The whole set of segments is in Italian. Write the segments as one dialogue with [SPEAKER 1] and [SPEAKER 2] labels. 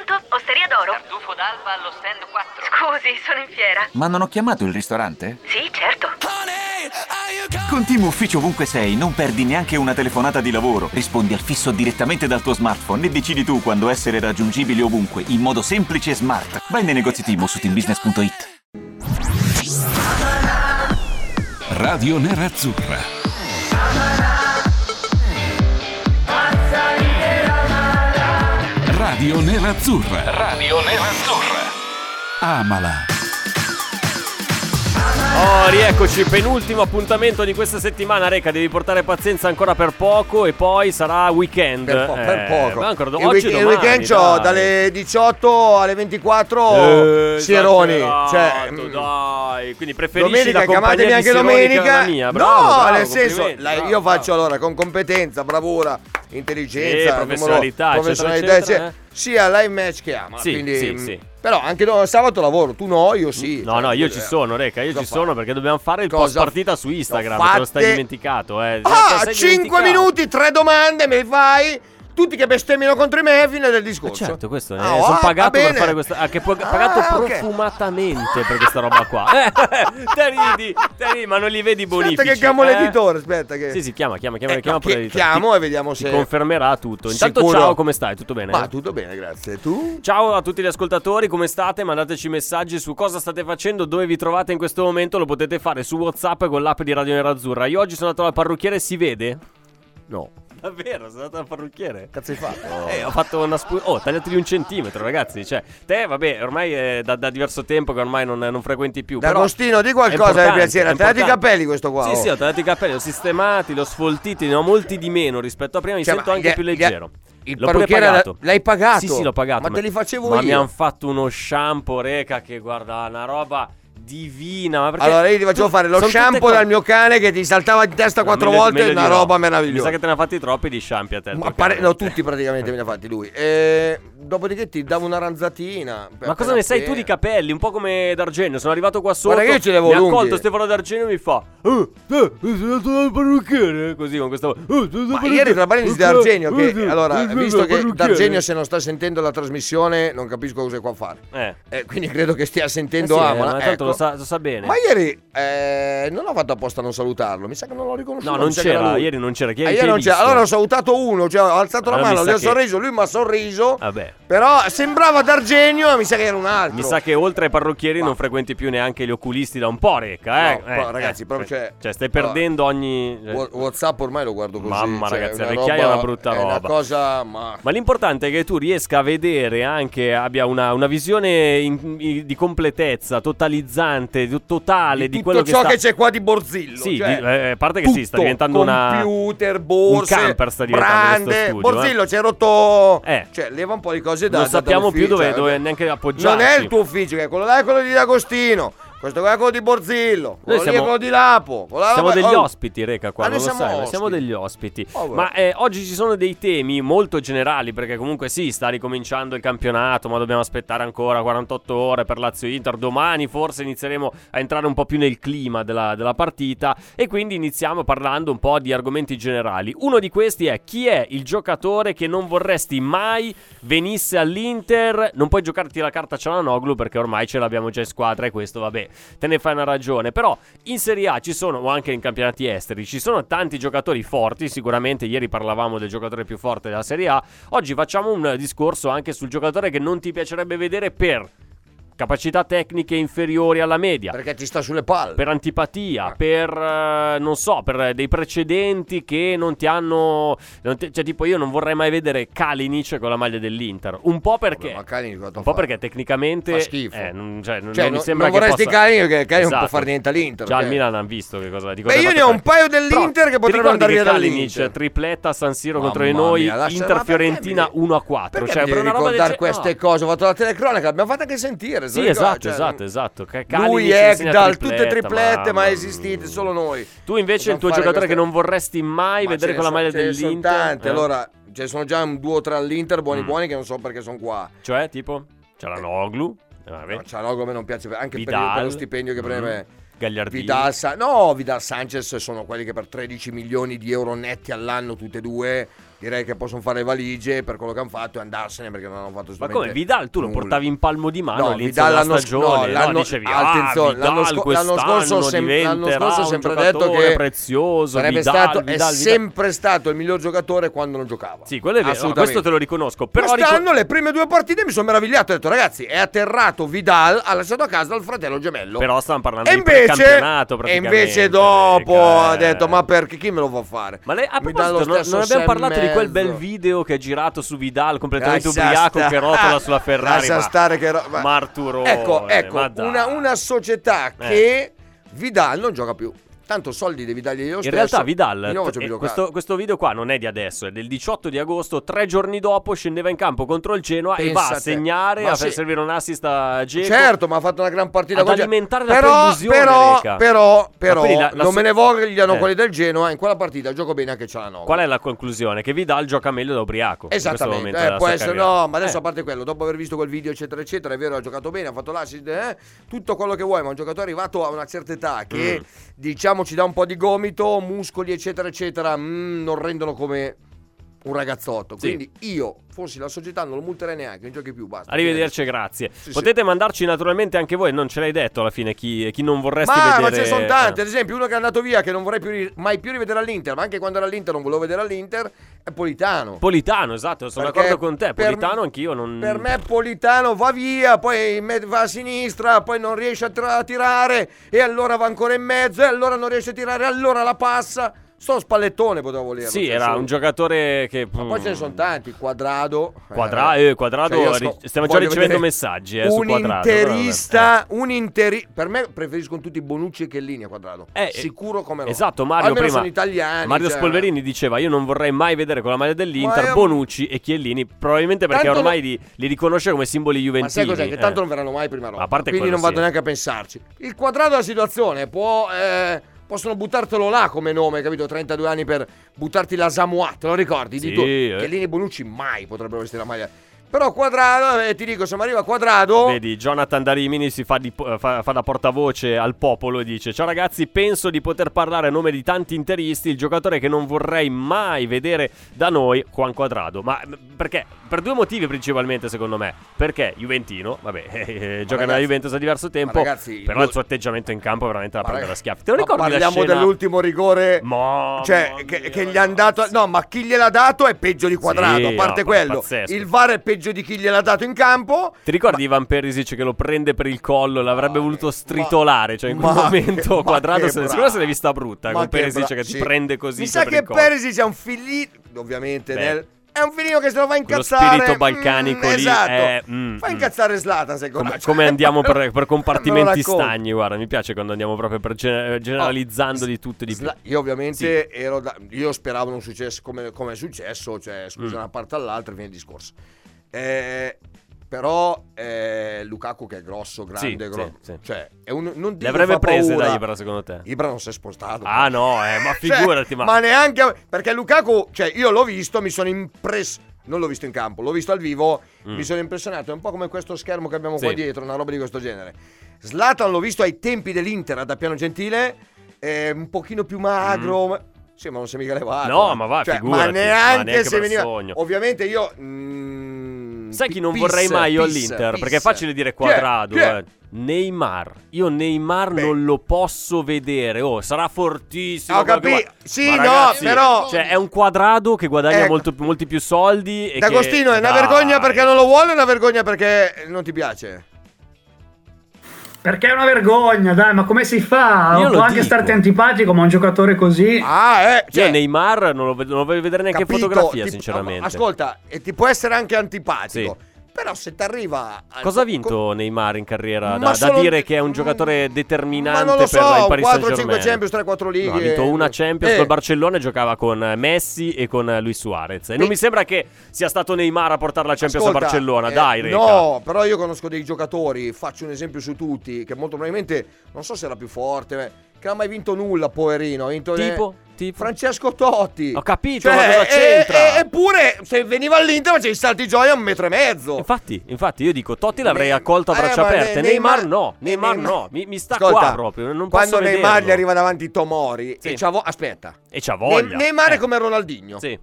[SPEAKER 1] Osteria d'Oro.
[SPEAKER 2] Tartufo d'alba allo stand 4.
[SPEAKER 1] Scusi, sono in fiera.
[SPEAKER 3] Ma non ho chiamato il ristorante?
[SPEAKER 1] Sì, certo.
[SPEAKER 3] Con Team Ufficio ovunque sei non perdi neanche una telefonata di lavoro. Rispondi al fisso direttamente dal tuo smartphone e decidi tu quando essere raggiungibile ovunque, in modo semplice e smart. Vai nei negozi Team o su teambusiness.it.
[SPEAKER 4] Radio Nerazzurra. Radio Nerazzurra. Radio Nerazzurra. Amala.
[SPEAKER 5] Oh, rieccoci, penultimo appuntamento di questa settimana. Reca, devi portare pazienza ancora per poco e poi sarà weekend.
[SPEAKER 6] Per, po- per
[SPEAKER 5] Eh,
[SPEAKER 6] poco.
[SPEAKER 5] ma ancora do-
[SPEAKER 6] il,
[SPEAKER 5] oggi
[SPEAKER 6] week- il
[SPEAKER 5] domani,
[SPEAKER 6] weekend
[SPEAKER 5] dai.
[SPEAKER 6] c'ho dalle 18 alle 24
[SPEAKER 5] Eh,
[SPEAKER 6] Sieroni.
[SPEAKER 5] esagerato,
[SPEAKER 6] Cioè, mm.
[SPEAKER 5] dai. Quindi preferisci
[SPEAKER 6] domenica,
[SPEAKER 5] la compagnia
[SPEAKER 6] chiamatemi
[SPEAKER 5] di
[SPEAKER 6] anche
[SPEAKER 5] Sironi che
[SPEAKER 6] domenica.
[SPEAKER 5] la mia. Bravo,
[SPEAKER 6] no,
[SPEAKER 5] bravo,
[SPEAKER 6] nel senso,
[SPEAKER 5] complimenti,
[SPEAKER 6] la-
[SPEAKER 5] bravo,
[SPEAKER 6] io faccio
[SPEAKER 5] bravo.
[SPEAKER 6] allora con competenza, bravura, intelligenza,
[SPEAKER 5] Sì, professionalità,
[SPEAKER 6] numero-
[SPEAKER 5] eccetera,
[SPEAKER 6] professionalità,
[SPEAKER 5] eccetera, eh.
[SPEAKER 6] sì, sia live match che ama.
[SPEAKER 5] Sì,
[SPEAKER 6] quindi,
[SPEAKER 5] sì,
[SPEAKER 6] mh,
[SPEAKER 5] sì.
[SPEAKER 6] Però anche do- sabato lavoro, tu no, io sì.
[SPEAKER 5] No,
[SPEAKER 6] Cioè,
[SPEAKER 5] no, io
[SPEAKER 6] cos'è?
[SPEAKER 5] ci sono, Reca, io
[SPEAKER 6] Cosa
[SPEAKER 5] ci
[SPEAKER 6] fa?
[SPEAKER 5] sono perché dobbiamo fare il
[SPEAKER 6] Cosa
[SPEAKER 5] post partita
[SPEAKER 6] fa-
[SPEAKER 5] su Instagram,
[SPEAKER 6] L'ho
[SPEAKER 5] te lo stai
[SPEAKER 6] fatte-
[SPEAKER 5] dimenticato, eh. Te
[SPEAKER 6] Ah,
[SPEAKER 5] lo stai
[SPEAKER 6] 5
[SPEAKER 5] dimenticato.
[SPEAKER 6] minuti, 3 domande, me le fai. Tutti che bestemmino contro me, fine del discorso.
[SPEAKER 5] Certo, questo
[SPEAKER 6] Ah,
[SPEAKER 5] eh,
[SPEAKER 6] ah,
[SPEAKER 5] sono
[SPEAKER 6] va
[SPEAKER 5] pagato per
[SPEAKER 6] bene.
[SPEAKER 5] fare questa. ah, che poi- pagato
[SPEAKER 6] Ah, ok.
[SPEAKER 5] profumatamente per questa roba qua. Eh, te ridi, te ridi, ma non li vedi bonifici.
[SPEAKER 6] Aspetta che chiamo
[SPEAKER 5] eh?
[SPEAKER 6] l'editore, aspetta che...
[SPEAKER 5] Sì, sì, chiama, chiama, chiama,
[SPEAKER 6] Ecco,
[SPEAKER 5] chiama pure
[SPEAKER 6] chi-
[SPEAKER 5] l'editore.
[SPEAKER 6] chiamo
[SPEAKER 5] Ti-
[SPEAKER 6] e vediamo
[SPEAKER 5] ti
[SPEAKER 6] se-
[SPEAKER 5] confermerà tutto. Intanto,
[SPEAKER 6] Sicuro.
[SPEAKER 5] ciao, come stai? Tutto bene? eh.
[SPEAKER 6] Ma tutto bene, grazie. Tu?
[SPEAKER 5] Ciao a tutti gli ascoltatori, come state? Mandateci messaggi su cosa state facendo, dove vi trovate in questo momento, lo potete fare su WhatsApp con l'app di Radio Nerazzurra. Io oggi sono andato dal parrucchiere, si vede? No. Davvero, sono andato dal parrucchiere?
[SPEAKER 6] Cazzo hai fatto?
[SPEAKER 5] Eh, ho fatto una spu... Oh, tagliati di un centimetro, ragazzi. Cioè, te, vabbè, ormai è da, da diverso tempo che ormai non, non frequenti più. però
[SPEAKER 6] D'Agostino, di
[SPEAKER 5] è
[SPEAKER 6] qualcosa,
[SPEAKER 5] importante,
[SPEAKER 6] per piacere.
[SPEAKER 5] è
[SPEAKER 6] Ha tagliato i
[SPEAKER 5] importante.
[SPEAKER 6] capelli questo qua,
[SPEAKER 5] Sì,
[SPEAKER 6] oh.
[SPEAKER 5] sì, ho tagliato i capelli, li ho sistemati, li ho sfoltiti, ne ho molti di meno rispetto a prima. Mi
[SPEAKER 6] Cioè,
[SPEAKER 5] sento
[SPEAKER 6] ma
[SPEAKER 5] anche
[SPEAKER 6] gli-
[SPEAKER 5] più
[SPEAKER 6] gli-
[SPEAKER 5] leggero.
[SPEAKER 6] il
[SPEAKER 5] L'ho pure
[SPEAKER 6] parrucchiere
[SPEAKER 5] pagato.
[SPEAKER 6] l'hai pagato?
[SPEAKER 5] Sì, sì, l'ho pagato.
[SPEAKER 6] Ma te li facevo
[SPEAKER 5] ma
[SPEAKER 6] io.
[SPEAKER 5] mi hanno fatto uno shampoo, reca, che guarda, una roba divina. Ma perché
[SPEAKER 6] Allora io ti facevo
[SPEAKER 5] tu-
[SPEAKER 6] fare lo
[SPEAKER 5] sono tutte
[SPEAKER 6] shampoo
[SPEAKER 5] cose-
[SPEAKER 6] dal mio cane che ti saltava di testa
[SPEAKER 5] No,
[SPEAKER 6] quattro
[SPEAKER 5] meglio-
[SPEAKER 6] volte,
[SPEAKER 5] meglio
[SPEAKER 6] una
[SPEAKER 5] di no.
[SPEAKER 6] roba
[SPEAKER 5] Mi sa
[SPEAKER 6] meravigliosa.
[SPEAKER 5] che te ne ha fatti troppi di shampoo a te. il
[SPEAKER 6] Ma
[SPEAKER 5] tuo
[SPEAKER 6] pare-
[SPEAKER 5] cane.
[SPEAKER 6] no, tutti praticamente me ne ha fatti lui. E dopodiché ti davo una ranzatina.
[SPEAKER 5] Ma cosa ne sai tu di capelli? Un po' come D'Argenio. Sono arrivato qua sotto.
[SPEAKER 6] Guarda che io ce li avevo
[SPEAKER 5] Mi ha
[SPEAKER 6] lunghi.
[SPEAKER 5] accolto Stefano D'Argenio e mi fa. "Eh, eh, sono andato dal parrucchiere. Così con questa. "Eh,
[SPEAKER 6] Ma ieri tra parentesi D'Argenio che allora visto che D'Argenio se non sta sentendo la trasmissione non capisco cosa è qua a fare.
[SPEAKER 5] Eh.
[SPEAKER 6] Eh, quindi credo che stia sentendo
[SPEAKER 5] Eh sì,
[SPEAKER 6] Amala,
[SPEAKER 5] ma tanto
[SPEAKER 6] ecco.
[SPEAKER 5] lo sa- lo sa bene.
[SPEAKER 6] Ma ieri eh, non ho fatto apposta a non salutarlo, mi sa che non l'ho riconosciuto.
[SPEAKER 5] No, non
[SPEAKER 6] mi sa che era
[SPEAKER 5] c'era,
[SPEAKER 6] lui.
[SPEAKER 5] ieri non c'era. Chi-
[SPEAKER 6] Ah,
[SPEAKER 5] chi
[SPEAKER 6] ieri
[SPEAKER 5] hai
[SPEAKER 6] non c'era.
[SPEAKER 5] visto?
[SPEAKER 6] Allora ho salutato uno, cioè ho alzato la
[SPEAKER 5] Allora mi
[SPEAKER 6] mano,
[SPEAKER 5] sa
[SPEAKER 6] gli ho
[SPEAKER 5] che-
[SPEAKER 6] sorriso, lui mi ha sorriso.
[SPEAKER 5] Vabbè.
[SPEAKER 6] Però sembrava D'Argenio, mi sa che era un altro.
[SPEAKER 5] Mi sa che oltre ai parrucchieri non frequenti più neanche gli oculisti da un po', Reca. Eh,
[SPEAKER 6] No, però,
[SPEAKER 5] Eh,
[SPEAKER 6] ragazzi,
[SPEAKER 5] eh,
[SPEAKER 6] proprio, cioè-
[SPEAKER 5] stai
[SPEAKER 6] allora,
[SPEAKER 5] perdendo ogni. cioè,
[SPEAKER 6] Wa- WhatsApp ormai lo guardo così.
[SPEAKER 5] Mamma,
[SPEAKER 6] cioè,
[SPEAKER 5] ragazzi,
[SPEAKER 6] è
[SPEAKER 5] la
[SPEAKER 6] una
[SPEAKER 5] vecchiaia è
[SPEAKER 6] roba-
[SPEAKER 5] una brutta
[SPEAKER 6] È una
[SPEAKER 5] roba.
[SPEAKER 6] cosa, ma.
[SPEAKER 5] Ma l'importante è che tu riesca a vedere anche, abbia una, una visione in- in- di completezza, totalizzante, di- totale di,
[SPEAKER 6] Tutto
[SPEAKER 5] quello
[SPEAKER 6] ciò
[SPEAKER 5] sta...
[SPEAKER 6] che c'è qua di Borzillo.
[SPEAKER 5] Sì,
[SPEAKER 6] cioè,
[SPEAKER 5] di- eh, a parte che sì, sta
[SPEAKER 6] tutto,
[SPEAKER 5] diventando una...
[SPEAKER 6] Computer, borse.
[SPEAKER 5] un camper sta diventando questo
[SPEAKER 6] brande.
[SPEAKER 5] studio,
[SPEAKER 6] Borzillo, c'è rotto.
[SPEAKER 5] Eh.
[SPEAKER 6] Cioè, leva un po' di cose da.
[SPEAKER 5] non
[SPEAKER 6] da-
[SPEAKER 5] sappiamo più
[SPEAKER 6] dall'ufficio,
[SPEAKER 5] dove,
[SPEAKER 6] eh.
[SPEAKER 5] dove neanche appoggiarci.
[SPEAKER 6] Non è il tuo ufficio, che è quello là è quello di D'Agostino. Questo qua è quello di Borzillo. Quello lì è
[SPEAKER 5] siamo-
[SPEAKER 6] quello di Lapo. quello là-
[SPEAKER 5] Siamo
[SPEAKER 6] oh.
[SPEAKER 5] degli ospiti, Reca, qua,
[SPEAKER 6] Ma
[SPEAKER 5] non
[SPEAKER 6] noi
[SPEAKER 5] lo sai, ma
[SPEAKER 6] ospiti.
[SPEAKER 5] siamo degli ospiti.
[SPEAKER 6] Oh, beh.
[SPEAKER 5] Ma eh, oggi ci sono dei temi molto generali, perché comunque sì, sta ricominciando il campionato, ma dobbiamo aspettare ancora 48 ore per Lazio-Inter. Domani forse inizieremo a entrare un po' più nel clima della, della partita e quindi iniziamo parlando un po' di argomenti generali. Uno di questi è chi è il giocatore che non vorresti mai venisse all'Inter? Non puoi giocarti la carta Cialanoglu perché ormai ce l'abbiamo già in squadra e questo vabbè, te ne fai una ragione, però in Serie A ci sono, o anche in campionati esteri, ci sono tanti giocatori forti. Sicuramente, ieri parlavamo del giocatore più forte della Serie A. Oggi facciamo un eh, discorso anche sul giocatore che non ti piacerebbe vedere per capacità tecniche inferiori alla media.
[SPEAKER 6] Perché ti sta sulle palle.
[SPEAKER 5] Per antipatia, per eh, non so, per eh, dei precedenti che non ti hanno. non ti- cioè, tipo, io non vorrei mai vedere Kalinic con la maglia dell'Inter. Un po' perché.
[SPEAKER 6] Vabbè, ma Kalinic cosa
[SPEAKER 5] un po'
[SPEAKER 6] fa?
[SPEAKER 5] perché tecnicamente.
[SPEAKER 6] Fa schifo.
[SPEAKER 5] eh, non, cioè, non-
[SPEAKER 6] Cioè,
[SPEAKER 5] non mi
[SPEAKER 6] non-
[SPEAKER 5] sembra
[SPEAKER 6] non
[SPEAKER 5] che.
[SPEAKER 6] vorresti
[SPEAKER 5] possa-
[SPEAKER 6] Kalinic, che Kalinic non può far niente all'Inter,
[SPEAKER 5] Già, al
[SPEAKER 6] cioè.
[SPEAKER 5] Milan hanno visto che cosa. Di cosa
[SPEAKER 6] Beh,
[SPEAKER 5] è
[SPEAKER 6] io
[SPEAKER 5] fatto
[SPEAKER 6] ne ho un
[SPEAKER 5] Kalinic.
[SPEAKER 6] paio dell'Inter
[SPEAKER 5] Però,
[SPEAKER 6] che potrebbero
[SPEAKER 5] ti ricordi
[SPEAKER 6] andare
[SPEAKER 5] che
[SPEAKER 6] via
[SPEAKER 5] Kalinic,
[SPEAKER 6] dall'Inter?
[SPEAKER 5] tripletta a San Siro
[SPEAKER 6] Mamma
[SPEAKER 5] contro di noi,
[SPEAKER 6] mia, lascia- ma perché
[SPEAKER 5] Inter-Fiorentina
[SPEAKER 6] mi-
[SPEAKER 5] 1 a 4.
[SPEAKER 6] Perché
[SPEAKER 5] Cioè,
[SPEAKER 6] mi
[SPEAKER 5] per
[SPEAKER 6] devi
[SPEAKER 5] una roba del genere-
[SPEAKER 6] ricordare queste
[SPEAKER 5] no.
[SPEAKER 6] cose? Ho fatto la telecronaca, l'abbiamo fatta anche sentire. se
[SPEAKER 5] Sì,
[SPEAKER 6] lo ricordi?
[SPEAKER 5] esatto,
[SPEAKER 6] Cioè,
[SPEAKER 5] esatto, esatto. Che Kalinic
[SPEAKER 6] Lui,
[SPEAKER 5] insegna
[SPEAKER 6] Ekdal,
[SPEAKER 5] tripletta,
[SPEAKER 6] tutte triplette, ma,
[SPEAKER 5] mamma
[SPEAKER 6] esistite
[SPEAKER 5] mia.
[SPEAKER 6] solo noi.
[SPEAKER 5] Tu invece il
[SPEAKER 6] Possiamo
[SPEAKER 5] tuo
[SPEAKER 6] fare
[SPEAKER 5] giocatore che non
[SPEAKER 6] queste-
[SPEAKER 5] vorresti mai
[SPEAKER 6] Ma ce
[SPEAKER 5] vedere
[SPEAKER 6] ne
[SPEAKER 5] con la
[SPEAKER 6] so-
[SPEAKER 5] maglia
[SPEAKER 6] ce ne son
[SPEAKER 5] dell'Inter.
[SPEAKER 6] tante.
[SPEAKER 5] eh?
[SPEAKER 6] Allora, ce ne sono già un due o tre all'Inter, buoni
[SPEAKER 5] Mm.
[SPEAKER 6] buoni, che non so perché sono qua.
[SPEAKER 5] Cioè, tipo, c'è la Noglu. eh, vabbè.
[SPEAKER 6] No, Cianogo a me non piace per- anche per,
[SPEAKER 5] Vidal.
[SPEAKER 6] per lo stipendio che prende.
[SPEAKER 5] Mm. Gagliardini.
[SPEAKER 6] Vidal, Sa- no, Vidal Sanchez sono quelli che per 13 milioni di euro netti all'anno tutte e due direi che possono fare valigie per quello che hanno fatto e andarsene perché non hanno fatto
[SPEAKER 5] Ma
[SPEAKER 6] assolutamente
[SPEAKER 5] come Vidal tu lo
[SPEAKER 6] nulla.
[SPEAKER 5] portavi in palmo di mano
[SPEAKER 6] No,
[SPEAKER 5] all'inizio
[SPEAKER 6] Vidal
[SPEAKER 5] della
[SPEAKER 6] l'anno sc-
[SPEAKER 5] stagione,
[SPEAKER 6] no,
[SPEAKER 5] no,
[SPEAKER 6] l'anno-
[SPEAKER 5] dicevi,
[SPEAKER 6] attenzione,
[SPEAKER 5] ah, Vidal
[SPEAKER 6] l'anno sco- l'anno scorso
[SPEAKER 5] quest'anno
[SPEAKER 6] sem- l'anno
[SPEAKER 5] diventerà
[SPEAKER 6] scorso ho
[SPEAKER 5] un
[SPEAKER 6] sempre detto
[SPEAKER 5] giocatore
[SPEAKER 6] che
[SPEAKER 5] prezioso,
[SPEAKER 6] Sarebbe
[SPEAKER 5] Vidal,
[SPEAKER 6] stato, è
[SPEAKER 5] Vidal, Vidal.
[SPEAKER 6] sempre stato il miglior giocatore quando non giocava.
[SPEAKER 5] Sì, quello è vero, no,
[SPEAKER 6] Assolutamente.
[SPEAKER 5] questo te lo riconosco, però
[SPEAKER 6] Quest'anno
[SPEAKER 5] ricor-
[SPEAKER 6] le prime due partite mi sono meravigliato. Ho detto, ragazzi, è atterrato Vidal, ha lasciato a casa dal fratello gemello.
[SPEAKER 5] però stanno parlando
[SPEAKER 6] e
[SPEAKER 5] di
[SPEAKER 6] invece,
[SPEAKER 5] campionato
[SPEAKER 6] e
[SPEAKER 5] praticamente.
[SPEAKER 6] invece dopo
[SPEAKER 5] raga,
[SPEAKER 6] ha detto:
[SPEAKER 5] eh.
[SPEAKER 6] Ma perché chi me lo fa fare?
[SPEAKER 5] Ma lei, a
[SPEAKER 6] Mi dà lo
[SPEAKER 5] proposito, non,
[SPEAKER 6] stesso
[SPEAKER 5] non abbiamo
[SPEAKER 6] sei
[SPEAKER 5] parlato di quel
[SPEAKER 6] mezzo.
[SPEAKER 5] bel video che è girato su Vidal completamente
[SPEAKER 6] Lascia
[SPEAKER 5] ubriaco
[SPEAKER 6] sta-
[SPEAKER 5] che rotola sulla Ferrari.
[SPEAKER 6] Lascia
[SPEAKER 5] ma-
[SPEAKER 6] stare che ro- ma-
[SPEAKER 5] ma Arturone,
[SPEAKER 6] Ecco, ecco,
[SPEAKER 5] ma dai. Eh.
[SPEAKER 6] una, una società che Vidal non gioca più. Tanto soldi devi dargli io stesso.
[SPEAKER 5] In realtà
[SPEAKER 6] Io
[SPEAKER 5] Vidal,
[SPEAKER 6] non faccio
[SPEAKER 5] eh,
[SPEAKER 6] più giocare.
[SPEAKER 5] questo, questo video qua non è di adesso, è del 18 di agosto, tre giorni dopo scendeva in campo contro il Genoa e
[SPEAKER 6] Pensa
[SPEAKER 5] va a
[SPEAKER 6] te.
[SPEAKER 5] segnare,
[SPEAKER 6] Ma
[SPEAKER 5] a
[SPEAKER 6] sì.
[SPEAKER 5] servire un assist a Dzeko.
[SPEAKER 6] Certo, ma ha fatto una gran partita
[SPEAKER 5] Ad
[SPEAKER 6] con Genoa.
[SPEAKER 5] alimentare la
[SPEAKER 6] però,
[SPEAKER 5] delusione,
[SPEAKER 6] Però,
[SPEAKER 5] Reca.
[SPEAKER 6] però, però,
[SPEAKER 5] Ma quindi la- la
[SPEAKER 6] non
[SPEAKER 5] so-
[SPEAKER 6] me ne vogliano
[SPEAKER 5] Eh.
[SPEAKER 6] quelli del Genoa. In quella partita gioco bene anche c'è la 9.
[SPEAKER 5] Qual è la conclusione? Che Vidal gioca meglio da ubriaco. in questo momento
[SPEAKER 6] Esattamente, eh,
[SPEAKER 5] della
[SPEAKER 6] può
[SPEAKER 5] sua
[SPEAKER 6] essere,
[SPEAKER 5] carriera.
[SPEAKER 6] no, ma adesso
[SPEAKER 5] Eh.
[SPEAKER 6] a parte quello, dopo aver visto quel video, eccetera, eccetera, è vero, ha giocato bene, ha fatto l'assist, eh, tutto quello che vuoi, ma un giocatore arrivato a una certa età che
[SPEAKER 5] Mm.
[SPEAKER 6] diciamo ci dà un po' di gomito, muscoli, eccetera, eccetera, mm, non rendono come un ragazzotto.
[SPEAKER 5] Sì.
[SPEAKER 6] Quindi io, fossi la società, non lo multerei neanche, non giochi più, basta.
[SPEAKER 5] Arrivederci, grazie.
[SPEAKER 6] sì.
[SPEAKER 5] Potete mandarci naturalmente anche voi, non ce l'hai detto alla fine chi, chi non vorresti
[SPEAKER 6] Ma,
[SPEAKER 5] vedere.
[SPEAKER 6] ma ce ne sono tanti,
[SPEAKER 5] Eh.
[SPEAKER 6] ad esempio uno che è andato via che non vorrei più ri- mai più rivedere all'Inter, ma anche quando era all'Inter non volevo vedere all'Inter, è Politano.
[SPEAKER 5] Politano, esatto, sono
[SPEAKER 6] Perché
[SPEAKER 5] d'accordo con te.
[SPEAKER 6] per-
[SPEAKER 5] Politano anch'io non...
[SPEAKER 6] Per me Politano va via, poi in me- va a sinistra, poi non riesce a, tra- a tirare e allora va ancora in mezzo e allora non riesce a tirare, allora la passa. Sto spallettone poteva volerlo.
[SPEAKER 5] Sì,
[SPEAKER 6] cioè,
[SPEAKER 5] era
[SPEAKER 6] solo-
[SPEAKER 5] un giocatore che... mm,
[SPEAKER 6] Ma poi ce ne sono tanti, Quadrado. cioè,
[SPEAKER 5] Quadra- eh, Quadrado,
[SPEAKER 6] io
[SPEAKER 5] ri- stiamo già
[SPEAKER 6] voglio
[SPEAKER 5] ricevendo
[SPEAKER 6] vedere
[SPEAKER 5] messaggi, eh, su
[SPEAKER 6] un
[SPEAKER 5] Quadrado, eh.
[SPEAKER 6] interista, un interi- Per me preferiscono tutti Bonucci e Chiellini a Quadrado.
[SPEAKER 5] Eh, eh,
[SPEAKER 6] Sicuro come no.
[SPEAKER 5] Esatto, Mario
[SPEAKER 6] Almeno
[SPEAKER 5] prima
[SPEAKER 6] sono italiani.
[SPEAKER 5] Mario
[SPEAKER 6] cioè-
[SPEAKER 5] Spolverini diceva "Io non vorrei mai vedere con la maglia dell'Inter
[SPEAKER 6] Ma è-
[SPEAKER 5] Bonucci e Chiellini, probabilmente perché
[SPEAKER 6] Tanto
[SPEAKER 5] ormai li, li riconosce come simboli
[SPEAKER 6] Ma sai
[SPEAKER 5] juventini".
[SPEAKER 6] cos'è? Che
[SPEAKER 5] eh.
[SPEAKER 6] tanto non verranno mai prima roba.
[SPEAKER 5] A parte
[SPEAKER 6] quindi
[SPEAKER 5] quello,
[SPEAKER 6] non vado
[SPEAKER 5] sì.
[SPEAKER 6] neanche a pensarci. Il quadrato della situazione può. eh, possono buttartelo là come nome, capito? 32 anni per buttarti la Samoa, te lo ricordi?
[SPEAKER 5] Sì,
[SPEAKER 6] Di tu.
[SPEAKER 5] eh.
[SPEAKER 6] Chiellini e Bonucci mai potrebbero vestire la maglia. Però quadrato, eh, ti dico, se mi arriva quadrato.
[SPEAKER 5] Vedi, Jonathan Darimini si fa, di- fa- fa da portavoce al popolo e dice: Ciao ragazzi, penso di poter parlare a nome di tanti interisti. Il giocatore che non vorrei mai vedere da noi, Juan Quadrado. Ma m, perché? Per due motivi principalmente, secondo me. Perché Juventino, vabbè, eh, gioca nella
[SPEAKER 6] ragazzi-
[SPEAKER 5] Juventus da diverso tempo.
[SPEAKER 6] ma ragazzi,
[SPEAKER 5] però
[SPEAKER 6] io-
[SPEAKER 5] il suo atteggiamento in campo è veramente da
[SPEAKER 6] Ma
[SPEAKER 5] prendere a
[SPEAKER 6] ragazzi,
[SPEAKER 5] schiaffi. Te lo
[SPEAKER 6] ma
[SPEAKER 5] ricordi la
[SPEAKER 6] Parliamo
[SPEAKER 5] scena?
[SPEAKER 6] dell'ultimo rigore.
[SPEAKER 5] Mamma
[SPEAKER 6] cioè,
[SPEAKER 5] mia,
[SPEAKER 6] che, che gli
[SPEAKER 5] ragazzi.
[SPEAKER 6] hanno dato. No, ma chi gliel'ha dato è peggio di quadrato.
[SPEAKER 5] Sì,
[SPEAKER 6] a parte
[SPEAKER 5] no,
[SPEAKER 6] quello,
[SPEAKER 5] pazzesco.
[SPEAKER 6] il VAR è peggio di chi gliel'ha dato in campo.
[SPEAKER 5] Ti ricordi Ivan Perisic che lo prende per il collo, l'avrebbe
[SPEAKER 6] Ah, Ma-
[SPEAKER 5] voluto stritolare, cioè in quel
[SPEAKER 6] ma che-
[SPEAKER 5] momento
[SPEAKER 6] ma
[SPEAKER 5] Quadrado
[SPEAKER 6] che
[SPEAKER 5] se,
[SPEAKER 6] bravo.
[SPEAKER 5] sicuro se l'è vista brutta
[SPEAKER 6] Ma
[SPEAKER 5] con Perisic
[SPEAKER 6] bra-
[SPEAKER 5] che ti
[SPEAKER 6] sì.
[SPEAKER 5] prende così
[SPEAKER 6] Mi
[SPEAKER 5] cioè,
[SPEAKER 6] sa
[SPEAKER 5] per
[SPEAKER 6] che
[SPEAKER 5] il collo.
[SPEAKER 6] Perisic è un filino, ovviamente,
[SPEAKER 5] Beh.
[SPEAKER 6] nel- è un filino che se lo fa
[SPEAKER 5] Quello
[SPEAKER 6] incazzare. Mm,
[SPEAKER 5] spirito balcanico lì
[SPEAKER 6] esatto.
[SPEAKER 5] è- mm,
[SPEAKER 6] fa
[SPEAKER 5] mm.
[SPEAKER 6] incazzare Slatan, secondo
[SPEAKER 5] come, come andiamo per, per compartimenti
[SPEAKER 6] stagni
[SPEAKER 5] stagni, guarda, mi piace quando andiamo proprio per
[SPEAKER 6] Oh,
[SPEAKER 5] gener- generalizzando di tutto e di più.
[SPEAKER 6] Sla- Io ovviamente ero da- io speravo non successo come, come è successo, cioè scusa
[SPEAKER 5] Mm.
[SPEAKER 6] una parte all'altra fine il discorso. Eh, però eh, Lukaku che è grosso, grande,
[SPEAKER 5] Sì,
[SPEAKER 6] gro-
[SPEAKER 5] sì, sì.
[SPEAKER 6] cioè è un, non dico
[SPEAKER 5] Le avrebbe
[SPEAKER 6] fa
[SPEAKER 5] prese
[SPEAKER 6] paura.
[SPEAKER 5] da Ibra secondo te?
[SPEAKER 6] Ibra non si è spostato.
[SPEAKER 5] Ah no, eh, ma
[SPEAKER 6] Cioè,
[SPEAKER 5] figurati, ma...
[SPEAKER 6] neanche perché Lukaku, cioè io l'ho visto, mi sono impressionato. Non l'ho visto in campo, l'ho visto al vivo,
[SPEAKER 5] Mm.
[SPEAKER 6] mi sono impressionato. È un po' come questo schermo che abbiamo qua
[SPEAKER 5] Sì.
[SPEAKER 6] dietro, una roba di questo genere. Slatan l'ho visto ai tempi dell'Inter ad Appiano Gentile, eh, un pochino più magro. ma- Sì, ma non si è mica levato.
[SPEAKER 5] Mm. No,
[SPEAKER 6] eh.
[SPEAKER 5] ma va,
[SPEAKER 6] Cioè,
[SPEAKER 5] figurati,
[SPEAKER 6] Ma
[SPEAKER 5] ma
[SPEAKER 6] neanche,
[SPEAKER 5] neanche
[SPEAKER 6] se
[SPEAKER 5] per
[SPEAKER 6] veniva.
[SPEAKER 5] sogno.
[SPEAKER 6] Ovviamente io. mm,
[SPEAKER 5] Sai chi non
[SPEAKER 6] pis,
[SPEAKER 5] vorrei mai io
[SPEAKER 6] pis,
[SPEAKER 5] all'Inter?
[SPEAKER 6] pis.
[SPEAKER 5] Perché è facile dire
[SPEAKER 6] Chi è?
[SPEAKER 5] quadrado.
[SPEAKER 6] Chi è?
[SPEAKER 5] eh. Neymar. Io Neymar
[SPEAKER 6] Beh.
[SPEAKER 5] non lo posso vedere. Oh, sarà fortissimo.
[SPEAKER 6] Ho
[SPEAKER 5] quello che
[SPEAKER 6] capito.
[SPEAKER 5] vuoi.
[SPEAKER 6] Sì,
[SPEAKER 5] Ma
[SPEAKER 6] no,
[SPEAKER 5] ragazzi,
[SPEAKER 6] però-
[SPEAKER 5] Cioè, è un quadrado che guadagna
[SPEAKER 6] Ecco.
[SPEAKER 5] molto più- molti più soldi. e
[SPEAKER 6] D'Agostino
[SPEAKER 5] che-
[SPEAKER 6] è una
[SPEAKER 5] Dai.
[SPEAKER 6] vergogna perché non lo vuole, è una vergogna perché non ti piace.
[SPEAKER 7] Perché è una vergogna, dai, ma come si fa?
[SPEAKER 5] Io lo
[SPEAKER 7] Può anche
[SPEAKER 5] dico.
[SPEAKER 7] starti antipatico, ma un giocatore così.
[SPEAKER 6] Ah, eh,
[SPEAKER 5] Io
[SPEAKER 6] cioè,
[SPEAKER 5] Neymar non lo, ved- non lo voglio vedere neanche in
[SPEAKER 6] capito,
[SPEAKER 5] fotografia,
[SPEAKER 6] ti-
[SPEAKER 5] sinceramente.
[SPEAKER 6] Ascolta, e ti può essere anche antipatico. Però se ti arriva
[SPEAKER 5] Cosa ha vinto Neymar in carriera?
[SPEAKER 6] Ma
[SPEAKER 5] Da, da
[SPEAKER 6] solo-
[SPEAKER 5] dire che è un giocatore
[SPEAKER 6] Mm,
[SPEAKER 5] determinante
[SPEAKER 6] ma non lo
[SPEAKER 5] per
[SPEAKER 6] so,
[SPEAKER 5] il Paris
[SPEAKER 6] 4-5
[SPEAKER 5] Saint-Germain?
[SPEAKER 6] Champions, 3-4 lighe.
[SPEAKER 5] No, ha vinto una Champions
[SPEAKER 6] Eh.
[SPEAKER 5] col Barcellona e giocava con eh, Messi e con eh, Luis Suarez. E non
[SPEAKER 6] Sì.
[SPEAKER 5] mi sembra che sia stato Neymar a portare la Champions
[SPEAKER 6] Ascolta,
[SPEAKER 5] a Barcellona.
[SPEAKER 6] eh,
[SPEAKER 5] Dai, Reca.
[SPEAKER 6] No, però io conosco dei giocatori, faccio un esempio su tutti, che molto probabilmente, non so se era più forte, ma- che non ha mai vinto nulla, poverino. ha vinto-
[SPEAKER 5] Tipo?
[SPEAKER 6] eh,
[SPEAKER 5] Tipo?
[SPEAKER 6] Francesco Totti.
[SPEAKER 5] Ho capito,
[SPEAKER 6] Cioè,
[SPEAKER 5] ma cosa c'entra?
[SPEAKER 6] e- e- eh, Eppure, se veniva all'Inter facevi i salti gioia un metro e mezzo.
[SPEAKER 5] Infatti, infatti, io dico, Totti l'avrei
[SPEAKER 6] boh. Ne-
[SPEAKER 5] accolto a
[SPEAKER 6] eh,
[SPEAKER 5] braccia
[SPEAKER 6] ma ne-
[SPEAKER 5] aperte. Neymar, no, Neymar, no, mi, mi sta
[SPEAKER 6] Ascolta,
[SPEAKER 5] qua proprio. Non posso
[SPEAKER 6] Quando Neymar
[SPEAKER 5] vederlo.
[SPEAKER 6] gli arriva davanti Tomori,
[SPEAKER 5] Sì.
[SPEAKER 6] e c'ha vo- aspetta,
[SPEAKER 5] E c'ha
[SPEAKER 6] Ne-
[SPEAKER 5] voglia.
[SPEAKER 6] Neymar
[SPEAKER 5] Eh,
[SPEAKER 6] è come Ronaldinho.
[SPEAKER 5] Sì.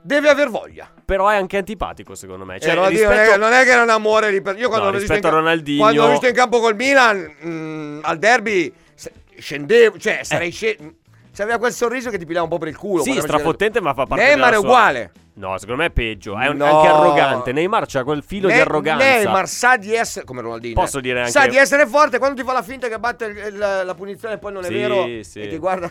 [SPEAKER 6] deve aver voglia.
[SPEAKER 5] Però è anche antipatico, secondo me. Cioè,
[SPEAKER 6] Eh, Ronaldinho non,
[SPEAKER 5] rispetto-
[SPEAKER 6] è, non è che era un amore di per- Io quando
[SPEAKER 5] No,
[SPEAKER 6] l'ho visto in
[SPEAKER 5] rispetto a
[SPEAKER 6] ca-
[SPEAKER 5] Ronaldinho-
[SPEAKER 6] Quando l'ho visto in campo col Milan mm, al derby se- scendevo, cioè sarei sceso. C'aveva quel sorriso che ti pigliava un po' per il culo.
[SPEAKER 5] Eh. Sì,
[SPEAKER 6] quando facevi-
[SPEAKER 5] strafottente, ma fa parte della
[SPEAKER 6] Neymar è
[SPEAKER 5] sua-
[SPEAKER 6] uguale.
[SPEAKER 5] No, secondo me è peggio. È un-
[SPEAKER 6] No.
[SPEAKER 5] anche arrogante. Neymar c'ha quel filo di
[SPEAKER 6] Ne-
[SPEAKER 5] arroganza.
[SPEAKER 6] Neymar sa di essere come Ronaldinho. eh.
[SPEAKER 5] Posso dire anche-
[SPEAKER 6] Sa di essere forte quando ti fa la finta che batte il- il- la punizione e poi non è
[SPEAKER 5] Sì,
[SPEAKER 6] vero
[SPEAKER 5] sì.
[SPEAKER 6] e ti guarda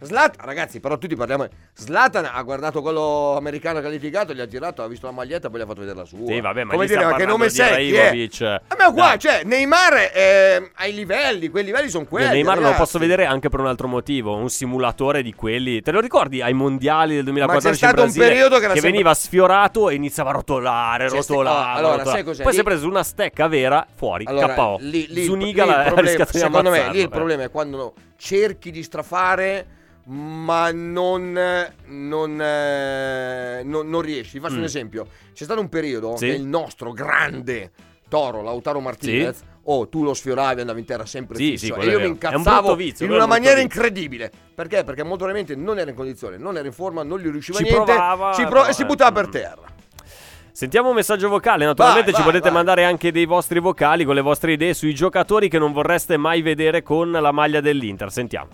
[SPEAKER 6] Slat, ragazzi, però tutti parliamo. Slatan ha guardato quello americano che ha litigato, gli ha girato, ha visto la maglietta e poi gli ha fatto vedere la sua.
[SPEAKER 5] Sì, vabbè, ma
[SPEAKER 6] Come
[SPEAKER 5] lì
[SPEAKER 6] dire,
[SPEAKER 5] stiamo
[SPEAKER 6] ma che
[SPEAKER 5] parlando
[SPEAKER 6] nome
[SPEAKER 5] di
[SPEAKER 6] sei? Chi è?
[SPEAKER 5] Ibrahimovic.
[SPEAKER 6] Eh, ma è uguale,
[SPEAKER 5] Dai.
[SPEAKER 6] cioè, Neymar eh, ha i livelli, quei livelli sono
[SPEAKER 5] Io
[SPEAKER 6] quelli.
[SPEAKER 5] Neymar non lo
[SPEAKER 6] ragazzi.
[SPEAKER 5] posso vedere anche per un altro motivo, un simulatore di quelli. Te lo ricordi ai mondiali del 2014
[SPEAKER 6] Ma c'è stato
[SPEAKER 5] in
[SPEAKER 6] un
[SPEAKER 5] Brasile,
[SPEAKER 6] periodo che era sempre-
[SPEAKER 5] veniva sfiorato e iniziava a rotolare,
[SPEAKER 6] Cioè,
[SPEAKER 5] rotolare.
[SPEAKER 6] st- allora,
[SPEAKER 5] rotolare.
[SPEAKER 6] sai cos'è?
[SPEAKER 5] Poi
[SPEAKER 6] Lì-
[SPEAKER 5] si è preso una stecca vera fuori, KO.
[SPEAKER 6] lì- lì il-
[SPEAKER 5] Zuniga
[SPEAKER 6] lì il
[SPEAKER 5] la
[SPEAKER 6] problema-
[SPEAKER 5] ha rischiato di
[SPEAKER 6] Secondo me lì
[SPEAKER 5] ammazzarlo,
[SPEAKER 6] il
[SPEAKER 5] eh.
[SPEAKER 6] problema è quando cerchi di strafare ma non, non, eh, non- non riesci. Vi faccio
[SPEAKER 5] Mm.
[SPEAKER 6] un esempio. C'è stato un periodo
[SPEAKER 5] Sì.
[SPEAKER 6] che il nostro grande toro Lautaro Martinez Oh, tu lo sfioravi, andavi in terra sempre
[SPEAKER 5] Sì,
[SPEAKER 6] fisso.
[SPEAKER 5] sì,
[SPEAKER 6] e
[SPEAKER 5] quello è
[SPEAKER 6] io mi
[SPEAKER 5] vero. È un
[SPEAKER 6] incazzavo
[SPEAKER 5] brutto vizio,
[SPEAKER 6] in
[SPEAKER 5] quello è
[SPEAKER 6] una
[SPEAKER 5] un brutto
[SPEAKER 6] maniera
[SPEAKER 5] vizio.
[SPEAKER 6] incredibile. Perché? Perché molto probabilmente non era in condizione, non era in forma, non gli riusciva
[SPEAKER 5] Ci
[SPEAKER 6] niente.
[SPEAKER 5] provava,
[SPEAKER 6] ci
[SPEAKER 5] però,
[SPEAKER 6] e si
[SPEAKER 5] eh,
[SPEAKER 6] buttava
[SPEAKER 5] mm.
[SPEAKER 6] per terra.
[SPEAKER 5] Sentiamo un messaggio vocale, naturalmente
[SPEAKER 6] Vai,
[SPEAKER 5] ci
[SPEAKER 6] vai,
[SPEAKER 5] potete
[SPEAKER 6] vai.
[SPEAKER 5] mandare anche dei vostri vocali con le vostre idee sui giocatori che non vorreste mai vedere con la maglia dell'Inter. Sentiamo.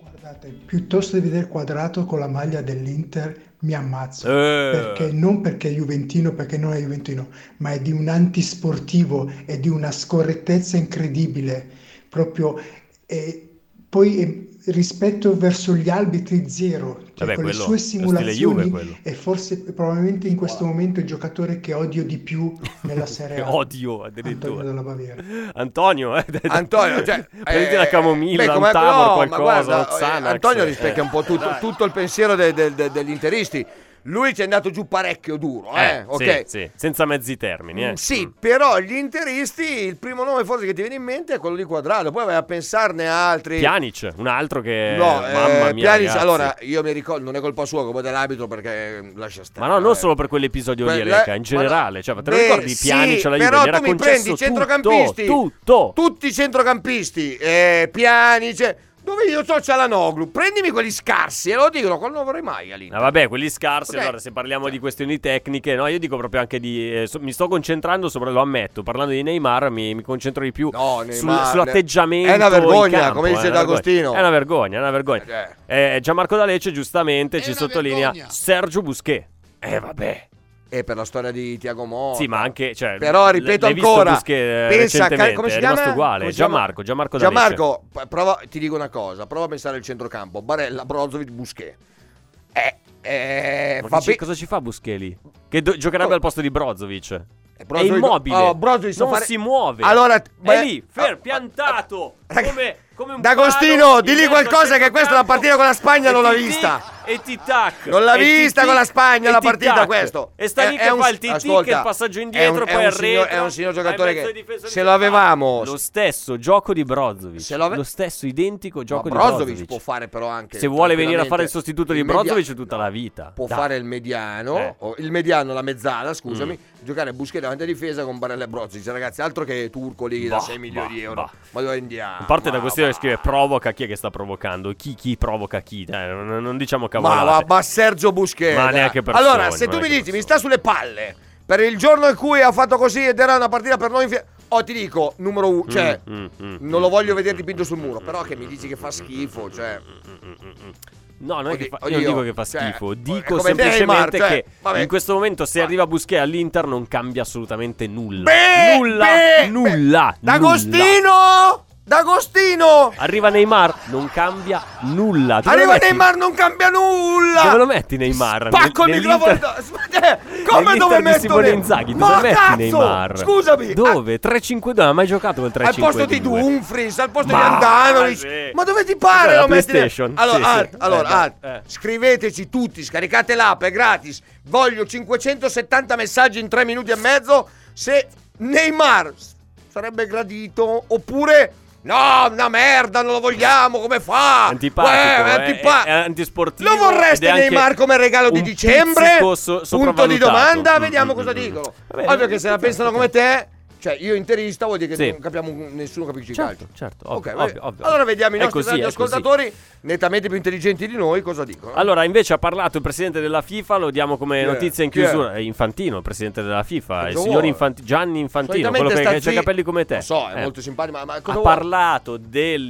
[SPEAKER 8] Guardate, piuttosto di vedere quadrato con la maglia dell'Inter mi ammazzo.
[SPEAKER 5] Eh.
[SPEAKER 8] Perché non perché è Juventino, perché non è Juventino, ma è di un antisportivo, è di una scorrettezza incredibile. Proprio, e poi eh, rispetto verso gli arbitri zero, cioè
[SPEAKER 5] Vabbè,
[SPEAKER 8] con le
[SPEAKER 5] quello-
[SPEAKER 8] sue
[SPEAKER 5] lo stile Juve,
[SPEAKER 8] simulazioni
[SPEAKER 5] quello.
[SPEAKER 8] è forse probabilmente in questo momento il giocatore che odio di più nella Serie A.
[SPEAKER 5] Odio
[SPEAKER 8] Antonio
[SPEAKER 5] addirittura.
[SPEAKER 8] della Baviera.
[SPEAKER 5] Antonio, eh.
[SPEAKER 6] Antonio, cioè,
[SPEAKER 5] prenditi
[SPEAKER 6] eh,
[SPEAKER 5] la camomilla,
[SPEAKER 6] beh,
[SPEAKER 5] un
[SPEAKER 6] come-
[SPEAKER 5] Tabor,
[SPEAKER 6] no, ma
[SPEAKER 5] qualcosa,
[SPEAKER 6] guarda,
[SPEAKER 5] un Xanax. Eh.
[SPEAKER 6] eh, Antonio rispecchia un po' tutto,
[SPEAKER 5] Dai.
[SPEAKER 6] tutto il pensiero de- de- de- degli interisti. Lui ci è andato giù parecchio duro, eh,
[SPEAKER 5] Eh, sì,
[SPEAKER 6] ok?
[SPEAKER 5] sì, senza mezzi termini, eh.
[SPEAKER 6] Mm, Sì, però gli interisti, il primo nome forse che ti viene in mente è quello di Quadrado, poi vai a pensarne a altri.
[SPEAKER 5] Pjanic, un altro che
[SPEAKER 6] No, eh,
[SPEAKER 5] mamma mia.
[SPEAKER 6] Pjanic,
[SPEAKER 5] ragazzi.
[SPEAKER 6] allora io mi ricordo, non è colpa sua come dell'arbitro perché eh, lascia
[SPEAKER 5] ma
[SPEAKER 6] stare.
[SPEAKER 5] no, non
[SPEAKER 6] eh.
[SPEAKER 5] solo per quell'episodio
[SPEAKER 6] Quella-
[SPEAKER 5] lì, Reca, in
[SPEAKER 6] ma
[SPEAKER 5] generale,
[SPEAKER 6] no.
[SPEAKER 5] cioè, te lo
[SPEAKER 6] Beh,
[SPEAKER 5] ricordi
[SPEAKER 6] sì,
[SPEAKER 5] Pjanic alla Juve,
[SPEAKER 6] però
[SPEAKER 5] gli era
[SPEAKER 6] tu mi
[SPEAKER 5] concesso
[SPEAKER 6] prendi i centrocampisti,
[SPEAKER 5] tutto, tutto.
[SPEAKER 6] tutti i centrocampisti, eh, Pjanic, dove io so c'è la Noglu, prendimi quelli scarsi e lo dicono, quello non vorrei mai
[SPEAKER 5] Ah,
[SPEAKER 6] all'Inter.
[SPEAKER 5] vabbè, quelli scarsi.
[SPEAKER 6] Ok.
[SPEAKER 5] Allora, se parliamo
[SPEAKER 6] Cioè.
[SPEAKER 5] di questioni tecniche, no, io dico proprio anche di. eh, so- mi sto concentrando sopra, lo ammetto. Parlando di Neymar, mi, mi concentro di più
[SPEAKER 6] No,
[SPEAKER 5] sul-
[SPEAKER 6] Neymar,
[SPEAKER 5] sull'atteggiamento.
[SPEAKER 6] è una vergogna,
[SPEAKER 5] in campo,
[SPEAKER 6] come
[SPEAKER 5] eh,
[SPEAKER 6] dice
[SPEAKER 5] è una
[SPEAKER 6] D'Agostino. cioè.
[SPEAKER 5] vergogna. È una vergogna, è una vergogna. Eh, Gianmarco D'Alece, giustamente, ci sottolinea Sergio Busquet. Eh, vabbè.
[SPEAKER 6] E eh, per la storia di Tiago Motta.
[SPEAKER 5] Sì, ma anche. Cioè,
[SPEAKER 6] Però
[SPEAKER 5] l-
[SPEAKER 6] ripeto
[SPEAKER 5] l'hai visto
[SPEAKER 6] ancora,
[SPEAKER 5] Busquet, eh,
[SPEAKER 6] pensa
[SPEAKER 5] recentemente,
[SPEAKER 6] come si
[SPEAKER 5] è
[SPEAKER 6] chiama?
[SPEAKER 5] rimasto uguale.
[SPEAKER 6] Come si chiama?
[SPEAKER 5] Gianmarco, Gianmarco D'Alece.
[SPEAKER 6] Gianmarco, p- prova, ti dico una cosa, prova a pensare al centrocampo, Barella, Brozovic, Busquet. Eh, eh,
[SPEAKER 5] Ma
[SPEAKER 6] fa
[SPEAKER 5] che ci-
[SPEAKER 6] be-
[SPEAKER 5] cosa ci fa Busquet lì? Che do- giocherebbe
[SPEAKER 6] Oh.
[SPEAKER 5] al posto di Brozovic.
[SPEAKER 6] E Brozovic-
[SPEAKER 5] è immobile.
[SPEAKER 6] Oh, Brozovic sta
[SPEAKER 5] non
[SPEAKER 6] fare-
[SPEAKER 5] si muove.
[SPEAKER 6] Allora, beh-
[SPEAKER 5] è lì, fer,
[SPEAKER 6] ah,
[SPEAKER 5] piantato.
[SPEAKER 6] ah, ah,
[SPEAKER 5] come, come un
[SPEAKER 6] D'Agostino,
[SPEAKER 5] palo,
[SPEAKER 6] di lì
[SPEAKER 5] in mezzo al
[SPEAKER 6] qualcosa che questa è la partita con la Spagna,
[SPEAKER 5] e
[SPEAKER 6] non l'ha
[SPEAKER 5] tic-tic,
[SPEAKER 6] vista.
[SPEAKER 5] E tic-tac.
[SPEAKER 6] Non l'ha
[SPEAKER 5] e
[SPEAKER 6] vista
[SPEAKER 5] tic-tic,
[SPEAKER 6] con la Spagna
[SPEAKER 5] e
[SPEAKER 6] la partita,
[SPEAKER 5] tic-tac.
[SPEAKER 6] questo.
[SPEAKER 5] E sta lì
[SPEAKER 6] È-
[SPEAKER 5] che
[SPEAKER 6] è un-
[SPEAKER 5] fa il tic-tic e
[SPEAKER 6] ascolta,
[SPEAKER 5] il passaggio
[SPEAKER 6] è un-
[SPEAKER 5] indietro,
[SPEAKER 6] è
[SPEAKER 5] poi
[SPEAKER 6] un
[SPEAKER 5] arretra. Ah,
[SPEAKER 6] signor- è un signor
[SPEAKER 5] fai
[SPEAKER 6] giocatore
[SPEAKER 5] mezzo
[SPEAKER 6] che-
[SPEAKER 5] difesa
[SPEAKER 6] se
[SPEAKER 5] di
[SPEAKER 6] lo
[SPEAKER 5] Italia.
[SPEAKER 6] avevamo-
[SPEAKER 5] Lo stesso gioco di Brozovic.
[SPEAKER 6] Se lo
[SPEAKER 5] lo,
[SPEAKER 6] ave-
[SPEAKER 5] stesso identico gioco
[SPEAKER 6] Ma
[SPEAKER 5] di
[SPEAKER 6] Brozovic
[SPEAKER 5] Brozovic.
[SPEAKER 6] può fare però anche
[SPEAKER 5] Se vuole venire a fare il
[SPEAKER 6] tranquillamente
[SPEAKER 5] sostituto
[SPEAKER 6] il
[SPEAKER 5] di
[SPEAKER 6] media-
[SPEAKER 5] Brozovic tutta la vita.
[SPEAKER 6] ah, può
[SPEAKER 5] Dai.
[SPEAKER 6] fare il mediano,
[SPEAKER 5] Eh. Mm.
[SPEAKER 6] o il mediano, la mezzala, scusami, giocare a Busquet davanti a difesa con Barella e Brozovic, ragazzi, altro che Turco lì da
[SPEAKER 5] Bah,
[SPEAKER 6] 6 milioni
[SPEAKER 5] bah,
[SPEAKER 6] di euro.
[SPEAKER 5] bah.
[SPEAKER 6] Ma dove andiamo?
[SPEAKER 5] A parte da
[SPEAKER 6] Ma
[SPEAKER 5] questione che
[SPEAKER 6] va.
[SPEAKER 5] scrive provoca chi è che sta provocando, chi chi provoca chi, dai, non, non diciamo
[SPEAKER 6] Ma,
[SPEAKER 5] cavolate.
[SPEAKER 6] ma, ma Sergio Busquets.
[SPEAKER 5] Ma
[SPEAKER 6] dai.
[SPEAKER 5] neanche per
[SPEAKER 6] Allora,
[SPEAKER 5] sogno,
[SPEAKER 6] se tu
[SPEAKER 5] neanche
[SPEAKER 6] mi dici,
[SPEAKER 5] per
[SPEAKER 6] mi
[SPEAKER 5] sogno.
[SPEAKER 6] sta sulle palle per il giorno in cui ha fatto così ed era una partita per noi. in fi- Oh, ti dico, numero uno, cioè,
[SPEAKER 5] Mm, mm, mm,
[SPEAKER 6] non lo
[SPEAKER 5] mm,
[SPEAKER 6] voglio
[SPEAKER 5] mm,
[SPEAKER 6] vedere
[SPEAKER 5] mm,
[SPEAKER 6] dipinto sul muro,
[SPEAKER 5] mm,
[SPEAKER 6] però che
[SPEAKER 5] mm,
[SPEAKER 6] mi dici che
[SPEAKER 5] mm,
[SPEAKER 6] fa schifo, cioè.
[SPEAKER 5] No, non è che
[SPEAKER 6] Oddio,
[SPEAKER 5] fa- io non
[SPEAKER 6] oddio,
[SPEAKER 5] dico che fa
[SPEAKER 6] cioè,
[SPEAKER 5] schifo,
[SPEAKER 6] è
[SPEAKER 5] dico
[SPEAKER 6] come
[SPEAKER 5] semplicemente
[SPEAKER 6] Neymar, cioè,
[SPEAKER 5] che
[SPEAKER 6] vabbè.
[SPEAKER 5] in questo momento se
[SPEAKER 6] Vai.
[SPEAKER 5] arriva Busquets all'Inter non cambia assolutamente nulla.
[SPEAKER 6] Beh,
[SPEAKER 5] nulla,
[SPEAKER 6] beh,
[SPEAKER 5] nulla, nulla.
[SPEAKER 6] beh. D'Agostino! D'Agostino!
[SPEAKER 5] Arriva Neymar, non cambia nulla. Dove lo
[SPEAKER 6] Arriva
[SPEAKER 5] metti?
[SPEAKER 6] Neymar, non cambia nulla!
[SPEAKER 5] Dove lo metti Neymar?
[SPEAKER 6] Spacco il
[SPEAKER 5] Nel-
[SPEAKER 6] microfono!
[SPEAKER 5] nell'Inter-
[SPEAKER 6] da- Cioè, Come dove
[SPEAKER 5] Nell'Inter di
[SPEAKER 6] metto
[SPEAKER 5] Simone
[SPEAKER 6] Ne-
[SPEAKER 5] Inzaghi,
[SPEAKER 6] Ma
[SPEAKER 5] dove metti
[SPEAKER 6] cazzo!
[SPEAKER 5] Neymar?
[SPEAKER 6] Scusami!
[SPEAKER 5] Dove? 3-5-2, non ha mai giocato col 3-5-2.
[SPEAKER 6] Al posto di Dumfries, al posto di
[SPEAKER 5] Ma-
[SPEAKER 6] Andanovic.
[SPEAKER 5] sì.
[SPEAKER 6] Ma dove ti
[SPEAKER 5] Cos'è,
[SPEAKER 6] pare
[SPEAKER 5] la
[SPEAKER 6] lo metti?
[SPEAKER 5] PlayStation?
[SPEAKER 6] Allora,
[SPEAKER 5] Sì,
[SPEAKER 6] Art,
[SPEAKER 5] sì.
[SPEAKER 6] allora,
[SPEAKER 5] Eh,
[SPEAKER 6] Art,
[SPEAKER 5] eh.
[SPEAKER 6] scriveteci tutti, scaricate l'app, è gratis. Voglio 570 messaggi in 3 minuti e mezzo. Se Neymar s- sarebbe gradito, oppure. No, una merda, non lo vogliamo, come fa?
[SPEAKER 5] Antipatico,
[SPEAKER 6] Eh,
[SPEAKER 5] è-
[SPEAKER 6] antipa-
[SPEAKER 5] è antisportivo
[SPEAKER 6] Lo
[SPEAKER 5] ed
[SPEAKER 6] vorreste
[SPEAKER 5] è anche
[SPEAKER 6] Neymar come regalo di
[SPEAKER 5] un
[SPEAKER 6] dicembre?
[SPEAKER 5] pizzico so-
[SPEAKER 6] punto di
[SPEAKER 5] sopravvalutato.
[SPEAKER 6] domanda,
[SPEAKER 5] Mm,
[SPEAKER 6] vediamo
[SPEAKER 5] mm,
[SPEAKER 6] cosa
[SPEAKER 5] mm, mm.
[SPEAKER 6] dicono.
[SPEAKER 5] Vabbè,
[SPEAKER 6] Ovvio che se
[SPEAKER 5] perfetto.
[SPEAKER 6] la pensano come te, Cioè, io interista vuol dire che
[SPEAKER 5] Sì.
[SPEAKER 6] non capiamo, nessuno capisce il
[SPEAKER 5] Certo,
[SPEAKER 6] calcio.
[SPEAKER 5] certo,
[SPEAKER 6] Ok,
[SPEAKER 5] ovvio,
[SPEAKER 6] va
[SPEAKER 5] ovvio,
[SPEAKER 6] bene.
[SPEAKER 5] ovvio.
[SPEAKER 6] Allora vediamo i
[SPEAKER 5] È
[SPEAKER 6] nostri
[SPEAKER 5] così, è così.
[SPEAKER 6] ascoltatori nettamente più intelligenti di noi cosa dicono.
[SPEAKER 5] Allora, invece ha parlato il presidente della FIFA, lo diamo come
[SPEAKER 6] eh. Chi è?
[SPEAKER 5] notizia in
[SPEAKER 6] Chi è?
[SPEAKER 5] chiusura. È Infantino, il presidente della FIFA, il
[SPEAKER 6] Cosa
[SPEAKER 5] signor
[SPEAKER 6] vuole?
[SPEAKER 5] Infanti- Gianni Infantino,
[SPEAKER 6] Solitamente
[SPEAKER 5] quello che,
[SPEAKER 6] sta
[SPEAKER 5] che ha i
[SPEAKER 6] zi-
[SPEAKER 5] capelli come te.
[SPEAKER 6] Lo so, è
[SPEAKER 5] Eh.
[SPEAKER 6] molto simpatico, ma, ma cosa
[SPEAKER 5] ha
[SPEAKER 6] vuole?
[SPEAKER 5] parlato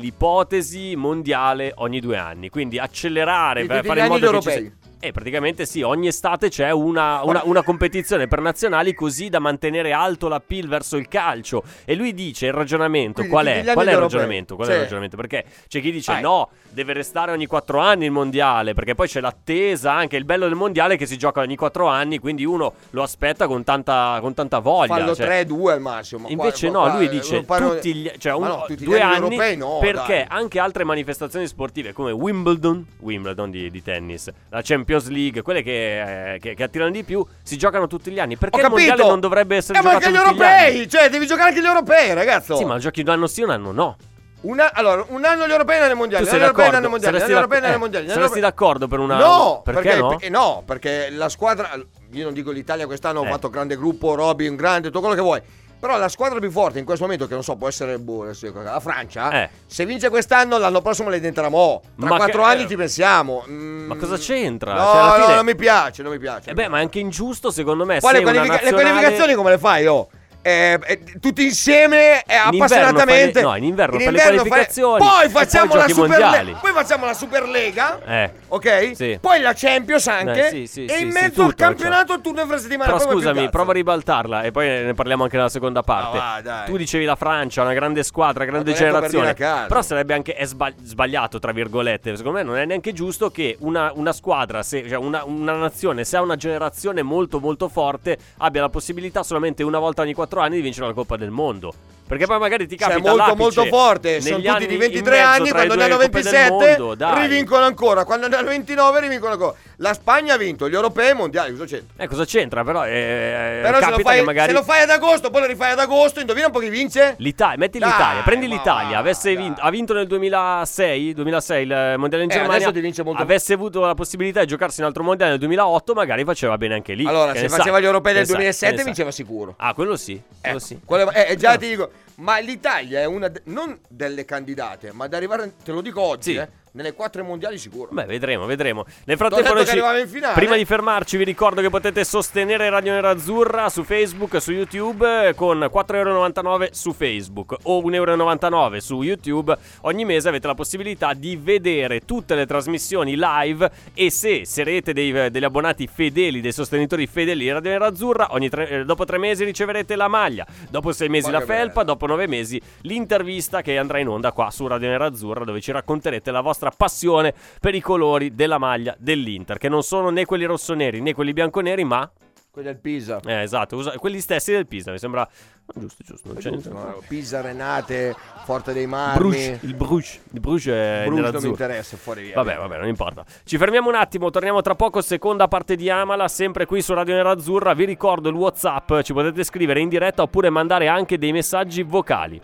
[SPEAKER 5] dell'ipotesi mondiale ogni due anni, quindi accelerare
[SPEAKER 6] Di
[SPEAKER 5] per
[SPEAKER 6] tutti
[SPEAKER 5] fare
[SPEAKER 6] gli
[SPEAKER 5] in
[SPEAKER 6] anni
[SPEAKER 5] modo che ci
[SPEAKER 6] europei.
[SPEAKER 5] sia- Eh, praticamente sì, ogni estate c'è una, una- una competizione per nazionali così da mantenere alto la PIL verso il calcio. E lui dice il ragionamento,
[SPEAKER 6] Quindi
[SPEAKER 5] qual
[SPEAKER 6] tutti
[SPEAKER 5] è?
[SPEAKER 6] gli anni
[SPEAKER 5] Qual è il
[SPEAKER 6] europei.
[SPEAKER 5] ragionamento? Qual è
[SPEAKER 6] Sì.
[SPEAKER 5] il ragionamento? Perché c'è chi dice
[SPEAKER 6] Vai.
[SPEAKER 5] no, deve restare ogni quattro anni il mondiale, perché poi c'è l'attesa, anche il bello del mondiale è che si gioca ogni quattro anni, quindi uno lo aspetta con tanta, con tanta voglia.
[SPEAKER 6] Fallo
[SPEAKER 5] cioè-
[SPEAKER 6] 3-2 al massimo. qua-
[SPEAKER 5] Invece
[SPEAKER 6] qua-
[SPEAKER 5] no,
[SPEAKER 6] qua-
[SPEAKER 5] lui dice
[SPEAKER 6] qua-
[SPEAKER 5] tutti gli, cioè
[SPEAKER 6] Ma
[SPEAKER 5] un-
[SPEAKER 6] no, tutti gli
[SPEAKER 5] due
[SPEAKER 6] anni
[SPEAKER 5] anni,
[SPEAKER 6] europei no,
[SPEAKER 5] perché
[SPEAKER 6] dai.
[SPEAKER 5] anche altre manifestazioni sportive come Wimbledon, Wimbledon di, di tennis, la Champions League, quelle che, eh, che- che attirano di più, si giocano tutti gli anni. Perché
[SPEAKER 6] Ho
[SPEAKER 5] il mondiale
[SPEAKER 6] capito.
[SPEAKER 5] non dovrebbe essere
[SPEAKER 6] Eh, ma
[SPEAKER 5] giocato
[SPEAKER 6] anche gli
[SPEAKER 5] tutti
[SPEAKER 6] europei,
[SPEAKER 5] anni?
[SPEAKER 6] cioè devi giocare anche gli europei, ragazzo.
[SPEAKER 5] Sì, ma giochi un anno sì, un anno no.
[SPEAKER 6] Una- allora, un anno gli europei e anno mondiali.
[SPEAKER 5] tu sei
[SPEAKER 6] un anno europei, un
[SPEAKER 5] d'accordo?
[SPEAKER 6] anno mondiali. un
[SPEAKER 5] saresti,
[SPEAKER 6] anno europei, un
[SPEAKER 5] d'accordo-
[SPEAKER 6] anno
[SPEAKER 5] eh,
[SPEAKER 6] mondiali, un anno
[SPEAKER 5] saresti
[SPEAKER 6] europei.
[SPEAKER 5] d'accordo per una
[SPEAKER 6] No,
[SPEAKER 5] perché, no?
[SPEAKER 6] perché- no, perché la squadra. Io non dico l'Italia quest'anno, ho
[SPEAKER 5] Eh.
[SPEAKER 6] fatto grande gruppo, Robby, un grande, tutto quello che vuoi. Però la squadra più forte in questo momento, che non so, può essere boh, adesso io- la Francia.
[SPEAKER 5] Eh.
[SPEAKER 6] Se vince quest'anno, l'anno prossimo le diventerà mo. Tra
[SPEAKER 5] Ma
[SPEAKER 6] quattro
[SPEAKER 5] che-
[SPEAKER 6] anni ti pensiamo. Mm.
[SPEAKER 5] Ma cosa c'entra?
[SPEAKER 6] No,
[SPEAKER 5] Cioè, alla
[SPEAKER 6] no,
[SPEAKER 5] fine-
[SPEAKER 6] non mi piace, non mi piace.
[SPEAKER 5] Eh beh, ma è anche ingiusto secondo me se
[SPEAKER 6] Poi le,
[SPEAKER 5] Eh una
[SPEAKER 6] qualifica- le
[SPEAKER 5] nazionale-
[SPEAKER 6] qualificazioni come le fai, oh? Eh, eh, tutti
[SPEAKER 5] In inverno fai
[SPEAKER 6] insieme eh,
[SPEAKER 5] le-
[SPEAKER 6] appassionatamente
[SPEAKER 5] no, in inverno fai le
[SPEAKER 6] fai-
[SPEAKER 5] qualificazioni e
[SPEAKER 6] poi
[SPEAKER 5] poi
[SPEAKER 6] facciamo la
[SPEAKER 5] giochi mondiali.
[SPEAKER 6] Superlega poi facciamo la Superlega
[SPEAKER 5] Eh.
[SPEAKER 6] ok
[SPEAKER 5] Sì.
[SPEAKER 6] poi la Champions anche
[SPEAKER 5] Beh, sì, sì,
[SPEAKER 6] e
[SPEAKER 5] sì,
[SPEAKER 6] in
[SPEAKER 5] sì,
[SPEAKER 6] mezzo
[SPEAKER 5] tutto,
[SPEAKER 6] al campionato
[SPEAKER 5] cioè.
[SPEAKER 6] il turno infrasettimana
[SPEAKER 5] Però
[SPEAKER 6] proprio più
[SPEAKER 5] scusami,
[SPEAKER 6] cazzo.
[SPEAKER 5] prova a ribaltarla e poi ne parliamo anche nella seconda parte.
[SPEAKER 6] Ma va, dai.
[SPEAKER 5] tu dicevi la Francia, una grande squadra, grande
[SPEAKER 6] Ma ti ho detto
[SPEAKER 5] generazione.
[SPEAKER 6] Berlino a caso.
[SPEAKER 5] Però sarebbe anche è sbag- sbagliato, tra virgolette. Secondo me non è neanche giusto che una, una squadra, se- cioè una, una nazione, se ha una generazione molto molto forte, abbia la possibilità solamente una volta ogni quattro anni di vincere la Coppa del Mondo. Perché poi magari ti
[SPEAKER 6] Cioè,
[SPEAKER 5] capita
[SPEAKER 6] molto
[SPEAKER 5] l'apice
[SPEAKER 6] molto forte
[SPEAKER 5] negli
[SPEAKER 6] sono tutti di
[SPEAKER 5] anni in
[SPEAKER 6] 23
[SPEAKER 5] mezzo
[SPEAKER 6] anni
[SPEAKER 5] tra
[SPEAKER 6] quando
[SPEAKER 5] le due
[SPEAKER 6] ne hanno
[SPEAKER 5] Coppe del
[SPEAKER 6] 27
[SPEAKER 5] mondo, dai.
[SPEAKER 6] rivincono ancora quando ne hanno 29 rivincono ancora la Spagna ha vinto gli europei e i mondiali cosa c'entra
[SPEAKER 5] Eh, cosa c'entra? Però, eh,
[SPEAKER 6] però se
[SPEAKER 5] capita
[SPEAKER 6] lo, fai,
[SPEAKER 5] che magari
[SPEAKER 6] se lo fai ad agosto poi lo rifai ad agosto indovina un po' chi vince
[SPEAKER 5] L'Italia, metti
[SPEAKER 6] Dai,
[SPEAKER 5] l'Italia, prendi
[SPEAKER 6] ma
[SPEAKER 5] l'Italia,
[SPEAKER 6] va,
[SPEAKER 5] avesse
[SPEAKER 6] dai.
[SPEAKER 5] vinto, ha vinto nel 2006, 2006 il mondiale in
[SPEAKER 6] Eh,
[SPEAKER 5] Germania,
[SPEAKER 6] adesso ti vince molto-
[SPEAKER 5] avesse avuto la possibilità di giocarsi un altro mondiale nel 2008 magari faceva bene anche lì.
[SPEAKER 6] Allora,
[SPEAKER 5] Che
[SPEAKER 6] se
[SPEAKER 5] ne
[SPEAKER 6] faceva
[SPEAKER 5] sai,
[SPEAKER 6] gli europei
[SPEAKER 5] che
[SPEAKER 6] del
[SPEAKER 5] ne sai, che
[SPEAKER 6] 2007
[SPEAKER 5] ne sai.
[SPEAKER 6] vinceva sicuro.
[SPEAKER 5] Ah, quello sì, quello
[SPEAKER 6] Ecco,
[SPEAKER 5] sì.
[SPEAKER 6] quello- eh, eh, già ti dico, ma l'Italia è una de- non delle candidate, ma ad arrivare, te lo dico oggi,
[SPEAKER 5] Sì.
[SPEAKER 6] eh, nelle quattro mondiali sicuro.
[SPEAKER 5] Beh, vedremo, vedremo. Nel
[SPEAKER 6] T'ho
[SPEAKER 5] frattempo,
[SPEAKER 6] detto
[SPEAKER 5] noi
[SPEAKER 6] che
[SPEAKER 5] ci-
[SPEAKER 6] arrivava in finale.
[SPEAKER 5] prima di fermarci, vi ricordo che potete sostenere Radio Nerazzurra su Facebook, su YouTube eh, con 4,99€ su Facebook o 1,99€ su YouTube. Ogni mese avete la possibilità di vedere tutte le trasmissioni live. E se sarete dei- degli abbonati fedeli, dei sostenitori fedeli di Radio Nerazzurra, ogni tre- eh, dopo tre mesi riceverete la maglia, dopo sei mesi
[SPEAKER 6] Ma
[SPEAKER 5] la
[SPEAKER 6] che
[SPEAKER 5] felpa,
[SPEAKER 6] bello.
[SPEAKER 5] dopo nove mesi l'intervista che andrà in onda qua su Radio Nerazzurra dove ci racconterete la vostra passione per i colori della maglia dell'Inter che non sono né quelli rossoneri né quelli bianconeri ma
[SPEAKER 6] Quello del Pisa.
[SPEAKER 5] eh, esatto usa- quelli stessi del Pisa mi sembra giusto giusto non c'è niente.
[SPEAKER 6] No, Pisa, Renate, Forte dei
[SPEAKER 5] Bruges,
[SPEAKER 6] Marmi.
[SPEAKER 5] il Bruges il Bruges è
[SPEAKER 6] Bruges non mi
[SPEAKER 5] nerazzurro.
[SPEAKER 6] interessa, fuori via.
[SPEAKER 5] Vabbè, vabbè, non importa. Ci fermiamo un attimo, torniamo tra poco, seconda parte di Amala, sempre qui su Radio Nerazzurra. Vi ricordo il WhatsApp, ci potete scrivere in diretta oppure mandare anche dei messaggi vocali.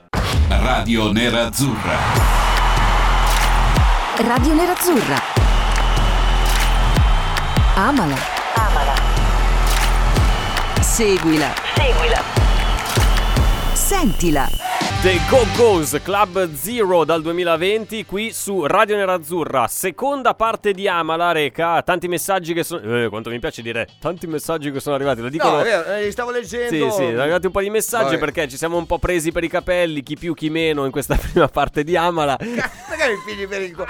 [SPEAKER 4] Radio Nerazzurra.
[SPEAKER 9] Radio Nerazzurra. Amala.
[SPEAKER 1] Amala.
[SPEAKER 9] Seguila.
[SPEAKER 1] Seguila.
[SPEAKER 9] Sentila.
[SPEAKER 5] The Go Go's Club Zero dal 2020 qui su Radio Nerazzurra, seconda parte di Amala Reca. Tanti messaggi che sono. Eh, quanto mi piace dire, tanti messaggi che sono arrivati. Lo dicono.
[SPEAKER 6] No, è vero, eh, li stavo
[SPEAKER 5] Sì,
[SPEAKER 6] leggendo.
[SPEAKER 5] sì, sono arrivati un po' di messaggi
[SPEAKER 6] Vabbè.
[SPEAKER 5] perché ci siamo un po' presi per i capelli, chi più chi meno in questa prima parte di Amala.
[SPEAKER 6] Perché mi pigli per il culo?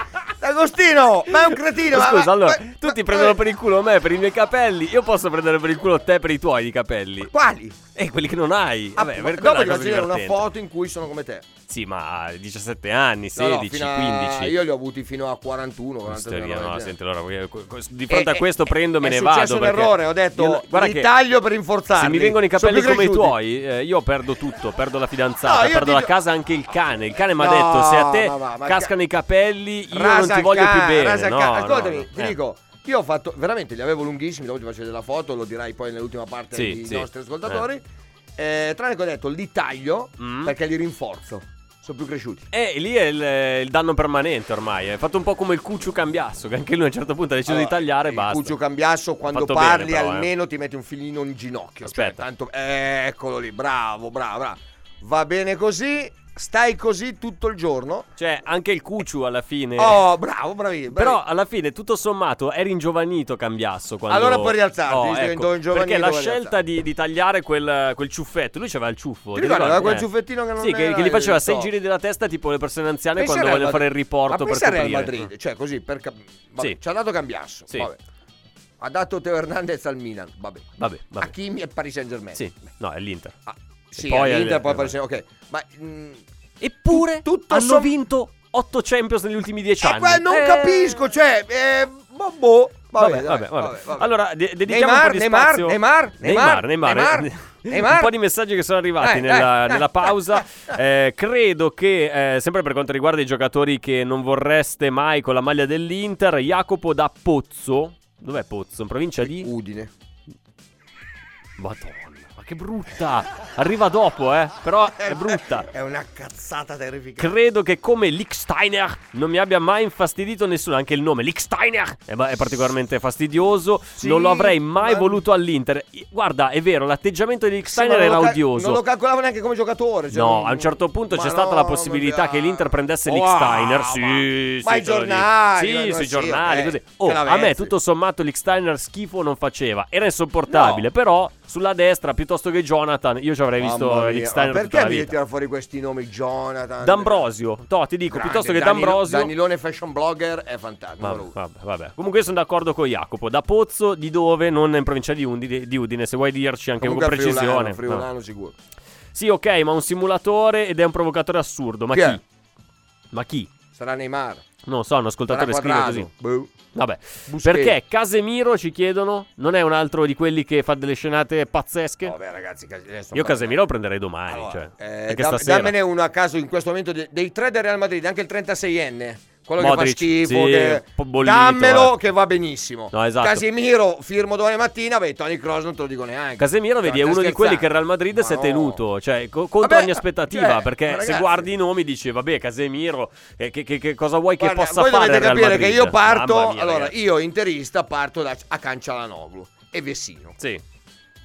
[SPEAKER 6] Agostino, ma è un cretino. ma-
[SPEAKER 5] Scusa,
[SPEAKER 6] ma-
[SPEAKER 5] allora,
[SPEAKER 6] ma-
[SPEAKER 5] tutti
[SPEAKER 6] ma- eh.
[SPEAKER 5] prendono per il culo me per i miei capelli, io posso prendere per il culo te per i tuoi di capelli.
[SPEAKER 6] eh, Quali?
[SPEAKER 5] E quelli che non hai.
[SPEAKER 6] Ah,
[SPEAKER 5] Vabbè,
[SPEAKER 6] ma-
[SPEAKER 5] per quella
[SPEAKER 6] dopo
[SPEAKER 5] cosa
[SPEAKER 6] ti faccio vedere una
[SPEAKER 5] divertente.
[SPEAKER 6] foto in cui sono come te.
[SPEAKER 5] Sì, ma 17 anni,
[SPEAKER 6] No, no,
[SPEAKER 5] 16,
[SPEAKER 6] fino a-
[SPEAKER 5] 15.
[SPEAKER 6] Io li ho avuti fino a 41, 42.
[SPEAKER 5] Storia,
[SPEAKER 6] roba del
[SPEAKER 5] no,
[SPEAKER 6] genere.
[SPEAKER 5] senti, allora, eh, co- co- di fronte
[SPEAKER 6] Eh,
[SPEAKER 5] a questo
[SPEAKER 6] eh,
[SPEAKER 5] prendo me
[SPEAKER 6] è
[SPEAKER 5] ne vado.
[SPEAKER 6] successo un
[SPEAKER 5] perché
[SPEAKER 6] errore, ho detto,
[SPEAKER 5] io- guarda
[SPEAKER 6] li
[SPEAKER 5] che
[SPEAKER 6] taglio per rinforzarli.
[SPEAKER 5] Se mi vengono i
[SPEAKER 6] Sono
[SPEAKER 5] capelli
[SPEAKER 6] più
[SPEAKER 5] come i
[SPEAKER 6] cresciuti.
[SPEAKER 5] tuoi, eh, io perdo tutto, perdo la fidanzata,
[SPEAKER 6] No, io
[SPEAKER 5] perdo
[SPEAKER 6] ti
[SPEAKER 5] la
[SPEAKER 6] do-
[SPEAKER 5] casa, anche il cane. Il cane mi ha
[SPEAKER 6] No,
[SPEAKER 5] detto, se a te
[SPEAKER 6] ma va, ma
[SPEAKER 5] cascano
[SPEAKER 6] ca-
[SPEAKER 5] i capelli, io non
[SPEAKER 6] Rasa
[SPEAKER 5] ti voglio
[SPEAKER 6] ca-
[SPEAKER 5] più bene.
[SPEAKER 6] rasa
[SPEAKER 5] No,
[SPEAKER 6] ca-
[SPEAKER 5] no,
[SPEAKER 6] Ascoltami,
[SPEAKER 5] no.
[SPEAKER 6] ti
[SPEAKER 5] Eh.
[SPEAKER 6] dico, io ho fatto, veramente li avevo lunghissimi, dopo ti faccio vedere la foto, lo dirai poi nell'ultima parte
[SPEAKER 5] Sì,
[SPEAKER 6] dei
[SPEAKER 5] sì.
[SPEAKER 6] nostri ascoltatori. Eh, tranne che ho detto, li taglio
[SPEAKER 5] Mm.
[SPEAKER 6] perché li rinforzo. Sono più cresciuti.
[SPEAKER 5] Eh, lì è il, il danno permanente ormai. È fatto un po' come il Cuccio Cambiasso, che anche lui a un certo punto ha deciso di
[SPEAKER 6] Allora,
[SPEAKER 5] tagliare e
[SPEAKER 6] il
[SPEAKER 5] basta.
[SPEAKER 6] Cuccio Cambiasso, quando
[SPEAKER 5] Fatto
[SPEAKER 6] parli,
[SPEAKER 5] bene, però, eh.
[SPEAKER 6] almeno ti metti un filino in ginocchio. cioè,
[SPEAKER 5] Aspetta.
[SPEAKER 6] tanto- eh, eccolo lì, bravo, bravo, bravo. Va bene così? Stai così tutto il giorno?
[SPEAKER 5] Cioè, anche il Cucciu alla fine.
[SPEAKER 6] Oh, bravo, bravi. bravi.
[SPEAKER 5] Eh. Però alla fine, tutto sommato, era ingiovanito Cambiasso. Quando...
[SPEAKER 6] Allora puoi rialzarti,
[SPEAKER 5] Oh,
[SPEAKER 6] diventò
[SPEAKER 5] ecco,
[SPEAKER 6] ingiovanito,
[SPEAKER 5] Perché la
[SPEAKER 6] puoi
[SPEAKER 5] scelta di, di tagliare quel, quel ciuffetto, lui c'aveva il ciuffo.
[SPEAKER 6] Ti ricordi? Aveva quel
[SPEAKER 5] Eh.
[SPEAKER 6] ciuffettino che non
[SPEAKER 5] Sì, che,
[SPEAKER 6] era
[SPEAKER 5] che gli faceva
[SPEAKER 6] il
[SPEAKER 5] sei
[SPEAKER 6] top.
[SPEAKER 5] giri della testa, tipo le persone anziane
[SPEAKER 6] Pensare
[SPEAKER 5] quando
[SPEAKER 6] al
[SPEAKER 5] vogliono
[SPEAKER 6] Madrid.
[SPEAKER 5] fare il riporto
[SPEAKER 6] Ma
[SPEAKER 5] per
[SPEAKER 6] pensare al
[SPEAKER 5] coprire.
[SPEAKER 6] Madrid, cioè così per cap- vabbè,
[SPEAKER 5] Sì.
[SPEAKER 6] ci ha dato Cambiasso.
[SPEAKER 5] Sì.
[SPEAKER 6] Vabbè. Ha dato Teo Hernandez al Milan, vabbè.
[SPEAKER 5] Vabbè, vabbè.
[SPEAKER 6] Hakimi e Paris Saint-Germain.
[SPEAKER 5] Sì, no, è l'Inter.
[SPEAKER 6] Ah, sì,
[SPEAKER 5] poi
[SPEAKER 6] poi all'Inter,
[SPEAKER 5] al-
[SPEAKER 6] poi Paris Saint-Germain. Ok, ma mm,
[SPEAKER 5] Eppure
[SPEAKER 6] tutto
[SPEAKER 5] hanno
[SPEAKER 6] som-
[SPEAKER 5] vinto 8 Champions negli ultimi 10
[SPEAKER 6] eh,
[SPEAKER 5] anni.
[SPEAKER 6] beh, non
[SPEAKER 5] Eh,
[SPEAKER 6] capisco, cioè, eh, boh, boh.
[SPEAKER 5] Vabbè,
[SPEAKER 6] dai,
[SPEAKER 5] vabbè, vabbè.
[SPEAKER 6] vabbè.
[SPEAKER 5] Allora, de- dedichiamo
[SPEAKER 6] Neymar,
[SPEAKER 5] un po' di
[SPEAKER 6] Neymar,
[SPEAKER 5] spazio.
[SPEAKER 6] Neymar, Neymar,
[SPEAKER 5] Neymar, Neymar. eh,
[SPEAKER 6] Neymar,
[SPEAKER 5] Un
[SPEAKER 6] Neymar.
[SPEAKER 5] po' di messaggi che sono arrivati
[SPEAKER 6] Dai, dai,
[SPEAKER 5] nella,
[SPEAKER 6] dai,
[SPEAKER 5] nella
[SPEAKER 6] dai,
[SPEAKER 5] pausa.
[SPEAKER 6] dai,
[SPEAKER 5] Eh, credo che, eh, sempre per quanto riguarda i giocatori che non vorreste mai con la maglia dell'Inter, Jacopo da Pozzo. Dov'è Pozzo? In provincia di...
[SPEAKER 6] Udine. Eh,
[SPEAKER 5] Madonna, ma che brutta! Arriva dopo, eh. Però è brutta.
[SPEAKER 6] È una cazzata terrificante.
[SPEAKER 5] Credo che come Licksteiner non mi abbia mai infastidito nessuno, anche il nome Licksteiner è, è particolarmente fastidioso,
[SPEAKER 6] Sì,
[SPEAKER 5] non lo avrei mai
[SPEAKER 6] ma-
[SPEAKER 5] voluto all'Inter. I- Guarda, è vero, l'atteggiamento di
[SPEAKER 6] Sì, ma
[SPEAKER 5] Licksteiner
[SPEAKER 6] non
[SPEAKER 5] era
[SPEAKER 6] lo cal-
[SPEAKER 5] odioso.
[SPEAKER 6] Non lo calcolavo neanche come giocatore. cioè,
[SPEAKER 5] No,
[SPEAKER 6] non-
[SPEAKER 5] a un certo punto
[SPEAKER 6] Ma
[SPEAKER 5] c'è stata
[SPEAKER 6] no,
[SPEAKER 5] la
[SPEAKER 6] non mi
[SPEAKER 5] possibilità
[SPEAKER 6] piace.
[SPEAKER 5] che l'Inter prendesse
[SPEAKER 6] Wow,
[SPEAKER 5] Licksteiner.
[SPEAKER 6] ma-
[SPEAKER 5] Sì,
[SPEAKER 6] ma
[SPEAKER 5] sì,
[SPEAKER 6] i
[SPEAKER 5] te lo dico.
[SPEAKER 6] giornali.
[SPEAKER 5] Sì,
[SPEAKER 6] ma-
[SPEAKER 5] sui
[SPEAKER 6] sì,
[SPEAKER 5] giornali.
[SPEAKER 6] eh,
[SPEAKER 5] così.
[SPEAKER 6] te
[SPEAKER 5] Oh,
[SPEAKER 6] la
[SPEAKER 5] a me
[SPEAKER 6] versi.
[SPEAKER 5] tutto sommato Licksteiner schifo non faceva. Era insopportabile, però sulla destra piuttosto che Jonathan io ci avrei
[SPEAKER 6] Mamma
[SPEAKER 5] visto
[SPEAKER 6] mia,
[SPEAKER 5] Licksteiner
[SPEAKER 6] ma
[SPEAKER 5] tutta la
[SPEAKER 6] perché mi devi
[SPEAKER 5] vita.
[SPEAKER 6] tirare fuori questi nomi? Jonathan.
[SPEAKER 5] D'Ambrosio, Toh, ti dico,
[SPEAKER 6] Grande,
[SPEAKER 5] piuttosto che
[SPEAKER 6] Danilo-
[SPEAKER 5] D'Ambrosio.
[SPEAKER 6] Danilone fashion blogger è fantastico.
[SPEAKER 5] Vabbè,
[SPEAKER 6] numero uno.
[SPEAKER 5] vabbè, vabbè. Comunque io sono d'accordo con Jacopo. Da Pozzo, di dove? Non in provincia di, Undi- di Udine, se vuoi dirci anche
[SPEAKER 6] Comunque
[SPEAKER 5] con
[SPEAKER 6] è friulano,
[SPEAKER 5] precisione.
[SPEAKER 6] friulano sicuro.
[SPEAKER 5] No. Sì, ok, ma un simulatore ed è un provocatore assurdo. Ma
[SPEAKER 6] Chi
[SPEAKER 5] chi?
[SPEAKER 6] è?
[SPEAKER 5] Ma chi?
[SPEAKER 6] Sarà Neymar.
[SPEAKER 5] Non so, un
[SPEAKER 6] Sarà
[SPEAKER 5] ascoltatore scrive
[SPEAKER 6] Quadrado.
[SPEAKER 5] così.
[SPEAKER 6] Boh.
[SPEAKER 5] Vabbè.
[SPEAKER 6] Busquets.
[SPEAKER 5] Perché Casemiro, ci chiedono, non è un altro di quelli che fa delle scenate pazzesche?
[SPEAKER 6] Vabbè, ragazzi, cas- adesso-
[SPEAKER 5] Io Casemiro lo prenderei domani.
[SPEAKER 6] Allora,
[SPEAKER 5] cioè,
[SPEAKER 6] eh,
[SPEAKER 5] anche
[SPEAKER 6] dam-
[SPEAKER 5] stasera.
[SPEAKER 6] dammene uno a caso in questo momento de- dei tre del Real Madrid, anche il 36enne. Quello
[SPEAKER 5] Modric,
[SPEAKER 6] che fa schifo,
[SPEAKER 5] sì,
[SPEAKER 6] che-
[SPEAKER 5] un po' bollito,
[SPEAKER 6] dammelo
[SPEAKER 5] eh.
[SPEAKER 6] che va benissimo.
[SPEAKER 5] No, esatto.
[SPEAKER 6] Casimiro, firmo domani mattina. Beh, Tony Cross non te lo dico neanche.
[SPEAKER 5] Casemiro, vedi, è
[SPEAKER 6] Cioè, Stai
[SPEAKER 5] uno di
[SPEAKER 6] scherzando?
[SPEAKER 5] quelli che il Real Madrid
[SPEAKER 6] Ma
[SPEAKER 5] si è
[SPEAKER 6] no.
[SPEAKER 5] tenuto, cioè co- contro
[SPEAKER 6] Vabbè,
[SPEAKER 5] ogni aspettativa,
[SPEAKER 6] cioè,
[SPEAKER 5] perché
[SPEAKER 6] ma
[SPEAKER 5] se
[SPEAKER 6] ragazzi.
[SPEAKER 5] guardi i nomi dici, vabbè, Casemiro, eh, che, che- che cosa vuoi che
[SPEAKER 6] Guarda,
[SPEAKER 5] possa
[SPEAKER 6] voi
[SPEAKER 5] fare
[SPEAKER 6] dovete
[SPEAKER 5] il Real
[SPEAKER 6] capire
[SPEAKER 5] Madrid?
[SPEAKER 6] che io parto,
[SPEAKER 5] Mamma mia,
[SPEAKER 6] allora,
[SPEAKER 5] ragazzi.
[SPEAKER 6] io interista parto da a Cancialanoglu e Vessino.
[SPEAKER 5] Sì,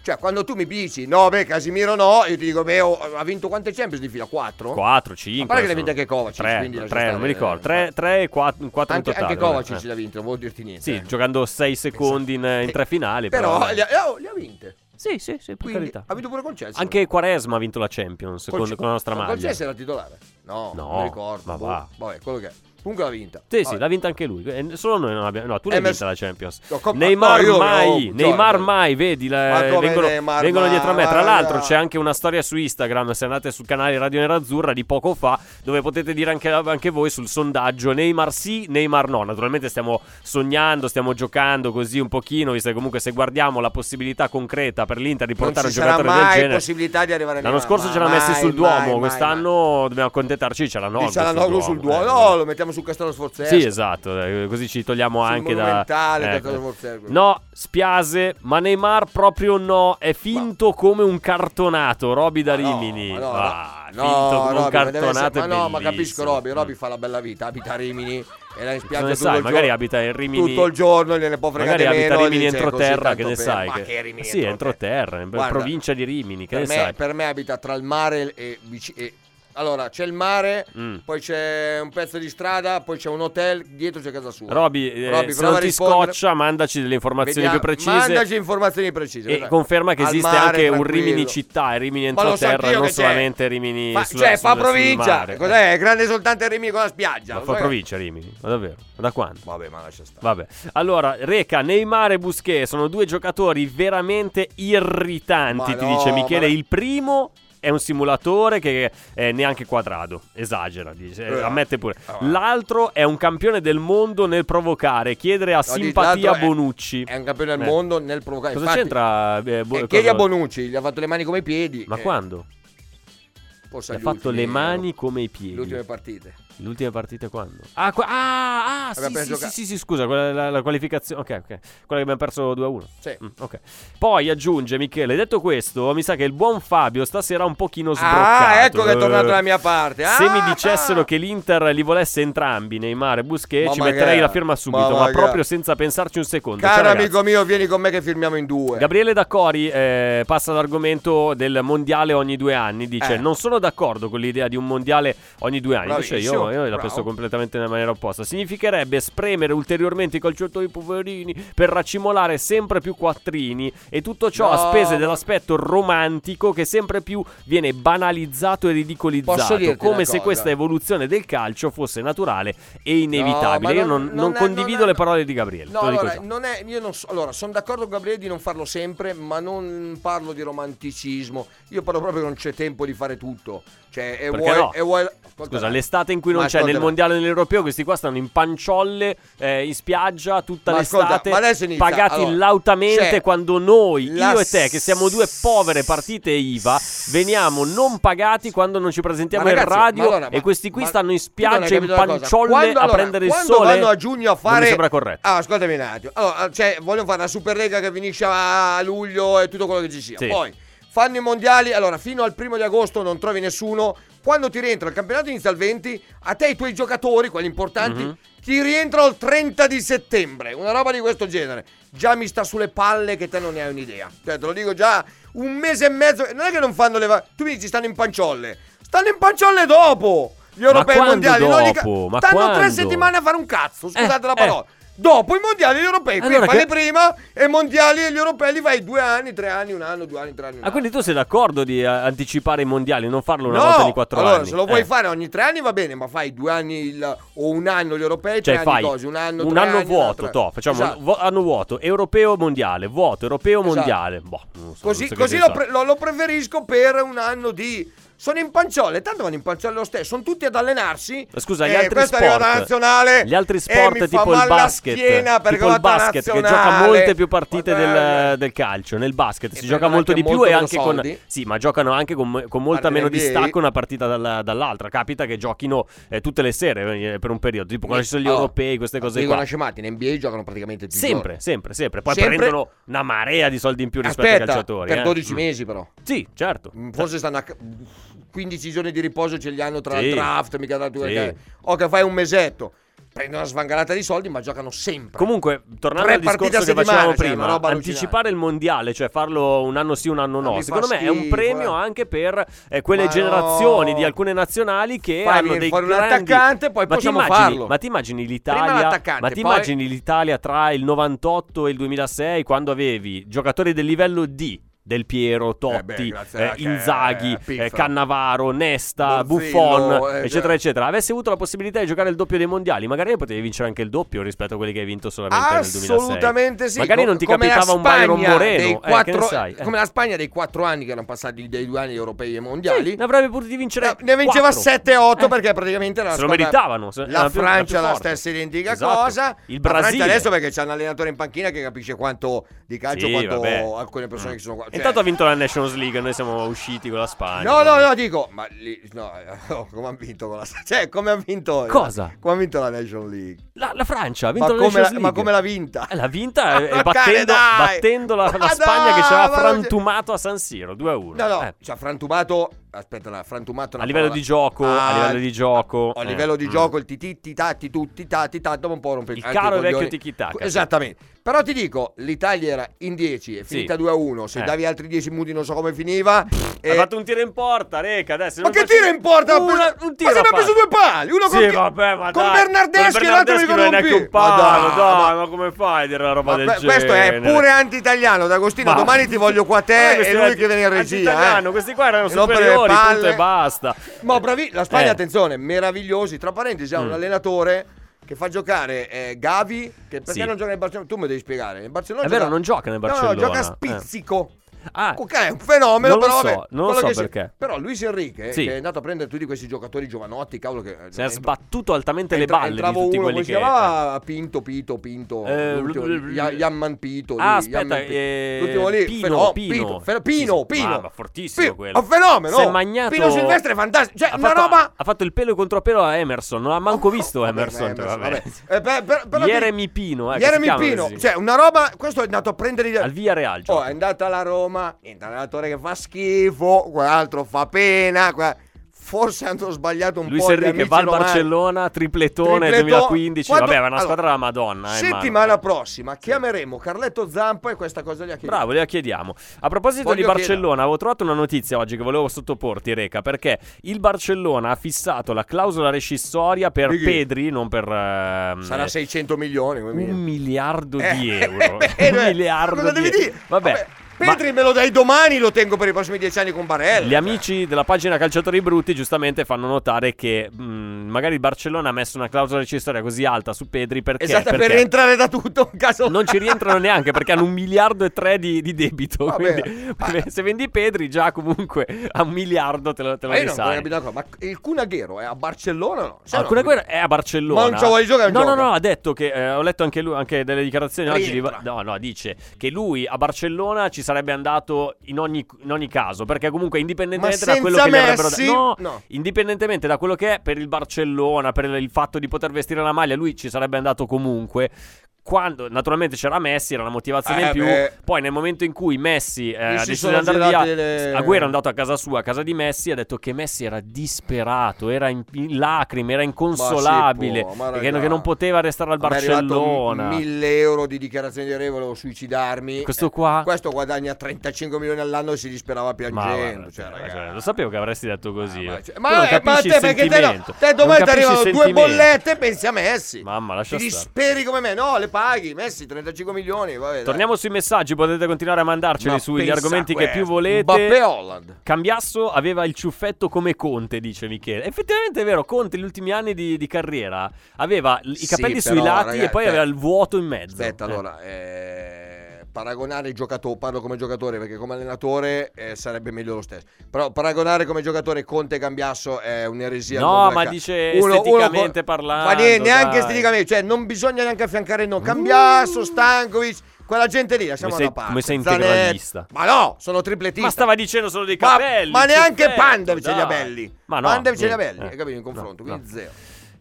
[SPEAKER 6] Cioè, quando tu mi dici no, beh, Casimiro no, io ti dico, beh, oh, ha vinto quante Champions di fila? 4?
[SPEAKER 5] 4,
[SPEAKER 6] A
[SPEAKER 5] 5...
[SPEAKER 6] parte che ne vinta anche Kovacic,
[SPEAKER 5] 3,
[SPEAKER 6] quindi lascia
[SPEAKER 5] non mi
[SPEAKER 6] stare,
[SPEAKER 5] ricordo,
[SPEAKER 6] eh,
[SPEAKER 5] 3, 3 e 4, in
[SPEAKER 6] Anche,
[SPEAKER 5] totale.
[SPEAKER 6] anche Kovacic
[SPEAKER 5] eh.
[SPEAKER 6] l'ha vinto, non volevo dirti niente.
[SPEAKER 5] Sì,
[SPEAKER 6] eh.
[SPEAKER 5] giocando 6 secondi in, in
[SPEAKER 6] Sì.
[SPEAKER 5] tre finali. Però,
[SPEAKER 6] Però, le, ha, oh, le ha vinte.
[SPEAKER 5] Sì, sì, sì, per
[SPEAKER 6] Quindi
[SPEAKER 5] carità.
[SPEAKER 6] ha vinto pure col Chelsea.
[SPEAKER 5] Anche Quaresma ha vinto la Champions
[SPEAKER 6] Col-
[SPEAKER 5] con, con la nostra
[SPEAKER 6] col
[SPEAKER 5] maglia.
[SPEAKER 6] Chelsea era titolare. No,
[SPEAKER 5] No,
[SPEAKER 6] non ricordo.
[SPEAKER 5] ma
[SPEAKER 6] boh.
[SPEAKER 5] va.
[SPEAKER 6] Vabbè, quello che è. Comunque l'ha vinta.
[SPEAKER 5] Sì,
[SPEAKER 6] Vabbè.
[SPEAKER 5] sì, l'ha vinta anche lui. Eh, Solo noi non abbiamo. No, tu l'hai vinta
[SPEAKER 6] Emerson-
[SPEAKER 5] la Champions.
[SPEAKER 6] No, com-
[SPEAKER 5] Neymar
[SPEAKER 6] no, io-
[SPEAKER 5] mai,
[SPEAKER 6] oh,
[SPEAKER 5] Neymar
[SPEAKER 6] Jordan.
[SPEAKER 5] mai, vedi, la-
[SPEAKER 6] Ma come
[SPEAKER 5] vengono,
[SPEAKER 6] Neymar
[SPEAKER 5] vengono dietro a me. Tra
[SPEAKER 6] mai?
[SPEAKER 5] l'altro c'è anche una storia su Instagram, se andate sul canale Radio Nerazzurra di poco fa, dove potete dire anche, anche voi sul sondaggio Neymar sì, Neymar no. Naturalmente stiamo sognando, stiamo giocando così un pochino, visto che comunque se guardiamo la possibilità concreta per l'Inter di portare
[SPEAKER 6] non ci
[SPEAKER 5] un
[SPEAKER 6] sarà
[SPEAKER 5] giocatore del
[SPEAKER 6] mai
[SPEAKER 5] genere.
[SPEAKER 6] possibilità di arrivare a
[SPEAKER 5] L'anno
[SPEAKER 6] Neymar,
[SPEAKER 5] scorso
[SPEAKER 6] ma
[SPEAKER 5] ce l'ha messi
[SPEAKER 6] mai,
[SPEAKER 5] sul
[SPEAKER 6] mai,
[SPEAKER 5] Duomo,
[SPEAKER 6] mai,
[SPEAKER 5] quest'anno dobbiamo accontentarci, ce l'ha
[SPEAKER 6] mai.
[SPEAKER 5] Noglu.
[SPEAKER 6] Dice l'anoglu sul duomo.
[SPEAKER 5] eh.
[SPEAKER 6] No, lo mettiamo su Castello Sforzesco.
[SPEAKER 5] Sì, esatto, eh, così ci togliamo
[SPEAKER 6] Sul
[SPEAKER 5] anche da...
[SPEAKER 6] Monumentale, da
[SPEAKER 5] ecco.
[SPEAKER 6] cosa vuol serve?
[SPEAKER 5] No, spiase, ma Neymar proprio no, è finto come un cartonato, Roby da
[SPEAKER 6] Ma no,
[SPEAKER 5] Rimini.
[SPEAKER 6] ma no,
[SPEAKER 5] Ah,
[SPEAKER 6] no,
[SPEAKER 5] finto come
[SPEAKER 6] Roby,
[SPEAKER 5] un
[SPEAKER 6] ma deve
[SPEAKER 5] cartonato
[SPEAKER 6] essere-
[SPEAKER 5] è
[SPEAKER 6] Ma no, ma
[SPEAKER 5] bellissimo.
[SPEAKER 6] capisco Roby, Roby
[SPEAKER 5] Mm.
[SPEAKER 6] fa la bella vita, abita a Rimini e la in spiaggia
[SPEAKER 5] Cosa ne
[SPEAKER 6] tutto
[SPEAKER 5] sai,
[SPEAKER 6] il
[SPEAKER 5] magari
[SPEAKER 6] giorno.
[SPEAKER 5] abita in Rimini.
[SPEAKER 6] Tutto il giorno gliene può fregare
[SPEAKER 5] Magari abita
[SPEAKER 6] meno,
[SPEAKER 5] a Rimini
[SPEAKER 6] dice
[SPEAKER 5] entro
[SPEAKER 6] così,
[SPEAKER 5] terra,
[SPEAKER 6] tanto
[SPEAKER 5] che ne
[SPEAKER 6] per-
[SPEAKER 5] sai?
[SPEAKER 6] Ma
[SPEAKER 5] che-
[SPEAKER 6] che Rimini
[SPEAKER 5] sì, entro terra, in
[SPEAKER 6] Guarda,
[SPEAKER 5] provincia di Rimini, che ne
[SPEAKER 6] per, me,
[SPEAKER 5] sai?
[SPEAKER 6] per me abita tra il mare e, vici- e- Allora, c'è il mare,
[SPEAKER 5] Mm.
[SPEAKER 6] poi c'è un pezzo di strada, poi c'è un hotel, dietro c'è casa sua.
[SPEAKER 5] Roby, eh,
[SPEAKER 6] Roby,
[SPEAKER 5] se
[SPEAKER 6] prova
[SPEAKER 5] non
[SPEAKER 6] a
[SPEAKER 5] ti
[SPEAKER 6] rispondere.
[SPEAKER 5] scoccia, mandaci delle informazioni
[SPEAKER 6] Vediamo-
[SPEAKER 5] più precise.
[SPEAKER 6] Mandaci informazioni precise.
[SPEAKER 5] E
[SPEAKER 6] dai.
[SPEAKER 5] conferma che
[SPEAKER 6] Al
[SPEAKER 5] esiste
[SPEAKER 6] mare,
[SPEAKER 5] anche un
[SPEAKER 6] tranquillo.
[SPEAKER 5] Rimini città e Rimini
[SPEAKER 6] Ma lo so
[SPEAKER 5] entroterra,
[SPEAKER 6] anch'io
[SPEAKER 5] non
[SPEAKER 6] che c'è.
[SPEAKER 5] solamente Rimini
[SPEAKER 6] Ma
[SPEAKER 5] sulla-
[SPEAKER 6] cioè,
[SPEAKER 5] sulla-
[SPEAKER 6] fa
[SPEAKER 5] sul
[SPEAKER 6] provincia.
[SPEAKER 5] mare.
[SPEAKER 6] Cos'è? È Grande soltanto il Rimini con la spiaggia.
[SPEAKER 5] Ma
[SPEAKER 6] lo
[SPEAKER 5] fa
[SPEAKER 6] so che-
[SPEAKER 5] provincia Rimini, ma davvero? Ma Da quando?
[SPEAKER 6] Vabbè, ma lascia stare.
[SPEAKER 5] Vabbè. Allora, Reca, Neymar e Busquet sono due giocatori veramente irritanti,
[SPEAKER 6] Ma
[SPEAKER 5] ti
[SPEAKER 6] no,
[SPEAKER 5] dice Michele.
[SPEAKER 6] ma-
[SPEAKER 5] Il primo è un simulatore che è neanche quadrado, esagera, dice,
[SPEAKER 6] Eh,
[SPEAKER 5] ammette pure.
[SPEAKER 6] ah, ah.
[SPEAKER 5] L'altro è un campione del mondo nel provocare, chiedere a
[SPEAKER 6] No, dici,
[SPEAKER 5] simpatia
[SPEAKER 6] l'altro è-
[SPEAKER 5] Bonucci.
[SPEAKER 6] È un campione del
[SPEAKER 5] Eh.
[SPEAKER 6] mondo nel provocare.
[SPEAKER 5] Cosa
[SPEAKER 6] Infatti,
[SPEAKER 5] c'entra? eh,
[SPEAKER 6] eh,
[SPEAKER 5] Bo-
[SPEAKER 6] chiedi
[SPEAKER 5] cosa-
[SPEAKER 6] a Bonucci, gli ha fatto le mani come i piedi.
[SPEAKER 5] Ma
[SPEAKER 6] eh,
[SPEAKER 5] quando?
[SPEAKER 6] forse
[SPEAKER 5] Ha
[SPEAKER 6] agli
[SPEAKER 5] fatto
[SPEAKER 6] ultimi-
[SPEAKER 5] le mani come i
[SPEAKER 6] Le ultime
[SPEAKER 5] piedi.
[SPEAKER 6] partite.
[SPEAKER 5] L'ultima partita quando? Ah, qua- ah, ah sì,
[SPEAKER 6] Abbiamo
[SPEAKER 5] sì,
[SPEAKER 6] perso
[SPEAKER 5] sì,
[SPEAKER 6] ca-
[SPEAKER 5] sì, sì, scusa, quella, la, la qualificazione. Ok, ok. Quella che abbiamo perso 2-1.
[SPEAKER 6] Sì.
[SPEAKER 5] Mm, ok. Poi aggiunge Michele, detto questo, mi sa che il buon Fabio stasera è un pochino sbroccato.
[SPEAKER 6] Ah, ecco che è tornato
[SPEAKER 5] Eh,
[SPEAKER 6] dalla mia parte.
[SPEAKER 5] Se
[SPEAKER 6] Ah!
[SPEAKER 5] mi dicessero che l'Inter li volesse entrambi, Neymar e Busquets,
[SPEAKER 6] Ma
[SPEAKER 5] ci
[SPEAKER 6] magari.
[SPEAKER 5] metterei la firma subito,
[SPEAKER 6] Ma
[SPEAKER 5] ma,
[SPEAKER 6] magari.
[SPEAKER 5] proprio senza pensarci un secondo. Ciao,
[SPEAKER 6] Caro
[SPEAKER 5] ragazzi.
[SPEAKER 6] amico mio, vieni con me che firmiamo in due.
[SPEAKER 5] Gabriele D'Acori eh, passa all'argomento del mondiale ogni due anni. Dice:
[SPEAKER 6] Eh.
[SPEAKER 5] Non sono d'accordo con l'idea di un mondiale ogni due anni. Invece
[SPEAKER 6] Bravissimo,
[SPEAKER 5] io, io la
[SPEAKER 6] bravo.
[SPEAKER 5] penso completamente nella maniera opposta. Significherebbe spremere ulteriormente i calciatori poverini per raccimolare sempre più quattrini e tutto ciò a
[SPEAKER 6] No,
[SPEAKER 5] spese
[SPEAKER 6] ma-
[SPEAKER 5] dell'aspetto romantico che sempre più viene banalizzato e
[SPEAKER 6] Posso
[SPEAKER 5] ridicolizzato.
[SPEAKER 6] dirti una
[SPEAKER 5] Come se
[SPEAKER 6] cosa?
[SPEAKER 5] questa evoluzione del calcio fosse naturale e
[SPEAKER 6] No, ma
[SPEAKER 5] inevitabile. io non, non
[SPEAKER 6] è-
[SPEAKER 5] condivido
[SPEAKER 6] non è-
[SPEAKER 5] le parole di Gabriele.
[SPEAKER 6] No,
[SPEAKER 5] te lo dico
[SPEAKER 6] allora,
[SPEAKER 5] già.
[SPEAKER 6] non è, io non so, allora, sono d'accordo con Gabriele di non farlo sempre, ma non parlo di romanticismo. Io parlo proprio che non c'è tempo di fare tutto. Cioè, e
[SPEAKER 5] Perché
[SPEAKER 6] vuoi,
[SPEAKER 5] no?
[SPEAKER 6] e vuoi-
[SPEAKER 5] Scusa,
[SPEAKER 6] ascolta,
[SPEAKER 5] l'estate in cui non
[SPEAKER 6] ma
[SPEAKER 5] c'è nel
[SPEAKER 6] ascolta,
[SPEAKER 5] mondiale e nell'europeo, questi qua stanno in panciolle, eh, in spiaggia tutta
[SPEAKER 6] Ma ascolta,
[SPEAKER 5] l'estate,
[SPEAKER 6] ma adesso inizia,
[SPEAKER 5] pagati
[SPEAKER 6] allora,
[SPEAKER 5] lautamente.
[SPEAKER 6] c'è
[SPEAKER 5] quando noi,
[SPEAKER 6] la
[SPEAKER 5] io e te, che siamo due povere partite IVA, veniamo non pagati quando non ci presentiamo
[SPEAKER 6] Ma
[SPEAKER 5] in
[SPEAKER 6] ragazzi,
[SPEAKER 5] radio.
[SPEAKER 6] ma allora,
[SPEAKER 5] e
[SPEAKER 6] ma-
[SPEAKER 5] questi qui
[SPEAKER 6] ma
[SPEAKER 5] stanno in
[SPEAKER 6] tu non hai
[SPEAKER 5] spiaggia, in
[SPEAKER 6] capito una cosa.
[SPEAKER 5] panciolle
[SPEAKER 6] Quando-
[SPEAKER 5] a
[SPEAKER 6] allora,
[SPEAKER 5] prendere il
[SPEAKER 6] quando
[SPEAKER 5] sole.
[SPEAKER 6] vanno a giugno a
[SPEAKER 5] Non
[SPEAKER 6] fare-
[SPEAKER 5] mi sembra corretto.
[SPEAKER 6] Ah, ascoltami un attimo. Allora, cioè, voglio fare la Superlega che finisce a luglio e tutto quello che ci sia.
[SPEAKER 5] Sì.
[SPEAKER 6] Poi fanno i mondiali, allora fino al primo di agosto non trovi nessuno. Quando ti rientra il campionato inizia il 20, a te i tuoi giocatori, quelli importanti,
[SPEAKER 5] Mhm.
[SPEAKER 6] ti rientrano il 30 di settembre. Una roba di questo genere. Già mi sta sulle palle che te non ne hai un'idea. Cioè, te lo dico già, un mese e mezzo. Non è che non fanno le... va- tu mi dici stanno in panciolle. Stanno in panciolle dopo! Gli europei
[SPEAKER 5] quando
[SPEAKER 6] mondiali non li ca-
[SPEAKER 5] dopo? Ma
[SPEAKER 6] stanno
[SPEAKER 5] quando?
[SPEAKER 6] tre settimane a fare un cazzo, scusate
[SPEAKER 5] Eh,
[SPEAKER 6] la
[SPEAKER 5] eh.
[SPEAKER 6] parola. Dopo i mondiali e gli europei, quindi
[SPEAKER 5] Allora
[SPEAKER 6] falli
[SPEAKER 5] che-
[SPEAKER 6] prima e i mondiali e gli europei li fai due anni, tre anni, un anno, due anni, tre anni. un
[SPEAKER 5] Ah,
[SPEAKER 6] anno.
[SPEAKER 5] quindi tu sei d'accordo di eh, anticipare i mondiali, non farlo una
[SPEAKER 6] No,
[SPEAKER 5] volta ogni quattro
[SPEAKER 6] allora,
[SPEAKER 5] anni?
[SPEAKER 6] se lo vuoi
[SPEAKER 5] Eh.
[SPEAKER 6] fare ogni tre anni va bene, ma fai due anni il- o un anno gli europei,
[SPEAKER 5] Cioè,
[SPEAKER 6] tre
[SPEAKER 5] fai
[SPEAKER 6] anni cose, un anno,
[SPEAKER 5] un
[SPEAKER 6] tre
[SPEAKER 5] anno
[SPEAKER 6] anni, un
[SPEAKER 5] vuoto,
[SPEAKER 6] altro-
[SPEAKER 5] toh, facciamo
[SPEAKER 6] Esatto.
[SPEAKER 5] un vo- anno vuoto, europeo mondiale, vuoto, europeo
[SPEAKER 6] Esatto.
[SPEAKER 5] mondiale. Boh, non so,
[SPEAKER 6] Così,
[SPEAKER 5] non so che
[SPEAKER 6] così
[SPEAKER 5] ne
[SPEAKER 6] lo,
[SPEAKER 5] so.
[SPEAKER 6] pre- lo- lo preferisco per un anno di. Sono in panciolle, tanto vanno in panciolle lo stesso, sono tutti ad allenarsi.
[SPEAKER 5] Ma Scusa, gli
[SPEAKER 6] Eh,
[SPEAKER 5] altri
[SPEAKER 6] questo arriva
[SPEAKER 5] sport,
[SPEAKER 6] dalla nazionale.
[SPEAKER 5] gli altri
[SPEAKER 6] eh,
[SPEAKER 5] sport
[SPEAKER 6] mi fa
[SPEAKER 5] tipo il
[SPEAKER 6] male la
[SPEAKER 5] basket,
[SPEAKER 6] schiena perché
[SPEAKER 5] tipo il
[SPEAKER 6] vado alla
[SPEAKER 5] basket che
[SPEAKER 6] nazionale.
[SPEAKER 5] gioca molte più partite
[SPEAKER 6] Guarda, eh,
[SPEAKER 5] del, del calcio. Nel basket
[SPEAKER 6] E
[SPEAKER 5] si gioca
[SPEAKER 6] prendono
[SPEAKER 5] molto
[SPEAKER 6] anche
[SPEAKER 5] di più
[SPEAKER 6] molto
[SPEAKER 5] e
[SPEAKER 6] meno
[SPEAKER 5] anche con
[SPEAKER 6] soldi.
[SPEAKER 5] sì, ma giocano anche con, con molta
[SPEAKER 6] Parte
[SPEAKER 5] meno
[SPEAKER 6] NBA.
[SPEAKER 5] distacco una partita dalla- dall'altra. Capita che giochino eh, tutte le sere eh, per un periodo, tipo quando ci sono gli
[SPEAKER 6] Oh,
[SPEAKER 5] europei, queste
[SPEAKER 6] ti
[SPEAKER 5] cose
[SPEAKER 6] dico
[SPEAKER 5] qua.
[SPEAKER 6] una scemata, in NBA giocano praticamente tutti i
[SPEAKER 5] Sempre,
[SPEAKER 6] giorni.
[SPEAKER 5] sempre, sempre. Poi
[SPEAKER 6] Sempre-
[SPEAKER 5] prendono una marea di soldi in più rispetto ai
[SPEAKER 6] Aspetta,
[SPEAKER 5] calciatori.
[SPEAKER 6] per
[SPEAKER 5] eh.
[SPEAKER 6] 12
[SPEAKER 5] Mm.
[SPEAKER 6] mesi però.
[SPEAKER 5] Sì, certo.
[SPEAKER 6] Mm, Forse stanno a ca- 15 giorni di riposo ce li hanno tra
[SPEAKER 5] Sì.
[SPEAKER 6] il draft, mica da due.
[SPEAKER 5] Sì.
[SPEAKER 6] che- Oh, che fai un mesetto. Prendo una svangalata di soldi, ma giocano sempre.
[SPEAKER 5] Cioè, Comunque, tornando
[SPEAKER 6] Tre
[SPEAKER 5] al
[SPEAKER 6] partite
[SPEAKER 5] discorso
[SPEAKER 6] a
[SPEAKER 5] che
[SPEAKER 6] settimana,
[SPEAKER 5] facevamo
[SPEAKER 6] cioè,
[SPEAKER 5] prima,
[SPEAKER 6] una roba
[SPEAKER 5] anticipare il mondiale, cioè farlo un anno sì, un anno
[SPEAKER 6] Ma
[SPEAKER 5] no,
[SPEAKER 6] mi fa
[SPEAKER 5] secondo me è un
[SPEAKER 6] schifo,
[SPEAKER 5] premio
[SPEAKER 6] eh.
[SPEAKER 5] anche per eh, quelle
[SPEAKER 6] Ma no.
[SPEAKER 5] generazioni di alcune nazionali che
[SPEAKER 6] Fai
[SPEAKER 5] hanno
[SPEAKER 6] venire
[SPEAKER 5] dei
[SPEAKER 6] fuori un
[SPEAKER 5] grandi...
[SPEAKER 6] attaccante, poi
[SPEAKER 5] ma ti
[SPEAKER 6] possiamo
[SPEAKER 5] immagini,
[SPEAKER 6] farlo.
[SPEAKER 5] Ma ti immagini
[SPEAKER 6] Prima
[SPEAKER 5] l'Italia?
[SPEAKER 6] l'attaccante,
[SPEAKER 5] Ma ti
[SPEAKER 6] poi-
[SPEAKER 5] immagini l'Italia tra il 98 e il 2006 quando avevi giocatori del livello D? Del Piero, Totti,
[SPEAKER 6] grazie
[SPEAKER 5] eh,
[SPEAKER 6] anche,
[SPEAKER 5] Inzaghi,
[SPEAKER 6] eh, Piffaro.
[SPEAKER 5] eh, Cannavaro, Nesta,
[SPEAKER 6] Borzillo,
[SPEAKER 5] Buffon,
[SPEAKER 6] eh,
[SPEAKER 5] eccetera,
[SPEAKER 6] eh.
[SPEAKER 5] eccetera. Avessi avuto la possibilità di giocare il doppio dei mondiali, magari potevi vincere anche il doppio rispetto a quelli che hai vinto solamente nel 2006.
[SPEAKER 6] Assolutamente sì.
[SPEAKER 5] Magari
[SPEAKER 6] Co-
[SPEAKER 5] non ti
[SPEAKER 6] come la
[SPEAKER 5] capitava un Bayern
[SPEAKER 6] Spagna
[SPEAKER 5] Moreno,
[SPEAKER 6] dei
[SPEAKER 5] eh, che
[SPEAKER 6] quattro-
[SPEAKER 5] ne sai? Eh.
[SPEAKER 6] Come la Spagna dei 4 anni che erano passati dai due anni europei e mondiali.
[SPEAKER 5] Sì, ne avrebbe potuto vincere.
[SPEAKER 6] Eh, ne vinceva
[SPEAKER 5] Cioè, quattro.
[SPEAKER 6] 7-8
[SPEAKER 5] Eh.
[SPEAKER 6] perché praticamente era
[SPEAKER 5] Se
[SPEAKER 6] la
[SPEAKER 5] lo
[SPEAKER 6] squadra-
[SPEAKER 5] meritavano, se- era
[SPEAKER 6] La
[SPEAKER 5] più-
[SPEAKER 6] Francia
[SPEAKER 5] era più
[SPEAKER 6] la
[SPEAKER 5] forte.
[SPEAKER 6] stessa identica
[SPEAKER 5] Esatto.
[SPEAKER 6] cosa.
[SPEAKER 5] Il
[SPEAKER 6] La Francia
[SPEAKER 5] Brasile.
[SPEAKER 6] adesso perché c'è un allenatore in panchina che capisce quanto di calcio
[SPEAKER 5] Sì,
[SPEAKER 6] quanto
[SPEAKER 5] vabbè.
[SPEAKER 6] alcune persone
[SPEAKER 5] Mm.
[SPEAKER 6] che sono qua. Cioè-
[SPEAKER 5] Intanto ha vinto la Nations League, noi siamo usciti con la Spagna.
[SPEAKER 6] No, no, no, dico, ma lì, no, no, come hanno vinto con la cioè come ha vinto
[SPEAKER 5] Cosa?
[SPEAKER 6] Come ha vinto la National League?
[SPEAKER 5] La, la Francia ha vinto
[SPEAKER 6] Ma
[SPEAKER 5] la
[SPEAKER 6] come,
[SPEAKER 5] Nations
[SPEAKER 6] la,
[SPEAKER 5] League.
[SPEAKER 6] ma come l'ha vinta?
[SPEAKER 5] Eh, l'ha vinta eh,
[SPEAKER 6] Ma cane,
[SPEAKER 5] battendo,
[SPEAKER 6] dai!
[SPEAKER 5] battendo la, la
[SPEAKER 6] Ma
[SPEAKER 5] Spagna che ci
[SPEAKER 6] dai,
[SPEAKER 5] aveva
[SPEAKER 6] ma-
[SPEAKER 5] frantumato a San Siro 2-1.
[SPEAKER 6] No, no,
[SPEAKER 5] Eh.
[SPEAKER 6] ci ha frantumato. Aspetta, no, ha frantumato una
[SPEAKER 5] A livello
[SPEAKER 6] parola. Ah,
[SPEAKER 5] di gioco, a livello di gioco,
[SPEAKER 6] A
[SPEAKER 5] eh,
[SPEAKER 6] livello di
[SPEAKER 5] mm.
[SPEAKER 6] gioco, il titi, titati, tutti, titati, tati, dopo un po' rompe
[SPEAKER 5] Il
[SPEAKER 6] anche i
[SPEAKER 5] caro e vecchio
[SPEAKER 6] coglioni.
[SPEAKER 5] tiki-taka, sì.
[SPEAKER 6] Esattamente. Però ti dico, l'Italia era in 10, è finita 2 a 1. Se
[SPEAKER 5] Eh.
[SPEAKER 6] davi altri 10 minuti, non so come finiva.
[SPEAKER 5] Ha
[SPEAKER 6] e-
[SPEAKER 5] fatto un tiro in porta, Reca. Adesso
[SPEAKER 6] Ma
[SPEAKER 5] non
[SPEAKER 6] che
[SPEAKER 5] faccio-
[SPEAKER 6] tiro in porta? Ha
[SPEAKER 5] Una-
[SPEAKER 6] preso-
[SPEAKER 5] un tiro
[SPEAKER 6] ma se ne
[SPEAKER 5] a
[SPEAKER 6] ha preso
[SPEAKER 5] palla.
[SPEAKER 6] due pali, uno
[SPEAKER 5] sì,
[SPEAKER 6] con chi-
[SPEAKER 5] vabbè, ma
[SPEAKER 6] con
[SPEAKER 5] dai.
[SPEAKER 6] Bernardeschi
[SPEAKER 5] Con
[SPEAKER 6] e l'altro
[SPEAKER 5] Bernardeschi
[SPEAKER 6] mi
[SPEAKER 5] non è
[SPEAKER 6] rompi.
[SPEAKER 5] neanche un
[SPEAKER 6] Ma
[SPEAKER 5] palo.
[SPEAKER 6] dai,
[SPEAKER 5] Dai,
[SPEAKER 6] ma-
[SPEAKER 5] ma come fai a dire una roba
[SPEAKER 6] Ma
[SPEAKER 5] del
[SPEAKER 6] que-
[SPEAKER 5] genere?
[SPEAKER 6] questo è pure anti-italiano, D'Agostino.
[SPEAKER 5] Ma-
[SPEAKER 6] Domani ti voglio qua
[SPEAKER 5] Ma
[SPEAKER 6] te
[SPEAKER 5] questi
[SPEAKER 6] e lui
[SPEAKER 5] anti-
[SPEAKER 6] che viene in regia.
[SPEAKER 5] anti-italiano,
[SPEAKER 6] eh.
[SPEAKER 5] questi qua erano
[SPEAKER 6] E rompere le
[SPEAKER 5] superiori, punto
[SPEAKER 6] palle.
[SPEAKER 5] e basta.
[SPEAKER 6] Ma bravi, la Spagna,
[SPEAKER 5] Eh.
[SPEAKER 6] attenzione, meravigliosi. Tra parentesi, ha un
[SPEAKER 5] Mm.
[SPEAKER 6] allenatore che fa giocare eh, Gavi. Che perché
[SPEAKER 5] Sì.
[SPEAKER 6] non gioca nel Barcellona? Tu mi devi spiegare. Nel Barcellona
[SPEAKER 5] È vero,
[SPEAKER 6] gioca-
[SPEAKER 5] non gioca nel
[SPEAKER 6] No,
[SPEAKER 5] Barcellona.
[SPEAKER 6] No, gioca a
[SPEAKER 5] eh.
[SPEAKER 6] spizzico.
[SPEAKER 5] Ah,
[SPEAKER 6] Ok, è un fenomeno,
[SPEAKER 5] Non lo
[SPEAKER 6] però
[SPEAKER 5] so,
[SPEAKER 6] vabbè,
[SPEAKER 5] non lo
[SPEAKER 6] quello
[SPEAKER 5] so
[SPEAKER 6] che si-
[SPEAKER 5] perché.
[SPEAKER 6] Però Luis Enrique,
[SPEAKER 5] Sì.
[SPEAKER 6] che è andato a prendere tutti questi giocatori giovanotti, cavolo che...
[SPEAKER 5] si è
[SPEAKER 6] entra-
[SPEAKER 5] sbattuto altamente le
[SPEAKER 6] entra-
[SPEAKER 5] balle di
[SPEAKER 6] entrava
[SPEAKER 5] tutti
[SPEAKER 6] uno,
[SPEAKER 5] quelli
[SPEAKER 6] come si
[SPEAKER 5] che... Ah.
[SPEAKER 6] chiamava? Pinto, Pito, Pinto,
[SPEAKER 5] Eh,
[SPEAKER 6] l'ultimo,
[SPEAKER 5] l- l-
[SPEAKER 6] Ya- Yamman Pito. lì,
[SPEAKER 5] Ah, aspetta,
[SPEAKER 6] Yamman Pito.
[SPEAKER 5] eh,
[SPEAKER 6] l'ultimo lì,
[SPEAKER 5] Pino,
[SPEAKER 6] fenomeno,
[SPEAKER 5] Pino.
[SPEAKER 6] Pito, fe-
[SPEAKER 5] Sì,
[SPEAKER 6] Pino,
[SPEAKER 5] sì.
[SPEAKER 6] Pino.
[SPEAKER 5] Mamma, fortissimo
[SPEAKER 6] Pino,
[SPEAKER 5] quello.
[SPEAKER 6] Un fenomeno.
[SPEAKER 5] Si è magnato...
[SPEAKER 6] Pino Silvestre è fantastico, cioè
[SPEAKER 5] ha
[SPEAKER 6] una
[SPEAKER 5] fatto,
[SPEAKER 6] roba... Oh,
[SPEAKER 5] Ha fatto il pelo contro pelo a Emerson, non ha manco visto
[SPEAKER 6] Vabbè,
[SPEAKER 5] Emerson.
[SPEAKER 6] Emerson,
[SPEAKER 5] vabbè.
[SPEAKER 6] vabbè. Eh, beh, per- però ti-
[SPEAKER 5] Jeremy Pino, eh, che si
[SPEAKER 6] Jeremy
[SPEAKER 5] chiama
[SPEAKER 6] Pino,
[SPEAKER 5] così.
[SPEAKER 6] cioè una roba, questo è andato a prendere gli-
[SPEAKER 5] Al via Real.
[SPEAKER 6] Oh, è andata alla Roma, niente, un allenatore che fa schifo, quell'altro fa pena, que- forse hanno sbagliato un
[SPEAKER 5] Luis
[SPEAKER 6] po' gli
[SPEAKER 5] Enrique
[SPEAKER 6] amici
[SPEAKER 5] va al
[SPEAKER 6] romani.
[SPEAKER 5] Barcellona, tripletone
[SPEAKER 6] Tripleto-
[SPEAKER 5] 2015.
[SPEAKER 6] Quando-
[SPEAKER 5] Vabbè, era una
[SPEAKER 6] Allora,
[SPEAKER 5] squadra della Madonna. eh, in mano.
[SPEAKER 6] settimana prossima chiameremo Carletto Zampa e questa cosa gli ha chiesto.
[SPEAKER 5] Bravo, le chiediamo. A proposito
[SPEAKER 6] Voglio
[SPEAKER 5] di Barcellona,
[SPEAKER 6] chiedere.
[SPEAKER 5] avevo trovato una notizia oggi che volevo sottoporti, Reca, perché il Barcellona ha fissato la clausola rescissoria per
[SPEAKER 6] Di chi?
[SPEAKER 5] Pedri, non per... ehm,
[SPEAKER 6] Sarà
[SPEAKER 5] eh,
[SPEAKER 6] 600 milioni. come
[SPEAKER 5] un
[SPEAKER 6] minimo.
[SPEAKER 5] miliardo
[SPEAKER 6] Eh,
[SPEAKER 5] di
[SPEAKER 6] eh,
[SPEAKER 5] euro.
[SPEAKER 6] beh,
[SPEAKER 5] un
[SPEAKER 6] beh,
[SPEAKER 5] miliardo
[SPEAKER 6] cosa
[SPEAKER 5] di
[SPEAKER 6] devi
[SPEAKER 5] euro.
[SPEAKER 6] dire?
[SPEAKER 5] Vabbè. ma-
[SPEAKER 6] Petri me lo dai domani, lo tengo per i prossimi dieci anni con Barella.
[SPEAKER 5] Gli
[SPEAKER 6] cioè.
[SPEAKER 5] amici della pagina Calciatori Brutti giustamente fanno notare che mh, magari il Barcellona ha messo una clausola recessoria così alta su Pedri perché,
[SPEAKER 6] Esatto, per
[SPEAKER 5] perché
[SPEAKER 6] rientrare da tutto, un caso
[SPEAKER 5] non ci rientrano neanche perché hanno un miliardo e tre di, di debito.
[SPEAKER 6] Va
[SPEAKER 5] quindi
[SPEAKER 6] bene.
[SPEAKER 5] vabbè, se vendi Pedri già comunque a un miliardo te lo, te lo
[SPEAKER 6] Ma io non
[SPEAKER 5] risali.
[SPEAKER 6] vorrei capire una cosa, ma il Cunaghero è a Barcellona o no? Se
[SPEAKER 5] Ah,
[SPEAKER 6] Cioè, no-
[SPEAKER 5] Kun Agüero è a Barcellona.
[SPEAKER 6] Ma non ci vuole giocare,
[SPEAKER 5] No,
[SPEAKER 6] gioca.
[SPEAKER 5] no, no, ha detto che eh, ho letto anche lui anche delle dichiarazioni oggi di-
[SPEAKER 6] Rientra.
[SPEAKER 5] No, no, dice che lui a Barcellona ci sarebbe andato in ogni, in ogni caso, perché comunque indipendentemente
[SPEAKER 6] Ma
[SPEAKER 5] da quello
[SPEAKER 6] senza
[SPEAKER 5] che gli avrebbero dato
[SPEAKER 6] Messi?
[SPEAKER 5] No,
[SPEAKER 6] No.
[SPEAKER 5] indipendentemente da quello che è per il Barcellona, per il fatto di poter vestire la maglia, lui ci sarebbe andato comunque. Quando naturalmente c'era Messi, era una motivazione
[SPEAKER 6] Eh,
[SPEAKER 5] in più.
[SPEAKER 6] beh.
[SPEAKER 5] Poi, nel momento in cui Messi eh,
[SPEAKER 6] Gli
[SPEAKER 5] ha
[SPEAKER 6] si
[SPEAKER 5] deciso di
[SPEAKER 6] sono
[SPEAKER 5] andare via,
[SPEAKER 6] girate le-
[SPEAKER 5] Agüero è andato a casa sua, a casa di Messi, ha detto che Messi era disperato, era in, in lacrime, era inconsolabile,
[SPEAKER 6] Ma si può, ma
[SPEAKER 5] perché
[SPEAKER 6] raga.
[SPEAKER 5] che non poteva restare al
[SPEAKER 6] Mi è arrivato
[SPEAKER 5] Barcellona.
[SPEAKER 6] Mille euro di dichiarazione di re, volevo suicidarmi.
[SPEAKER 5] Questo
[SPEAKER 6] Eh,
[SPEAKER 5] qua-
[SPEAKER 6] Questo guadagna 35 milioni all'anno e si disperava
[SPEAKER 5] Ma guarda,
[SPEAKER 6] piangendo. cioè,
[SPEAKER 5] cioè,
[SPEAKER 6] raga.
[SPEAKER 5] cioè, lo sapevo che avresti detto così.
[SPEAKER 6] Ah, ma-
[SPEAKER 5] eh.
[SPEAKER 6] cioè-
[SPEAKER 5] Tu
[SPEAKER 6] ma,
[SPEAKER 5] non
[SPEAKER 6] eh, ma
[SPEAKER 5] capisci il
[SPEAKER 6] te perché te, no,
[SPEAKER 5] sentimento.
[SPEAKER 6] te
[SPEAKER 5] Non
[SPEAKER 6] domani ti
[SPEAKER 5] capisci il
[SPEAKER 6] arrivano due
[SPEAKER 5] sentimento.
[SPEAKER 6] bollette e pensi a Messi.
[SPEAKER 5] Mamma, lascia
[SPEAKER 6] Ti
[SPEAKER 5] stare.
[SPEAKER 6] disperi come me, no, le paghi. Messi 35 milioni. Vabbè, dai.
[SPEAKER 5] Torniamo sui messaggi, potete continuare a mandarceli
[SPEAKER 6] Ma
[SPEAKER 5] sugli
[SPEAKER 6] pensa
[SPEAKER 5] argomenti che
[SPEAKER 6] questo.
[SPEAKER 5] più volete.
[SPEAKER 6] Mbappé Holland.
[SPEAKER 5] Cambiasso aveva il ciuffetto come Conte, dice Michele. Effettivamente è vero, Conte negli ultimi anni di, di carriera aveva l- i
[SPEAKER 6] Sì,
[SPEAKER 5] capelli sui
[SPEAKER 6] però,
[SPEAKER 5] lati
[SPEAKER 6] ragazzi,
[SPEAKER 5] e poi
[SPEAKER 6] aspetta.
[SPEAKER 5] aveva il vuoto in mezzo.
[SPEAKER 6] Aspetta,
[SPEAKER 5] Eh.
[SPEAKER 6] allora, eh, paragonare il giocatore, parlo come giocatore perché come allenatore eh, sarebbe meglio lo stesso. Però paragonare come giocatore Conte e Cambiasso è un'eresia.
[SPEAKER 5] No,
[SPEAKER 6] completa.
[SPEAKER 5] ma dice esteticamente parlando,
[SPEAKER 6] Ma niente, neanche
[SPEAKER 5] dai.
[SPEAKER 6] esteticamente, cioè non bisogna neanche affiancare no. Cambiasso, Stankovic, quella gente lì, lasciamo
[SPEAKER 5] Come sei-
[SPEAKER 6] da parte.
[SPEAKER 5] come sei
[SPEAKER 6] Zanetti.
[SPEAKER 5] integralista.
[SPEAKER 6] Ma no, sono tripletista.
[SPEAKER 5] Ma stava dicendo solo dei
[SPEAKER 6] Ma-
[SPEAKER 5] capelli.
[SPEAKER 6] ma,
[SPEAKER 5] il
[SPEAKER 6] neanche
[SPEAKER 5] ciuffetto,
[SPEAKER 6] Pandev ce li ha
[SPEAKER 5] dai.
[SPEAKER 6] belli.
[SPEAKER 5] Ma no.
[SPEAKER 6] Pandev ce li ha
[SPEAKER 5] niente,
[SPEAKER 6] belli,
[SPEAKER 5] eh.
[SPEAKER 6] hai capito in
[SPEAKER 5] No,
[SPEAKER 6] confronto,
[SPEAKER 5] no.
[SPEAKER 6] quindi zero.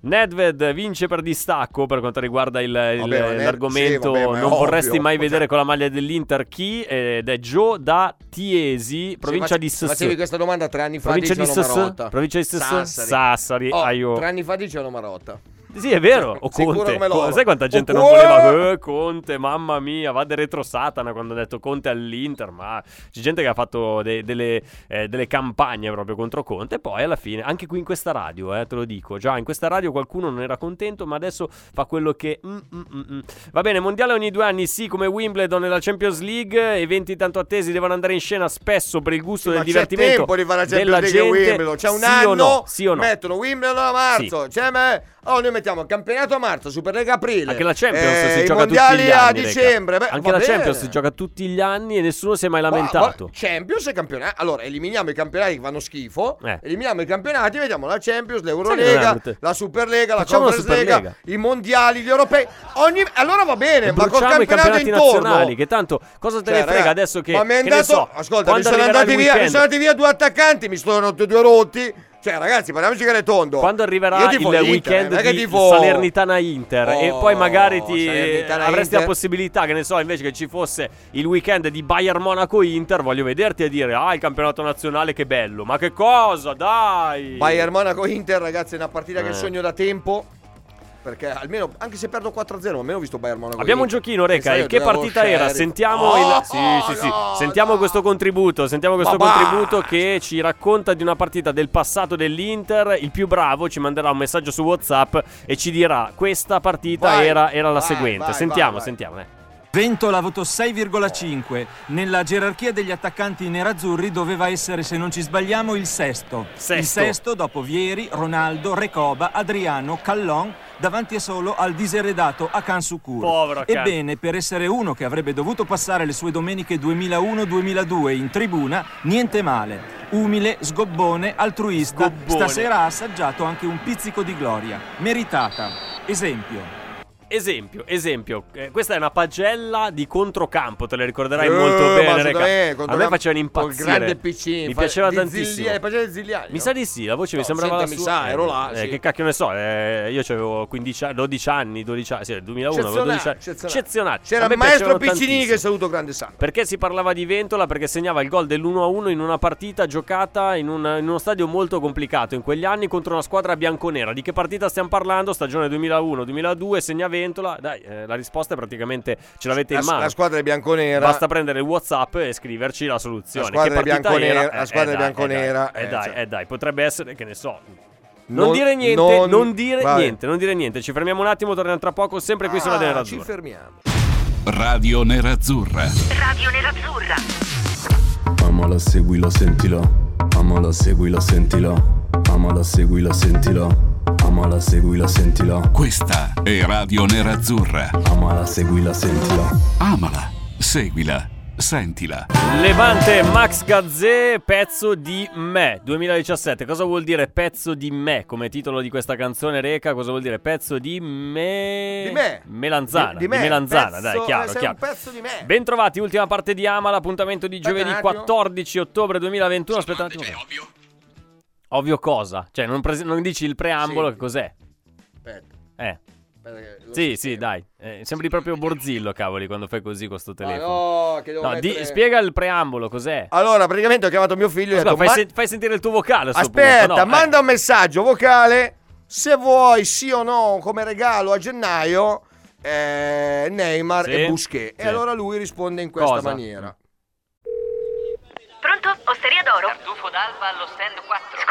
[SPEAKER 5] Nedved vince per distacco per quanto riguarda il- il-
[SPEAKER 6] Vabbè, ma Ned-
[SPEAKER 5] l'argomento
[SPEAKER 6] sì, vabbè, ma è
[SPEAKER 5] non vorresti
[SPEAKER 6] ovvio,
[SPEAKER 5] mai
[SPEAKER 6] ma
[SPEAKER 5] vedere
[SPEAKER 6] cioè-
[SPEAKER 5] con la maglia dell'Inter chi ed è Joe da Tiesi, provincia
[SPEAKER 6] Se
[SPEAKER 5] di
[SPEAKER 6] face-
[SPEAKER 5] Sassari.
[SPEAKER 6] Facevi questa domanda tre anni fa.
[SPEAKER 5] Provincia di
[SPEAKER 6] dice una
[SPEAKER 5] Sass-
[SPEAKER 6] marotta.
[SPEAKER 5] provincia di Sass-
[SPEAKER 6] Sassari.
[SPEAKER 5] Sassari,
[SPEAKER 6] Oh,
[SPEAKER 5] aio.
[SPEAKER 6] Tre anni fa dicevano Marotta.
[SPEAKER 5] Sì, è vero, o
[SPEAKER 6] Sicuro
[SPEAKER 5] Conte.
[SPEAKER 6] come loro.
[SPEAKER 5] Sai quanta gente
[SPEAKER 6] O
[SPEAKER 5] non
[SPEAKER 6] Conte!
[SPEAKER 5] voleva eh, Conte, mamma mia, va de retro Satana quando ha detto Conte all'Inter, ma c'è gente che ha fatto de- delle, eh, delle campagne proprio contro Conte e poi alla fine, anche qui in questa radio, eh, te lo dico, già in questa radio qualcuno non era contento, ma adesso fa quello che... mm, mm, mm, mm. Va bene, mondiale ogni due anni, sì, come Wimbledon e la Champions League, eventi tanto attesi devono andare in scena spesso per il gusto
[SPEAKER 6] Ma
[SPEAKER 5] del
[SPEAKER 6] c'è
[SPEAKER 5] divertimento
[SPEAKER 6] tempo di fare la
[SPEAKER 5] della
[SPEAKER 6] Champions League e
[SPEAKER 5] gente.
[SPEAKER 6] Wimbledon. C'è un
[SPEAKER 5] Sì
[SPEAKER 6] anno.
[SPEAKER 5] o no? Sì o no?
[SPEAKER 6] Mettono Wimbledon a marzo. C'è me- Oh, noi mettiamo il campionato a marzo, Superlega a aprile.
[SPEAKER 5] Anche la Champions
[SPEAKER 6] eh,
[SPEAKER 5] si
[SPEAKER 6] i
[SPEAKER 5] gioca tutti gli
[SPEAKER 6] mondiali
[SPEAKER 5] anni.
[SPEAKER 6] a
[SPEAKER 5] Reca.
[SPEAKER 6] dicembre. Beh,
[SPEAKER 5] Anche
[SPEAKER 6] va
[SPEAKER 5] la
[SPEAKER 6] bene.
[SPEAKER 5] Champions si gioca tutti gli anni e nessuno si è mai
[SPEAKER 6] Ma-
[SPEAKER 5] lamentato.
[SPEAKER 6] ma- Champions e campionato. Allora, eliminiamo i campionati che vanno schifo.
[SPEAKER 5] Eh.
[SPEAKER 6] Eliminiamo i campionati, vediamo la Champions,
[SPEAKER 5] Sai che non è
[SPEAKER 6] l'Eurolega,
[SPEAKER 5] brutto?
[SPEAKER 6] la Superlega, la
[SPEAKER 5] Facciamo la
[SPEAKER 6] Conference Lega,
[SPEAKER 5] Superlega.
[SPEAKER 6] i mondiali, gli europei. Ogni... Allora va bene,
[SPEAKER 5] E
[SPEAKER 6] ma col
[SPEAKER 5] bruciamo i
[SPEAKER 6] campionato
[SPEAKER 5] campionati
[SPEAKER 6] intorno.
[SPEAKER 5] nazionali. Che tanto cosa te
[SPEAKER 6] Cioè,
[SPEAKER 5] ne frega
[SPEAKER 6] raga,
[SPEAKER 5] adesso che.
[SPEAKER 6] Ma mi è
[SPEAKER 5] che ne
[SPEAKER 6] andato.
[SPEAKER 5] so,
[SPEAKER 6] ascolta, mi
[SPEAKER 5] quando
[SPEAKER 6] sono,
[SPEAKER 5] arriverà il
[SPEAKER 6] andati via, mi
[SPEAKER 5] weekend-
[SPEAKER 6] sono andati via due attaccanti, mi sono rotti due rotti. Cioè, ragazzi, parliamoci che ne tondo.
[SPEAKER 5] Quando arriverà
[SPEAKER 6] Io
[SPEAKER 5] il
[SPEAKER 6] tifo l'Inter,
[SPEAKER 5] weekend
[SPEAKER 6] non è che
[SPEAKER 5] di
[SPEAKER 6] tifo-
[SPEAKER 5] Salernitana-Inter e
[SPEAKER 6] Oh,
[SPEAKER 5] poi magari ti
[SPEAKER 6] Salernitana
[SPEAKER 5] avresti la
[SPEAKER 6] Inter.
[SPEAKER 5] possibilità, che ne so, invece che ci fosse il weekend di Bayern Monaco-Inter, voglio vederti e dire "Ah, il campionato nazionale che bello". Ma che cosa, dai!
[SPEAKER 6] Bayern Monaco Inter, ragazzi, è una partita
[SPEAKER 5] Eh.
[SPEAKER 6] che sogno da tempo. Perché almeno, anche se perdo 4-0, almeno ho visto Bayern Monaco.
[SPEAKER 5] Abbiamo un
[SPEAKER 6] Inter.
[SPEAKER 5] giochino, Reca.
[SPEAKER 6] Pensavo
[SPEAKER 5] E che
[SPEAKER 6] duravo
[SPEAKER 5] partita era?
[SPEAKER 6] Sheriff.
[SPEAKER 5] Sentiamo
[SPEAKER 6] Oh,
[SPEAKER 5] il. Sì, sì,
[SPEAKER 6] no,
[SPEAKER 5] sì. Sentiamo
[SPEAKER 6] no.
[SPEAKER 5] questo contributo. Sentiamo questo
[SPEAKER 6] Ma
[SPEAKER 5] contributo
[SPEAKER 6] basta.
[SPEAKER 5] che ci racconta di una partita del passato dell'Inter. Il più bravo ci manderà un messaggio su WhatsApp e ci dirà: questa partita
[SPEAKER 6] Vai,
[SPEAKER 5] era, era la
[SPEAKER 6] vai,
[SPEAKER 5] seguente.
[SPEAKER 6] vai,
[SPEAKER 5] sentiamo,
[SPEAKER 6] vai, vai.
[SPEAKER 5] sentiamo. eh.
[SPEAKER 9] Ventola ha voto 6,5. Nella gerarchia degli attaccanti nerazzurri doveva essere, se non ci sbagliamo, il sesto.
[SPEAKER 5] Sesto.
[SPEAKER 9] Il sesto dopo Vieri, Ronaldo, Recoba, Adriano, Callon davanti e solo al diseredato Akan Sukur.
[SPEAKER 5] Povero Hakan.
[SPEAKER 9] Ebbene, per essere uno che avrebbe dovuto passare le sue domeniche 2001-2002 in tribuna, niente male. Umile, sgobbone, altruista,
[SPEAKER 5] Sgobbone.
[SPEAKER 9] stasera ha assaggiato anche un pizzico di gloria. Meritata. Esempio.
[SPEAKER 5] Esempio, esempio, Eh, questa è una pagella di controcampo, te la ricorderai
[SPEAKER 6] Eh,
[SPEAKER 5] molto
[SPEAKER 6] ma
[SPEAKER 5] bene.
[SPEAKER 6] assolutamente,
[SPEAKER 5] Reca. A me
[SPEAKER 6] controcampo
[SPEAKER 5] facevano
[SPEAKER 6] col
[SPEAKER 5] impazzire.
[SPEAKER 6] grande PC,
[SPEAKER 5] mi
[SPEAKER 6] fa-
[SPEAKER 5] piaceva
[SPEAKER 6] di eh,
[SPEAKER 5] tantissimo.
[SPEAKER 6] Zigliani, pagella di Zigliani,
[SPEAKER 5] Mi
[SPEAKER 6] no?
[SPEAKER 5] sa di sì, la voce mi
[SPEAKER 6] No,
[SPEAKER 5] sembrava
[SPEAKER 6] senta,
[SPEAKER 5] la
[SPEAKER 6] mi
[SPEAKER 5] sua.
[SPEAKER 6] sa, ero là,
[SPEAKER 5] Eh,
[SPEAKER 6] sì.
[SPEAKER 5] Che cacchio ne so, eh, io avevo 15 anni, 12 anni, 12 anni, sì, nel 2001, avevo 12 anni. diciamo, Eccezionale.
[SPEAKER 6] C'era
[SPEAKER 5] A me
[SPEAKER 6] il maestro
[SPEAKER 5] piacevano
[SPEAKER 6] Piccinini che
[SPEAKER 5] tantissimo.
[SPEAKER 6] saluto grande santo.
[SPEAKER 5] Perché si parlava di Ventola? Perché segnava il gol dell'1-1 in una partita giocata in, un- in uno stadio molto complicato in quegli anni contro una squadra bianconera. Di che partita stiamo parlando? Stagione 2001-2002, segna Ventola. Dai, eh, la risposta è praticamente ce l'avete
[SPEAKER 6] La,
[SPEAKER 5] in mano.
[SPEAKER 6] la squadra è bianconera.
[SPEAKER 5] Basta prendere il WhatsApp e scriverci la soluzione.
[SPEAKER 6] La squadra
[SPEAKER 5] che partita
[SPEAKER 6] bianconera-
[SPEAKER 5] era?
[SPEAKER 6] la squadra
[SPEAKER 5] dai,
[SPEAKER 6] bianconera,
[SPEAKER 5] Eh, dai, eh,
[SPEAKER 6] eh,
[SPEAKER 5] dai,
[SPEAKER 6] cioè.
[SPEAKER 5] eh, dai, potrebbe essere che ne so. Non, dire niente, non, dire
[SPEAKER 6] vai.
[SPEAKER 5] niente, non dire niente. Ci fermiamo un attimo, torniamo tra poco, sempre qui su Radio
[SPEAKER 6] Ah, ci
[SPEAKER 5] Nerazzurra.
[SPEAKER 6] fermiamo.
[SPEAKER 4] Radio Nerazzurra.
[SPEAKER 1] Radio Nerazzurra.
[SPEAKER 10] Amala, seguila, sentila. Amala, seguila, sentila. Amala, seguila, sentila. Amala, seguila, sentila.
[SPEAKER 4] Questa è Radio Nerazzurra.
[SPEAKER 10] Amala, seguila, sentila.
[SPEAKER 4] Amala, seguila, sentila.
[SPEAKER 5] Levante Max Gazzè, pezzo di me 2017. Cosa vuol dire pezzo di me come titolo di questa canzone Reca? Cosa vuol dire pezzo di me?
[SPEAKER 6] Di me.
[SPEAKER 5] Melanzana.
[SPEAKER 6] Di- di me,
[SPEAKER 5] melanzana,
[SPEAKER 6] pezzo-
[SPEAKER 5] dai, chiaro,
[SPEAKER 6] eh, sei
[SPEAKER 5] chiaro.
[SPEAKER 6] un pezzo di me.
[SPEAKER 5] Bentrovati, ultima parte di Ama, l'appuntamento di
[SPEAKER 6] Aspetta
[SPEAKER 5] giovedì
[SPEAKER 6] un attimo.
[SPEAKER 5] 14 ottobre 2021. Aspetta un attimo.
[SPEAKER 4] ovvio.
[SPEAKER 5] Ovvio cosa? Cioè, non, prese- non dici il preambolo,
[SPEAKER 6] Sì.
[SPEAKER 5] che cos'è?
[SPEAKER 6] Aspetta,
[SPEAKER 5] Eh.
[SPEAKER 6] aspetta che lo-
[SPEAKER 5] Sì, sì, dai. Eh, sembri proprio Borzillo, cavoli, quando fai così con sto
[SPEAKER 6] Ah,
[SPEAKER 5] telefono.
[SPEAKER 6] no, che devo
[SPEAKER 5] no, di-
[SPEAKER 6] mettere-
[SPEAKER 5] spiega il preambolo, cos'è?
[SPEAKER 6] Allora, praticamente ho chiamato mio figlio e ho
[SPEAKER 5] Scusa,
[SPEAKER 6] detto,
[SPEAKER 5] fai,
[SPEAKER 6] "Ma-
[SPEAKER 5] sen- fai sentire il tuo vocale. a sto
[SPEAKER 6] Aspetta,
[SPEAKER 5] punto, no, eh.
[SPEAKER 6] manda un messaggio vocale se vuoi sì o no come regalo a gennaio eh, Neymar
[SPEAKER 5] Sì,
[SPEAKER 6] e Busquets.
[SPEAKER 5] sì.
[SPEAKER 6] E allora lui risponde in questa
[SPEAKER 5] Cosa?
[SPEAKER 6] maniera.
[SPEAKER 1] Pronto? Osteria d'oro?
[SPEAKER 2] Tartufo d'alba allo stand 4.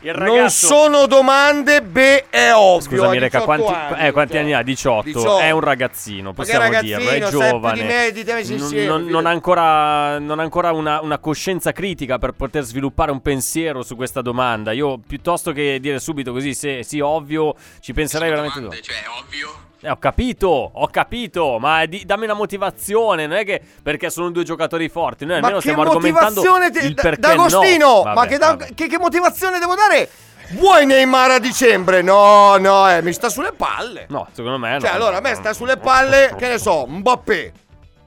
[SPEAKER 5] il ragazzo.
[SPEAKER 6] Non sono domande, beh, è ovvio.
[SPEAKER 5] Scusami,
[SPEAKER 6] ha
[SPEAKER 5] Reca,
[SPEAKER 6] 18
[SPEAKER 5] quanti,
[SPEAKER 6] anni,
[SPEAKER 5] eh, quanti
[SPEAKER 6] cioè.
[SPEAKER 5] anni ha? 18.
[SPEAKER 6] 18.
[SPEAKER 5] È un ragazzino,
[SPEAKER 6] Ma che
[SPEAKER 5] possiamo
[SPEAKER 6] ragazzino,
[SPEAKER 5] dirlo. È
[SPEAKER 6] sai più di
[SPEAKER 5] giovane.
[SPEAKER 6] me, ditemeci
[SPEAKER 5] Non-
[SPEAKER 6] insieme,
[SPEAKER 5] non,
[SPEAKER 6] fidati.
[SPEAKER 5] non ha ancora, non ha ancora una, una coscienza critica per poter sviluppare un pensiero su questa domanda. Io, piuttosto che dire subito così, se sì, ovvio, ci penserei veramente dopo. Eh, ho capito, ho capito, ma di- dammi una motivazione, non è che perché sono due giocatori forti, noi
[SPEAKER 6] Ma
[SPEAKER 5] almeno
[SPEAKER 6] che
[SPEAKER 5] stiamo argomentando
[SPEAKER 6] motivazione ti-
[SPEAKER 5] il
[SPEAKER 6] D-
[SPEAKER 5] perché
[SPEAKER 6] D'Agostino,
[SPEAKER 5] no.
[SPEAKER 6] ma
[SPEAKER 5] Vabbè,
[SPEAKER 6] che, da-
[SPEAKER 5] vabbè.
[SPEAKER 6] che- che motivazione devo dare? Vuoi Neymar a dicembre? No, no, eh, mi sta sulle palle.
[SPEAKER 5] No, secondo me no.
[SPEAKER 6] Cioè, allora a me sta sulle palle, che ne so, Mbappé.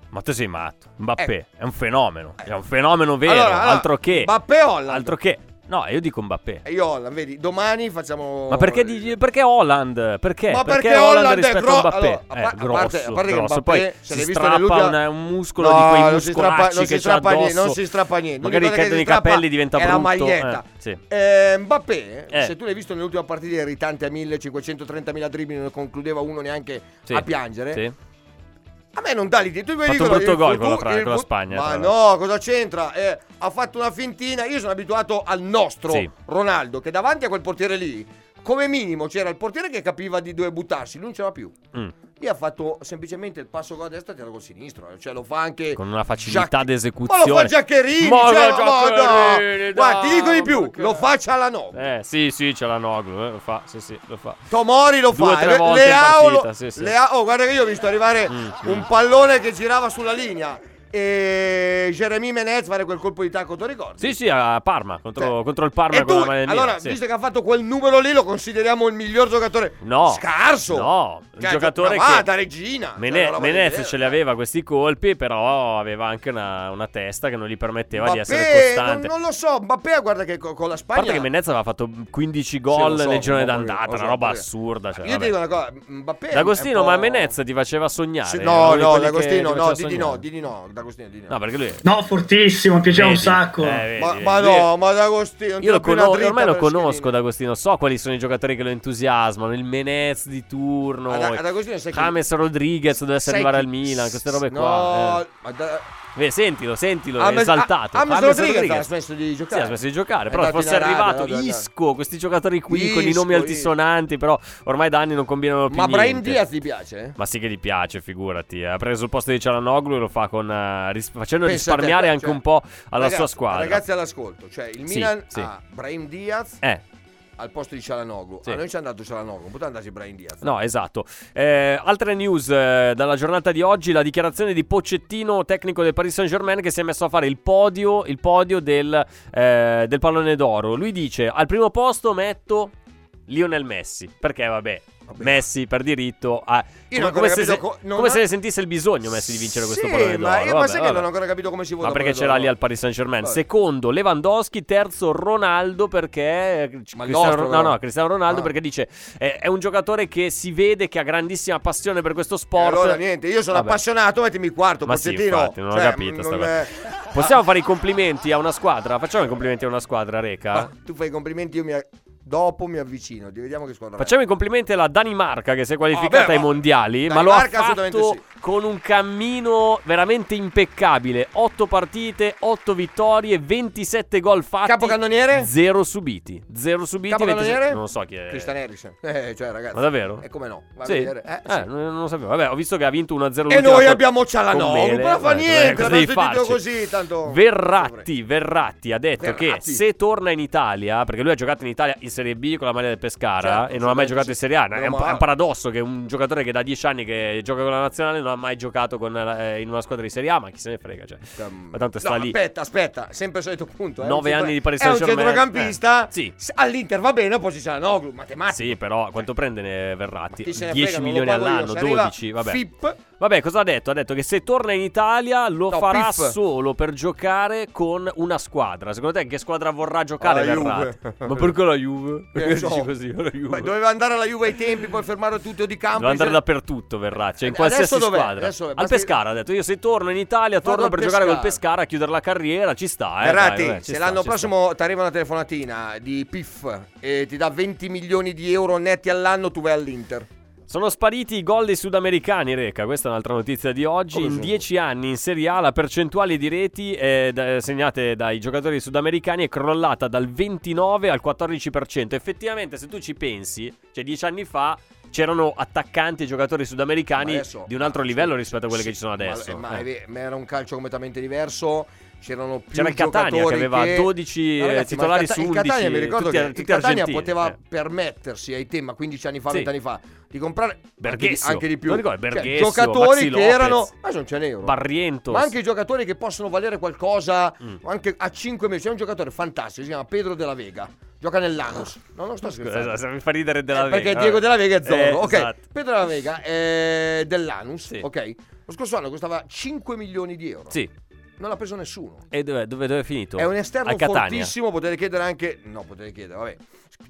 [SPEAKER 5] Ma tu sei matto. Mbappé
[SPEAKER 6] Eh.
[SPEAKER 5] è un fenomeno. È un fenomeno vero.
[SPEAKER 6] Allora, allora,
[SPEAKER 5] altro che.
[SPEAKER 6] Mbappé o Haaland?
[SPEAKER 5] Altro che. No, io dico Mbappé.
[SPEAKER 6] E Eh, io, Holland, vedi, domani facciamo.
[SPEAKER 5] Ma perché, di- perché Holland? Perché?
[SPEAKER 6] Ma perché
[SPEAKER 5] Holland,
[SPEAKER 6] Haaland è
[SPEAKER 5] rispetto
[SPEAKER 6] gro-
[SPEAKER 5] a Mbappé?
[SPEAKER 6] allora, a
[SPEAKER 5] Eh,
[SPEAKER 6] par- a
[SPEAKER 5] grosso,
[SPEAKER 6] parte- a parte che
[SPEAKER 5] grosso.
[SPEAKER 6] Mbappé,
[SPEAKER 5] Poi
[SPEAKER 6] se
[SPEAKER 5] si
[SPEAKER 6] l'hai visto
[SPEAKER 5] strappa
[SPEAKER 6] nell'ultima-
[SPEAKER 5] una- un muscolo
[SPEAKER 6] No,
[SPEAKER 5] di quei
[SPEAKER 6] non si strappa-
[SPEAKER 5] muscolacci
[SPEAKER 6] non si
[SPEAKER 5] che c'ha
[SPEAKER 6] strappa
[SPEAKER 5] addosso.
[SPEAKER 6] niente, non si strappa niente.
[SPEAKER 5] Magari
[SPEAKER 6] L'unica cosa
[SPEAKER 5] cadendo
[SPEAKER 6] che
[SPEAKER 5] i
[SPEAKER 6] si
[SPEAKER 5] capelli
[SPEAKER 6] strappa
[SPEAKER 5] diventa
[SPEAKER 6] è la
[SPEAKER 5] brutto.
[SPEAKER 6] maglietta.
[SPEAKER 5] eh, sì.
[SPEAKER 6] Eh, Mbappé,
[SPEAKER 5] Eh.
[SPEAKER 6] se tu l'hai visto nell'ultima partita irritante a 1530.000 dribbling, non concludeva uno neanche
[SPEAKER 5] Sì.
[SPEAKER 6] a piangere.
[SPEAKER 5] Sì.
[SPEAKER 6] A me non dà l'idea. Tu mi
[SPEAKER 5] Fatto
[SPEAKER 6] dicono,
[SPEAKER 5] un brutto
[SPEAKER 6] il
[SPEAKER 5] gol
[SPEAKER 6] fu-
[SPEAKER 5] con la Fra-
[SPEAKER 6] il
[SPEAKER 5] con la
[SPEAKER 6] fu-
[SPEAKER 5] Spagna,
[SPEAKER 6] Ma
[SPEAKER 5] tra
[SPEAKER 6] no, cosa c'entra? Eh, ha fatto una fintina. Io sono abituato al nostro
[SPEAKER 5] Sì.
[SPEAKER 6] Ronaldo, che davanti a quel portiere lì, come minimo c'era il portiere che capiva di dove buttarsi, lui non c'era più.
[SPEAKER 5] Mm.
[SPEAKER 6] Lì ha fatto semplicemente il passo con la destra e tira col sinistro. eh. Cioè, lo fa anche.
[SPEAKER 5] Con una facilità
[SPEAKER 6] Giacchi-
[SPEAKER 5] d'esecuzione.
[SPEAKER 6] Ma lo fa Giaccherini.
[SPEAKER 5] Ma
[SPEAKER 6] cioè,
[SPEAKER 5] lo fa
[SPEAKER 6] ma no.
[SPEAKER 5] Giaccherini,
[SPEAKER 6] Guarda, ti
[SPEAKER 5] dai,
[SPEAKER 6] dico di più:
[SPEAKER 5] perché-
[SPEAKER 6] lo faccia alla 9.
[SPEAKER 5] Eh, sì, sì, c'è la Noglu. eh, lo fa, sì, sì, lo fa.
[SPEAKER 6] Tomori lo
[SPEAKER 5] Due,
[SPEAKER 6] fa.
[SPEAKER 5] tre
[SPEAKER 6] eh,
[SPEAKER 5] volte in
[SPEAKER 6] Leao lo-
[SPEAKER 5] partita, sì, sì.
[SPEAKER 6] Leao- oh, guarda che io ho visto arrivare
[SPEAKER 5] Mm,
[SPEAKER 6] un pallone che girava sulla linea. E Jeremy Menez fare quel colpo di tacco, te lo ricordi?
[SPEAKER 5] Sì, sì, a Parma, contro, contro il Parma
[SPEAKER 6] E
[SPEAKER 5] con
[SPEAKER 6] tu,
[SPEAKER 5] la maglia nera,
[SPEAKER 6] allora,
[SPEAKER 5] sì.
[SPEAKER 6] visto che ha fatto quel numero lì, lo consideriamo il miglior giocatore.
[SPEAKER 5] No.
[SPEAKER 6] Scarso.
[SPEAKER 5] No, un
[SPEAKER 6] Cioè,
[SPEAKER 5] giocatore
[SPEAKER 6] ma vada,
[SPEAKER 5] che
[SPEAKER 6] regina.
[SPEAKER 5] Mene-
[SPEAKER 6] Cioè, una roba del
[SPEAKER 5] Menez
[SPEAKER 6] genere.
[SPEAKER 5] ce li aveva questi colpi, però aveva anche una, una testa che non gli permetteva di essere
[SPEAKER 6] Mbappé,
[SPEAKER 5] costante.
[SPEAKER 6] non, non lo so, Mbappé guarda che co- con la
[SPEAKER 5] A
[SPEAKER 6] Spagna...
[SPEAKER 5] parte che Menez aveva fatto 15
[SPEAKER 6] lo
[SPEAKER 5] gol
[SPEAKER 6] so,
[SPEAKER 5] nel girone
[SPEAKER 6] mamma mia,
[SPEAKER 5] d'andata,
[SPEAKER 6] lo so,
[SPEAKER 5] una roba
[SPEAKER 6] mamma mia.
[SPEAKER 5] assurda. Cioè,
[SPEAKER 6] Io ti
[SPEAKER 5] vabbè.
[SPEAKER 6] dico una cosa, Mbappé... è un
[SPEAKER 5] D'Agostino,
[SPEAKER 6] po'-
[SPEAKER 5] ma Menez ti faceva sognare.
[SPEAKER 6] Sì,
[SPEAKER 5] Era uno
[SPEAKER 6] No,
[SPEAKER 5] di
[SPEAKER 6] no,
[SPEAKER 5] quelli che
[SPEAKER 6] D'Agostino,
[SPEAKER 5] ti
[SPEAKER 6] no,
[SPEAKER 5] faceva
[SPEAKER 6] di, di no,
[SPEAKER 5] sognare.
[SPEAKER 6] di, di no, D'Agostino, di no.
[SPEAKER 5] No, perché lui...
[SPEAKER 7] No, fortissimo, mi piaceva un
[SPEAKER 5] Vedi?
[SPEAKER 7] Diciamo sacco.
[SPEAKER 5] Eh, vedi,
[SPEAKER 6] ma,
[SPEAKER 5] vedi.
[SPEAKER 6] ma no, ma D'Agostino...
[SPEAKER 5] Io lo
[SPEAKER 6] tira più una
[SPEAKER 5] conosco,
[SPEAKER 6] dritta
[SPEAKER 5] ormai lo
[SPEAKER 6] per schedina.
[SPEAKER 5] conosco D'Agostino, so quali sono i giocatori che lo entusiasmano, il Menez di turno,
[SPEAKER 6] Ad- ad Agostino sai che-
[SPEAKER 5] James Rodriguez dovesse
[SPEAKER 6] sai
[SPEAKER 5] arrivare
[SPEAKER 6] chi-
[SPEAKER 5] al Milan, queste robe
[SPEAKER 6] No,
[SPEAKER 5] qua. eh.
[SPEAKER 6] ma da-
[SPEAKER 5] Beh, sentilo, sentilo,
[SPEAKER 6] James-
[SPEAKER 5] è esaltato.
[SPEAKER 6] Ah, James Rodriguez ha
[SPEAKER 5] Sì,
[SPEAKER 6] smesso di giocare.
[SPEAKER 5] ha smesso di giocare,
[SPEAKER 6] È
[SPEAKER 5] però se
[SPEAKER 6] andato
[SPEAKER 5] fosse
[SPEAKER 6] in Arabia,
[SPEAKER 5] arrivato
[SPEAKER 6] no, no, no.
[SPEAKER 5] Isco, questi giocatori qui con i
[SPEAKER 6] Isco,
[SPEAKER 5] nomi
[SPEAKER 6] Isco.
[SPEAKER 5] altisonanti, però ormai da anni non combinano più
[SPEAKER 6] Ma Brian
[SPEAKER 5] niente.
[SPEAKER 6] Diaz ti piace? eh?
[SPEAKER 5] Ma sì che gli piace, figurati. eh. Ha preso il posto di Cialanoglu e lo fa con, eh, ris- facendo
[SPEAKER 6] Pensa a te,
[SPEAKER 5] risparmiare anche
[SPEAKER 6] cioè,
[SPEAKER 5] un po' alla
[SPEAKER 6] ragazzi-
[SPEAKER 5] sua squadra.
[SPEAKER 6] Ragazzi all'ascolto, cioè il
[SPEAKER 5] Sì,
[SPEAKER 6] Milan
[SPEAKER 5] sì.
[SPEAKER 6] ha Brahim Diaz
[SPEAKER 5] Eh.
[SPEAKER 6] al posto di Cialanoglu.
[SPEAKER 5] Sì.
[SPEAKER 6] A noi ci è andato Cialanoglu, poteva andarci Brahim Diaz.
[SPEAKER 5] No, esatto. Eh, altre news eh, dalla giornata di oggi: la dichiarazione di Pocettino, tecnico del Paris Saint-Germain, che si è messo a fare il podio, il podio del, eh, del pallone d'oro. Lui dice: Al primo posto metto Lionel Messi. Perché, vabbè.
[SPEAKER 6] Vabbè.
[SPEAKER 5] Messi per diritto ha- come,
[SPEAKER 6] Io non
[SPEAKER 5] come
[SPEAKER 6] ho
[SPEAKER 5] se,
[SPEAKER 6] capito
[SPEAKER 5] se-
[SPEAKER 6] co- non
[SPEAKER 5] come
[SPEAKER 6] ho-
[SPEAKER 5] se ne sentisse il bisogno Messi di vincere questo
[SPEAKER 6] Sì,
[SPEAKER 5] pallone
[SPEAKER 6] ma-
[SPEAKER 5] d'oro
[SPEAKER 6] eh, ma
[SPEAKER 5] Vabbè,
[SPEAKER 6] sai che
[SPEAKER 5] vabbè.
[SPEAKER 6] non ho ancora capito come si vota
[SPEAKER 5] ma perché
[SPEAKER 6] pallone
[SPEAKER 5] ce l'ha
[SPEAKER 6] d'oro?
[SPEAKER 5] lì al Paris Saint Germain
[SPEAKER 6] Vabbè.
[SPEAKER 5] secondo Lewandowski terzo Ronaldo perché eh,
[SPEAKER 6] Ma
[SPEAKER 5] Cristiano,
[SPEAKER 6] il nostro,
[SPEAKER 5] no,
[SPEAKER 6] però.
[SPEAKER 5] no, Cristiano Ronaldo
[SPEAKER 6] Ah.
[SPEAKER 5] perché dice eh, è un giocatore che si vede che ha grandissima passione per questo
[SPEAKER 6] Eh,
[SPEAKER 5] sport.
[SPEAKER 6] allora niente, io sono
[SPEAKER 5] Vabbè.
[SPEAKER 6] appassionato, mettimi quarto,
[SPEAKER 5] Ma sì,
[SPEAKER 6] Pozzettino.
[SPEAKER 5] infatti, non ho
[SPEAKER 6] Cioè,
[SPEAKER 5] capito. sta
[SPEAKER 6] non
[SPEAKER 5] cosa.
[SPEAKER 6] è-
[SPEAKER 5] Possiamo fare i complimenti a una squadra? Facciamo i complimenti a una squadra, Reca.
[SPEAKER 6] Ma tu fai i complimenti, io mi... a- dopo mi avvicino, ti vediamo che squadra è.
[SPEAKER 5] Facciamo i complimenti alla Danimarca che si è qualificata
[SPEAKER 6] Ah, beh,
[SPEAKER 5] ai
[SPEAKER 6] ma-
[SPEAKER 5] mondiali, ma lo ha
[SPEAKER 6] Danimarca
[SPEAKER 5] fatto
[SPEAKER 6] assolutamente
[SPEAKER 5] con un cammino veramente impeccabile. 8 partite, 8 vittorie, 27 gol fatti.
[SPEAKER 6] Capocannoniere?
[SPEAKER 5] 0 subiti. 0 subiti.
[SPEAKER 6] Capocannoniere?
[SPEAKER 5] 27 Non so chi è.
[SPEAKER 6] Christian Eriksen. Eh, cioè ragazzi.
[SPEAKER 5] Ma davvero?
[SPEAKER 6] E come no? Va a
[SPEAKER 5] Sì.
[SPEAKER 6] vedere. Eh, sì.
[SPEAKER 5] Eh, non non lo sapevo. Vabbè, ho visto che ha vinto 1-0
[SPEAKER 6] E
[SPEAKER 5] l'ultima
[SPEAKER 6] noi
[SPEAKER 5] col-
[SPEAKER 6] abbiamo
[SPEAKER 5] con
[SPEAKER 6] Cialanoglu,
[SPEAKER 5] Mele.
[SPEAKER 6] però fa
[SPEAKER 5] Eh,
[SPEAKER 6] niente,
[SPEAKER 5] cosa
[SPEAKER 6] l'abbiamo
[SPEAKER 5] devi
[SPEAKER 6] sentito
[SPEAKER 5] farci?
[SPEAKER 6] così, tanto...
[SPEAKER 5] Verratti, Verratti ha detto che
[SPEAKER 6] Verratti.
[SPEAKER 5] se torna in Italia, perché lui ha giocato in Italia in Serie B con la maglia del Pescara
[SPEAKER 6] Certo,
[SPEAKER 5] e non ha mai
[SPEAKER 6] sì,
[SPEAKER 5] giocato in
[SPEAKER 6] sì.
[SPEAKER 5] Serie A, è
[SPEAKER 6] Meno
[SPEAKER 5] un, è un
[SPEAKER 6] male.
[SPEAKER 5] paradosso che un giocatore che da dieci anni che gioca con la nazionale non ha mai giocato con la- eh, in una squadra di Serie A, ma chi se ne frega, cioè. Ma tanto sta
[SPEAKER 6] Um, mm, No,
[SPEAKER 5] lì.
[SPEAKER 6] Aspetta, aspetta, sempre il solito punto. eh,
[SPEAKER 5] Nove
[SPEAKER 6] un centro-
[SPEAKER 5] anni di Paris
[SPEAKER 6] È un
[SPEAKER 5] Saint-Germain.
[SPEAKER 6] centrocampista.
[SPEAKER 5] Eh, sì.
[SPEAKER 6] s- All'Inter va bene, poi ci Cialanoglu, matematica.
[SPEAKER 5] Sì, però quanto prende ne- Verratti?
[SPEAKER 6] Chi se
[SPEAKER 5] 10
[SPEAKER 6] ne frega, non lo
[SPEAKER 5] milioni
[SPEAKER 6] pago io,
[SPEAKER 5] all'anno,
[SPEAKER 6] se arriva
[SPEAKER 5] 12, vabbè.
[SPEAKER 6] Fip,
[SPEAKER 5] Vabbè, cosa ha detto? Ha detto che se torna in Italia lo
[SPEAKER 6] No,
[SPEAKER 5] farà
[SPEAKER 6] Pif.
[SPEAKER 5] solo per giocare con una squadra. Secondo te che squadra vorrà giocare
[SPEAKER 6] Alla
[SPEAKER 5] Verratti?
[SPEAKER 6] Ah, Juve.
[SPEAKER 5] Ma perché la Juve?
[SPEAKER 6] Eh,
[SPEAKER 5] Perché
[SPEAKER 6] so.
[SPEAKER 5] dici così? La Juve.
[SPEAKER 6] Beh, doveva andare alla Juve ai tempi, poi fermarlo tutto di campo.
[SPEAKER 5] Deve andare
[SPEAKER 6] Dice-
[SPEAKER 5] dappertutto Verratti, cioè in
[SPEAKER 6] Adesso
[SPEAKER 5] qualsiasi
[SPEAKER 6] dov'è?
[SPEAKER 5] squadra.
[SPEAKER 6] Adesso dov'è?
[SPEAKER 5] Al
[SPEAKER 6] Basta-
[SPEAKER 5] Pescara ha detto io se torno in Italia
[SPEAKER 6] Vado
[SPEAKER 5] torno
[SPEAKER 6] al
[SPEAKER 5] per giocare col
[SPEAKER 6] Pescara.
[SPEAKER 5] Pescara, a chiudere la carriera, ci sta, eh.
[SPEAKER 6] Verratti,
[SPEAKER 5] dai, vabbè, ci
[SPEAKER 6] se
[SPEAKER 5] sta,
[SPEAKER 6] l'anno
[SPEAKER 5] ci sta.
[SPEAKER 6] prossimo ti arriva una telefonatina di PIF e ti dà 20 milioni di euro netti all'anno, tu vai all'Inter.
[SPEAKER 5] Sono spariti i gol dei sudamericani, Reca. Questa è un'altra notizia di oggi.
[SPEAKER 6] Come
[SPEAKER 5] in
[SPEAKER 6] sono?
[SPEAKER 5] 10 anni in Serie A la percentuale di reti eh, da- segnate dai giocatori sudamericani è crollata dal 29 al 14%. Effettivamente, se tu ci pensi, cioè 10 anni fa c'erano attaccanti e giocatori
[SPEAKER 6] Ma
[SPEAKER 5] sudamericani
[SPEAKER 6] adesso-
[SPEAKER 5] di un altro
[SPEAKER 6] ma-
[SPEAKER 5] livello rispetto a quelli
[SPEAKER 6] Sì,
[SPEAKER 5] che ci sono
[SPEAKER 6] ma-
[SPEAKER 5] adesso.
[SPEAKER 6] Ma,
[SPEAKER 5] Eh.
[SPEAKER 6] è- ma era un calcio completamente diverso. C'erano più
[SPEAKER 5] C'era il Catania che
[SPEAKER 6] giocatori
[SPEAKER 5] aveva
[SPEAKER 6] che-
[SPEAKER 5] 12
[SPEAKER 6] No, ragazzi, ma
[SPEAKER 5] titolari
[SPEAKER 6] il Cata-
[SPEAKER 5] su 11.
[SPEAKER 6] Il Catania, mi ricordo
[SPEAKER 5] tutti,
[SPEAKER 6] che
[SPEAKER 5] tutti
[SPEAKER 6] il Catania
[SPEAKER 5] argentini,
[SPEAKER 6] poteva
[SPEAKER 5] eh.
[SPEAKER 6] permettersi ai tempi, 15 anni fa,
[SPEAKER 5] Sì.
[SPEAKER 6] 20 anni fa, di comprare anche di,
[SPEAKER 5] Berghessio.
[SPEAKER 6] anche di più.
[SPEAKER 5] Lo ricordi?
[SPEAKER 6] Cioè,
[SPEAKER 5] Berghessio, Maxi
[SPEAKER 6] giocatori che
[SPEAKER 5] Lopez,
[SPEAKER 6] erano. Ma non c'è nero.
[SPEAKER 5] Barrientos.
[SPEAKER 6] Ma anche i giocatori che possono valere qualcosa
[SPEAKER 5] Mm.
[SPEAKER 6] anche a 5 mesi. C'è un giocatore fantastico, si chiama Pedro della Vega. Gioca nell'Anus.
[SPEAKER 5] Ah.
[SPEAKER 6] No, non sto scherzando.
[SPEAKER 5] Scusa, se mi fa ridere Eh, esatto, della
[SPEAKER 6] Eh,
[SPEAKER 5] Vega. esatto.
[SPEAKER 6] Perché Diego Della Vega è
[SPEAKER 5] Zorro
[SPEAKER 6] Zorro. ok, Pedro Della Vega è dell'Anus.
[SPEAKER 5] Sì.
[SPEAKER 6] Ok. Lo scorso anno costava 5 milioni di euro.
[SPEAKER 5] Sì.
[SPEAKER 6] Non l'ha preso nessuno.
[SPEAKER 5] E dove, dove- dove è finito?
[SPEAKER 6] È un esterno
[SPEAKER 5] a Catania.
[SPEAKER 6] fortissimo. Potete chiedere anche. No, potete chiedere, vabbè.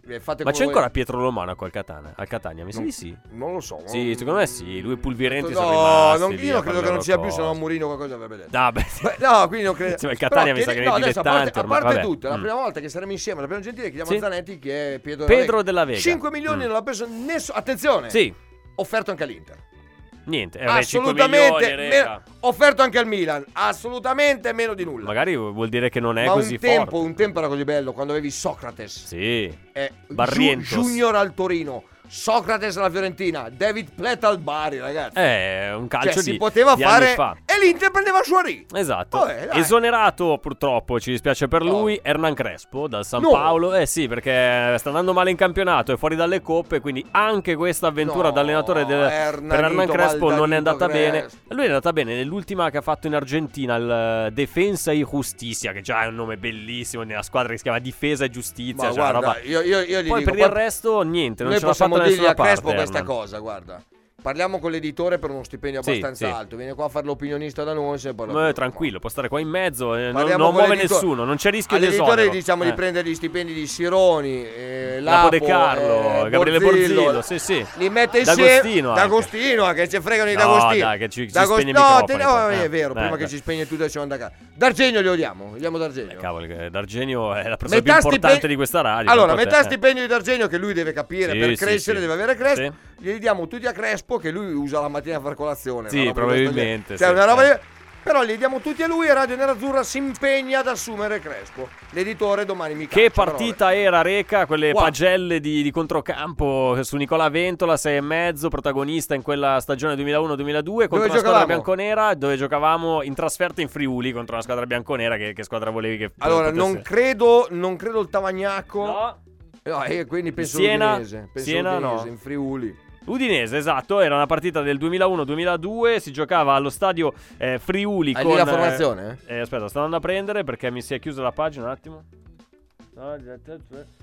[SPEAKER 6] Eh, Fate
[SPEAKER 5] Ma
[SPEAKER 6] come
[SPEAKER 5] c'è
[SPEAKER 6] voi-
[SPEAKER 5] ancora Pietro Lomanaco al Catania? Al Catania, mi sa
[SPEAKER 6] Non-
[SPEAKER 5] di sì.
[SPEAKER 6] Non lo so.
[SPEAKER 5] Sì,
[SPEAKER 6] non-
[SPEAKER 5] secondo me sì, lui e Pulvirenti
[SPEAKER 6] no,
[SPEAKER 5] sono rimasti
[SPEAKER 6] non-
[SPEAKER 5] lì
[SPEAKER 6] io
[SPEAKER 5] a fare
[SPEAKER 6] non credo che
[SPEAKER 5] le
[SPEAKER 6] non
[SPEAKER 5] loro
[SPEAKER 6] sia più se non
[SPEAKER 5] cose.
[SPEAKER 6] Murino qualcosa avrebbe detto.
[SPEAKER 5] Ah, beh.
[SPEAKER 6] Beh, no, quindi non credo.
[SPEAKER 5] Sì, ma il Catania
[SPEAKER 6] Però
[SPEAKER 5] mi sa
[SPEAKER 6] chiedi-
[SPEAKER 5] che
[SPEAKER 6] no,
[SPEAKER 5] ne è
[SPEAKER 6] adesso, a parte,
[SPEAKER 5] dilettante
[SPEAKER 6] a
[SPEAKER 5] ormai,
[SPEAKER 6] parte
[SPEAKER 5] vabbè.
[SPEAKER 6] tutto, è la
[SPEAKER 5] Mm.
[SPEAKER 6] prima volta che saremo insieme, la prima gentile che chiama
[SPEAKER 5] Sì.
[SPEAKER 6] Zanetti che è Pedro,
[SPEAKER 5] Pedro Della Vega.
[SPEAKER 6] 5 milioni
[SPEAKER 5] Mm.
[SPEAKER 6] non l'ha preso nessuno. Attenzione.
[SPEAKER 5] Sì,
[SPEAKER 6] Offerto anche all'Inter.
[SPEAKER 5] niente. eh, vabbè, 5
[SPEAKER 6] Assolutamente.
[SPEAKER 5] milioni,
[SPEAKER 6] me-
[SPEAKER 5] raga.
[SPEAKER 6] offerto anche al Milan. Assolutamente meno di nulla.
[SPEAKER 5] Magari vuol dire che non è
[SPEAKER 6] Ma
[SPEAKER 5] così
[SPEAKER 6] un tempo,
[SPEAKER 5] forte.
[SPEAKER 6] un tempo era così bello quando avevi Socrates.
[SPEAKER 5] Sì.
[SPEAKER 6] eh, Ju-
[SPEAKER 5] Barrientos.
[SPEAKER 6] Junior al Torino. Socrates alla Fiorentina, David Plett al Bari, ragazzi.
[SPEAKER 5] È un Eh, calcio
[SPEAKER 6] Cioè,
[SPEAKER 5] di
[SPEAKER 6] si poteva
[SPEAKER 5] di
[SPEAKER 6] fare
[SPEAKER 5] anni fa.
[SPEAKER 6] e l'Inter prendeva Suarì.
[SPEAKER 5] Esatto.
[SPEAKER 6] Vabbè, dai.
[SPEAKER 5] Esonerato purtroppo, ci dispiace per lui, Hernan Crespo dal San
[SPEAKER 6] No.
[SPEAKER 5] Paolo. Eh sì, perché sta andando male in campionato, è fuori dalle coppe, quindi anche questa avventura da allenatore del,
[SPEAKER 6] Hernanito,
[SPEAKER 5] per Hernan Crespo non è
[SPEAKER 6] Valdanito
[SPEAKER 5] andata bene.
[SPEAKER 6] Crespo.
[SPEAKER 5] Lui è andata bene nell'ultima che ha fatto in Argentina, il eh, Defensa e Justicia, che già è un nome bellissimo, nella squadra che si chiama Difesa e Giustizia. cioè,
[SPEAKER 6] Ma guarda,
[SPEAKER 5] roba-
[SPEAKER 6] io- io- io gli
[SPEAKER 5] Poi
[SPEAKER 6] dico,
[SPEAKER 5] per il
[SPEAKER 6] guarda-
[SPEAKER 5] resto niente, non
[SPEAKER 6] Noi
[SPEAKER 5] ce l'ha fatta
[SPEAKER 6] possiamo
[SPEAKER 5] da
[SPEAKER 6] dirgli
[SPEAKER 5] nessuna
[SPEAKER 6] a
[SPEAKER 5] parte.
[SPEAKER 6] Crespo questa
[SPEAKER 5] Hernan.
[SPEAKER 6] cosa, guarda. Parliamo con l'editore per uno stipendio
[SPEAKER 5] Sì,
[SPEAKER 6] abbastanza
[SPEAKER 5] sì.
[SPEAKER 6] alto. Viene qua a fare l'opinionista da noi. Se parla
[SPEAKER 5] Ma è Eh, tranquillo, può stare qua in mezzo, eh, non,
[SPEAKER 6] Parliamo
[SPEAKER 5] non
[SPEAKER 6] con
[SPEAKER 5] muove
[SPEAKER 6] l'editore.
[SPEAKER 5] nessuno, non c'è rischio di
[SPEAKER 6] All'editore
[SPEAKER 5] esonero.
[SPEAKER 6] diciamo di
[SPEAKER 5] Eh.
[SPEAKER 6] prendere gli stipendi di Sironi, eh,
[SPEAKER 5] Lapo
[SPEAKER 6] Lapo,
[SPEAKER 5] De Carlo,
[SPEAKER 6] eh,
[SPEAKER 5] Gabriele
[SPEAKER 6] Borzillo.
[SPEAKER 5] Borzillo, sì, sì.
[SPEAKER 6] Li mette insieme
[SPEAKER 5] D'Agostino anche.
[SPEAKER 6] D'Agostino, che ci fregano di
[SPEAKER 5] No,
[SPEAKER 6] D'Agostino.
[SPEAKER 5] dai, che ci- si
[SPEAKER 6] D'Agost-
[SPEAKER 5] spegne i
[SPEAKER 6] no,
[SPEAKER 5] microfoni
[SPEAKER 6] te- no,
[SPEAKER 5] poi.
[SPEAKER 6] è vero,
[SPEAKER 5] Eh,
[SPEAKER 6] prima
[SPEAKER 5] dai.
[SPEAKER 6] che ci spegne tutto e ci vanno da casa. D'Argenio li odiamo, odiamo D'Argenio.
[SPEAKER 5] Cavolo, Eh, che D'Argenio è la persona più
[SPEAKER 6] Metà
[SPEAKER 5] importante
[SPEAKER 6] stipen-
[SPEAKER 5] di questa radio.
[SPEAKER 6] Allora,
[SPEAKER 5] per te,
[SPEAKER 6] metà
[SPEAKER 5] eh.
[SPEAKER 6] stipendio di D'Argenio che lui deve capire
[SPEAKER 5] Sì,
[SPEAKER 6] per
[SPEAKER 5] sì,
[SPEAKER 6] crescere,
[SPEAKER 5] sì.
[SPEAKER 6] deve avere Crespo.
[SPEAKER 5] Sì.
[SPEAKER 6] Gli diamo tutti a Crespo che lui usa la mattina per colazione.
[SPEAKER 5] Sì,
[SPEAKER 6] una roba di
[SPEAKER 5] probabilmente,
[SPEAKER 6] questo genere. Cioè,
[SPEAKER 5] sì,
[SPEAKER 6] una roba
[SPEAKER 5] sì.
[SPEAKER 6] di- Però li diamo tutti a lui e Radio Nerazzurra si impegna ad assumere Crespo. L'editore domani mi
[SPEAKER 5] Che
[SPEAKER 6] caccia, però eh.
[SPEAKER 5] partita era Reca, quelle
[SPEAKER 6] Wow.
[SPEAKER 5] pagelle di, di controcampo su Nicola Ventola, 6 e mezzo, protagonista in quella stagione 2001-2002 contro una squadra
[SPEAKER 6] giocavamo?
[SPEAKER 5] bianconera dove giocavamo in trasferta in Friuli contro una squadra bianconera che, che squadra volevi che
[SPEAKER 6] vabbè. Allora,
[SPEAKER 5] potesse-
[SPEAKER 6] non credo, non credo il Tavagnacco.
[SPEAKER 5] No.
[SPEAKER 6] No, e quindi penso
[SPEAKER 5] Siena?
[SPEAKER 6] l'Udinese. Penso
[SPEAKER 5] Siena,
[SPEAKER 6] l'Udinese,
[SPEAKER 5] no.
[SPEAKER 6] in Friuli.
[SPEAKER 5] Udinese, esatto, era una partita del 2001-2002, si giocava allo stadio eh, Friuli
[SPEAKER 6] Hai lì
[SPEAKER 5] con...
[SPEAKER 6] la formazione?
[SPEAKER 5] eh, aspetta, sto andando a prendere perché mi si è chiusa la pagina un attimo.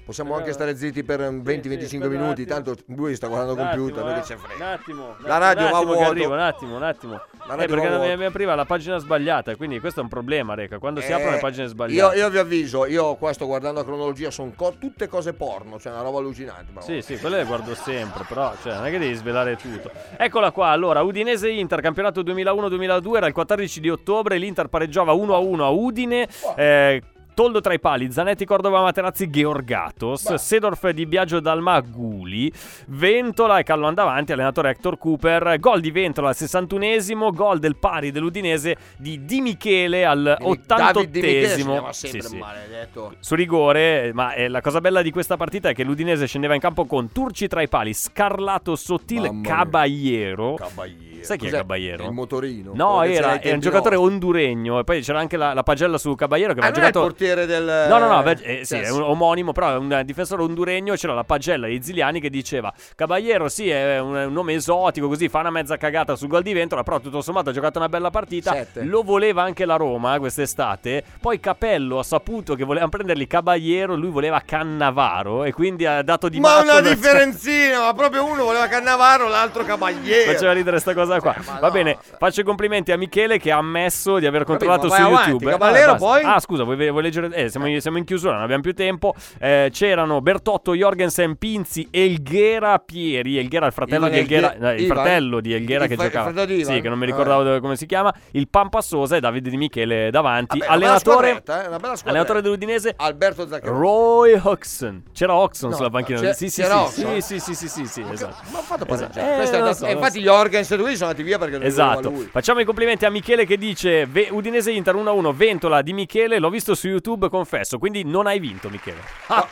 [SPEAKER 6] Possiamo anche stare zitti per
[SPEAKER 5] Eh, sì,
[SPEAKER 6] 20-25
[SPEAKER 5] aspetta un
[SPEAKER 6] minuti.
[SPEAKER 5] attimo.
[SPEAKER 6] Tanto lui sta guardando il
[SPEAKER 5] Un attimo,
[SPEAKER 6] computer, lui
[SPEAKER 5] eh.
[SPEAKER 6] che ce frega.
[SPEAKER 5] Un attimo, un
[SPEAKER 6] La
[SPEAKER 5] attimo,
[SPEAKER 6] radio
[SPEAKER 5] un
[SPEAKER 6] va a
[SPEAKER 5] attimo che
[SPEAKER 6] vuoto.
[SPEAKER 5] arriva, un attimo, un attimo.
[SPEAKER 6] radio
[SPEAKER 5] Eh,
[SPEAKER 6] va
[SPEAKER 5] perché
[SPEAKER 6] a
[SPEAKER 5] non mi
[SPEAKER 6] vuoto.
[SPEAKER 5] mi apriva la pagina sbagliata, quindi questo è un problema, Reca, quando si
[SPEAKER 6] Eh,
[SPEAKER 5] aprono le pagine sbagliate.
[SPEAKER 6] Io, io vi avviso, io qua sto guardando la cronologia, sono tutte cose porno, cioè una roba allucinante. bravo.
[SPEAKER 5] Sì, sì, quelle le guardo sempre, però cioè, non è che devi svelare tutto. Eccola qua, allora, Udinese-Inter, campionato 2001-2002, era il 14 di ottobre, l'Inter pareggiava 1-1 a Udine, eh, Toldo tra i pali, Zanetti, Cordova, Materazzi, Gheorgatos, Sedorf di Biagio Dalma, Guli, Ventola e Callon davanti, allenatore Hector Cooper, gol di Ventola al 61esimo, gol del pari dell'Udinese di Di Michele al
[SPEAKER 6] Quindi
[SPEAKER 5] 88esimo.
[SPEAKER 6] David Di Michele si chiama sempre
[SPEAKER 5] Sì, sì
[SPEAKER 6] maledetto.
[SPEAKER 5] su rigore, ma eh, la cosa bella di questa partita è che l'Udinese scendeva in campo con Turci tra i pali, Scarlato Sottile,
[SPEAKER 6] Mamma mia.
[SPEAKER 5] Caballero.
[SPEAKER 6] Caballero.
[SPEAKER 5] Oh. Sai chi è
[SPEAKER 6] Cos'è?
[SPEAKER 5] Caballero?
[SPEAKER 6] Il motorino.
[SPEAKER 5] No,
[SPEAKER 6] Quello che c'era ai
[SPEAKER 5] era, era un
[SPEAKER 6] tempi
[SPEAKER 5] giocatore
[SPEAKER 6] nostri.
[SPEAKER 5] honduregno e poi c'era anche la, la pagella su Caballero che
[SPEAKER 6] Ah,
[SPEAKER 5] aveva
[SPEAKER 6] non
[SPEAKER 5] giocato
[SPEAKER 6] è il portiere del cioè,
[SPEAKER 5] No, no, no, beh, eh, sì, è
[SPEAKER 6] Chelsea.
[SPEAKER 5] un omonimo, però è un eh, difensore honduregno. C'era la pagella di Ziliani che diceva: Caballero, sì, è un, è un nome esotico, così fa una mezza cagata sul gol di Ventola. Però tutto sommato ha giocato una bella partita.
[SPEAKER 6] Sette.
[SPEAKER 5] Lo voleva anche la Roma eh, quest'estate. Poi Capello ha saputo che volevano prenderli Caballero. Lui voleva Cannavaro e quindi ha dato di
[SPEAKER 6] Ma
[SPEAKER 5] matto
[SPEAKER 6] una
[SPEAKER 5] per-
[SPEAKER 6] differenzina, ma proprio uno voleva Cannavaro, l'altro Caballero.
[SPEAKER 5] Faceva ridere sta cosa qua.
[SPEAKER 6] Cioè, ma
[SPEAKER 5] Va
[SPEAKER 6] no.
[SPEAKER 5] bene, faccio i complimenti a Michele che ha ammesso di aver controllato
[SPEAKER 6] ma
[SPEAKER 5] su
[SPEAKER 6] vai avanti,
[SPEAKER 5] YouTube. Eh,
[SPEAKER 6] Caballero,
[SPEAKER 5] basta.
[SPEAKER 6] poi?
[SPEAKER 5] Ah, scusa, vuoi, vuoi leggere? eh, siamo, siamo in chiusura, non abbiamo più tempo. Eh, c'erano Bertotto, Jorgensen, Pinzi, Elghera, Pieri. Elghera, il fratello
[SPEAKER 6] Ivan
[SPEAKER 5] di Elghera.
[SPEAKER 6] Elghe-
[SPEAKER 5] eh, il
[SPEAKER 6] Ivan?
[SPEAKER 5] fratello di Elghera
[SPEAKER 6] Il
[SPEAKER 5] che
[SPEAKER 6] fra- il
[SPEAKER 5] giocava.
[SPEAKER 6] fratello di Ivan?
[SPEAKER 5] Sì, che non mi ricordavo
[SPEAKER 6] Ah.
[SPEAKER 5] dove- come si chiama. Il Pampa Sosa e Davide Di Michele davanti.
[SPEAKER 6] Vabbè, una bella
[SPEAKER 5] allenatore.
[SPEAKER 6] squadretta, eh, una bella squadretta.
[SPEAKER 5] Allenatore dell'Udinese
[SPEAKER 6] Alberto Zaccheroni.
[SPEAKER 5] Roy Hodgson. C'era Hodgson
[SPEAKER 6] No,
[SPEAKER 5] sulla panchina.
[SPEAKER 6] c'è-
[SPEAKER 5] sì, sì,
[SPEAKER 6] c'era
[SPEAKER 5] sì,
[SPEAKER 6] Hodgson?
[SPEAKER 5] sì, sì, sì, sì, sì, esatto.
[SPEAKER 6] Ma ho
[SPEAKER 5] Esatto.
[SPEAKER 6] fatto pareggiare.
[SPEAKER 5] Eh,
[SPEAKER 6] Questo è
[SPEAKER 5] lo
[SPEAKER 6] andato-
[SPEAKER 5] so,
[SPEAKER 6] e
[SPEAKER 5] lo
[SPEAKER 6] infatti gli Organs e lui sono andati via perché non
[SPEAKER 5] Esatto,
[SPEAKER 6] voleva lui.
[SPEAKER 5] facciamo i complimenti a Michele che dice "Ve- Udinese Inter 1-1, Ventola di Michele, l'ho visto su YouTube, confesso, quindi non hai vinto Michele.
[SPEAKER 6] Ah.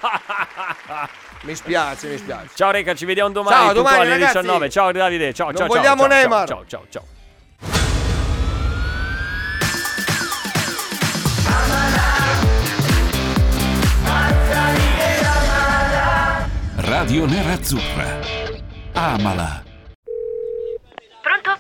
[SPEAKER 6] Mi spiace, mi spiace.
[SPEAKER 5] Ciao Reca, ci vediamo domani,
[SPEAKER 6] Ciao,
[SPEAKER 5] puntuali
[SPEAKER 6] domani,
[SPEAKER 5] alle
[SPEAKER 6] ragazzi.
[SPEAKER 5] 19. Ciao Davide, ciao,
[SPEAKER 6] Non
[SPEAKER 5] ciao, ciao,
[SPEAKER 6] vogliamo
[SPEAKER 5] ciao, ciao,
[SPEAKER 6] Neymar.
[SPEAKER 5] Ciao, ciao, ciao.
[SPEAKER 4] Radio Nerazzurra. Amala.
[SPEAKER 1] Pronto?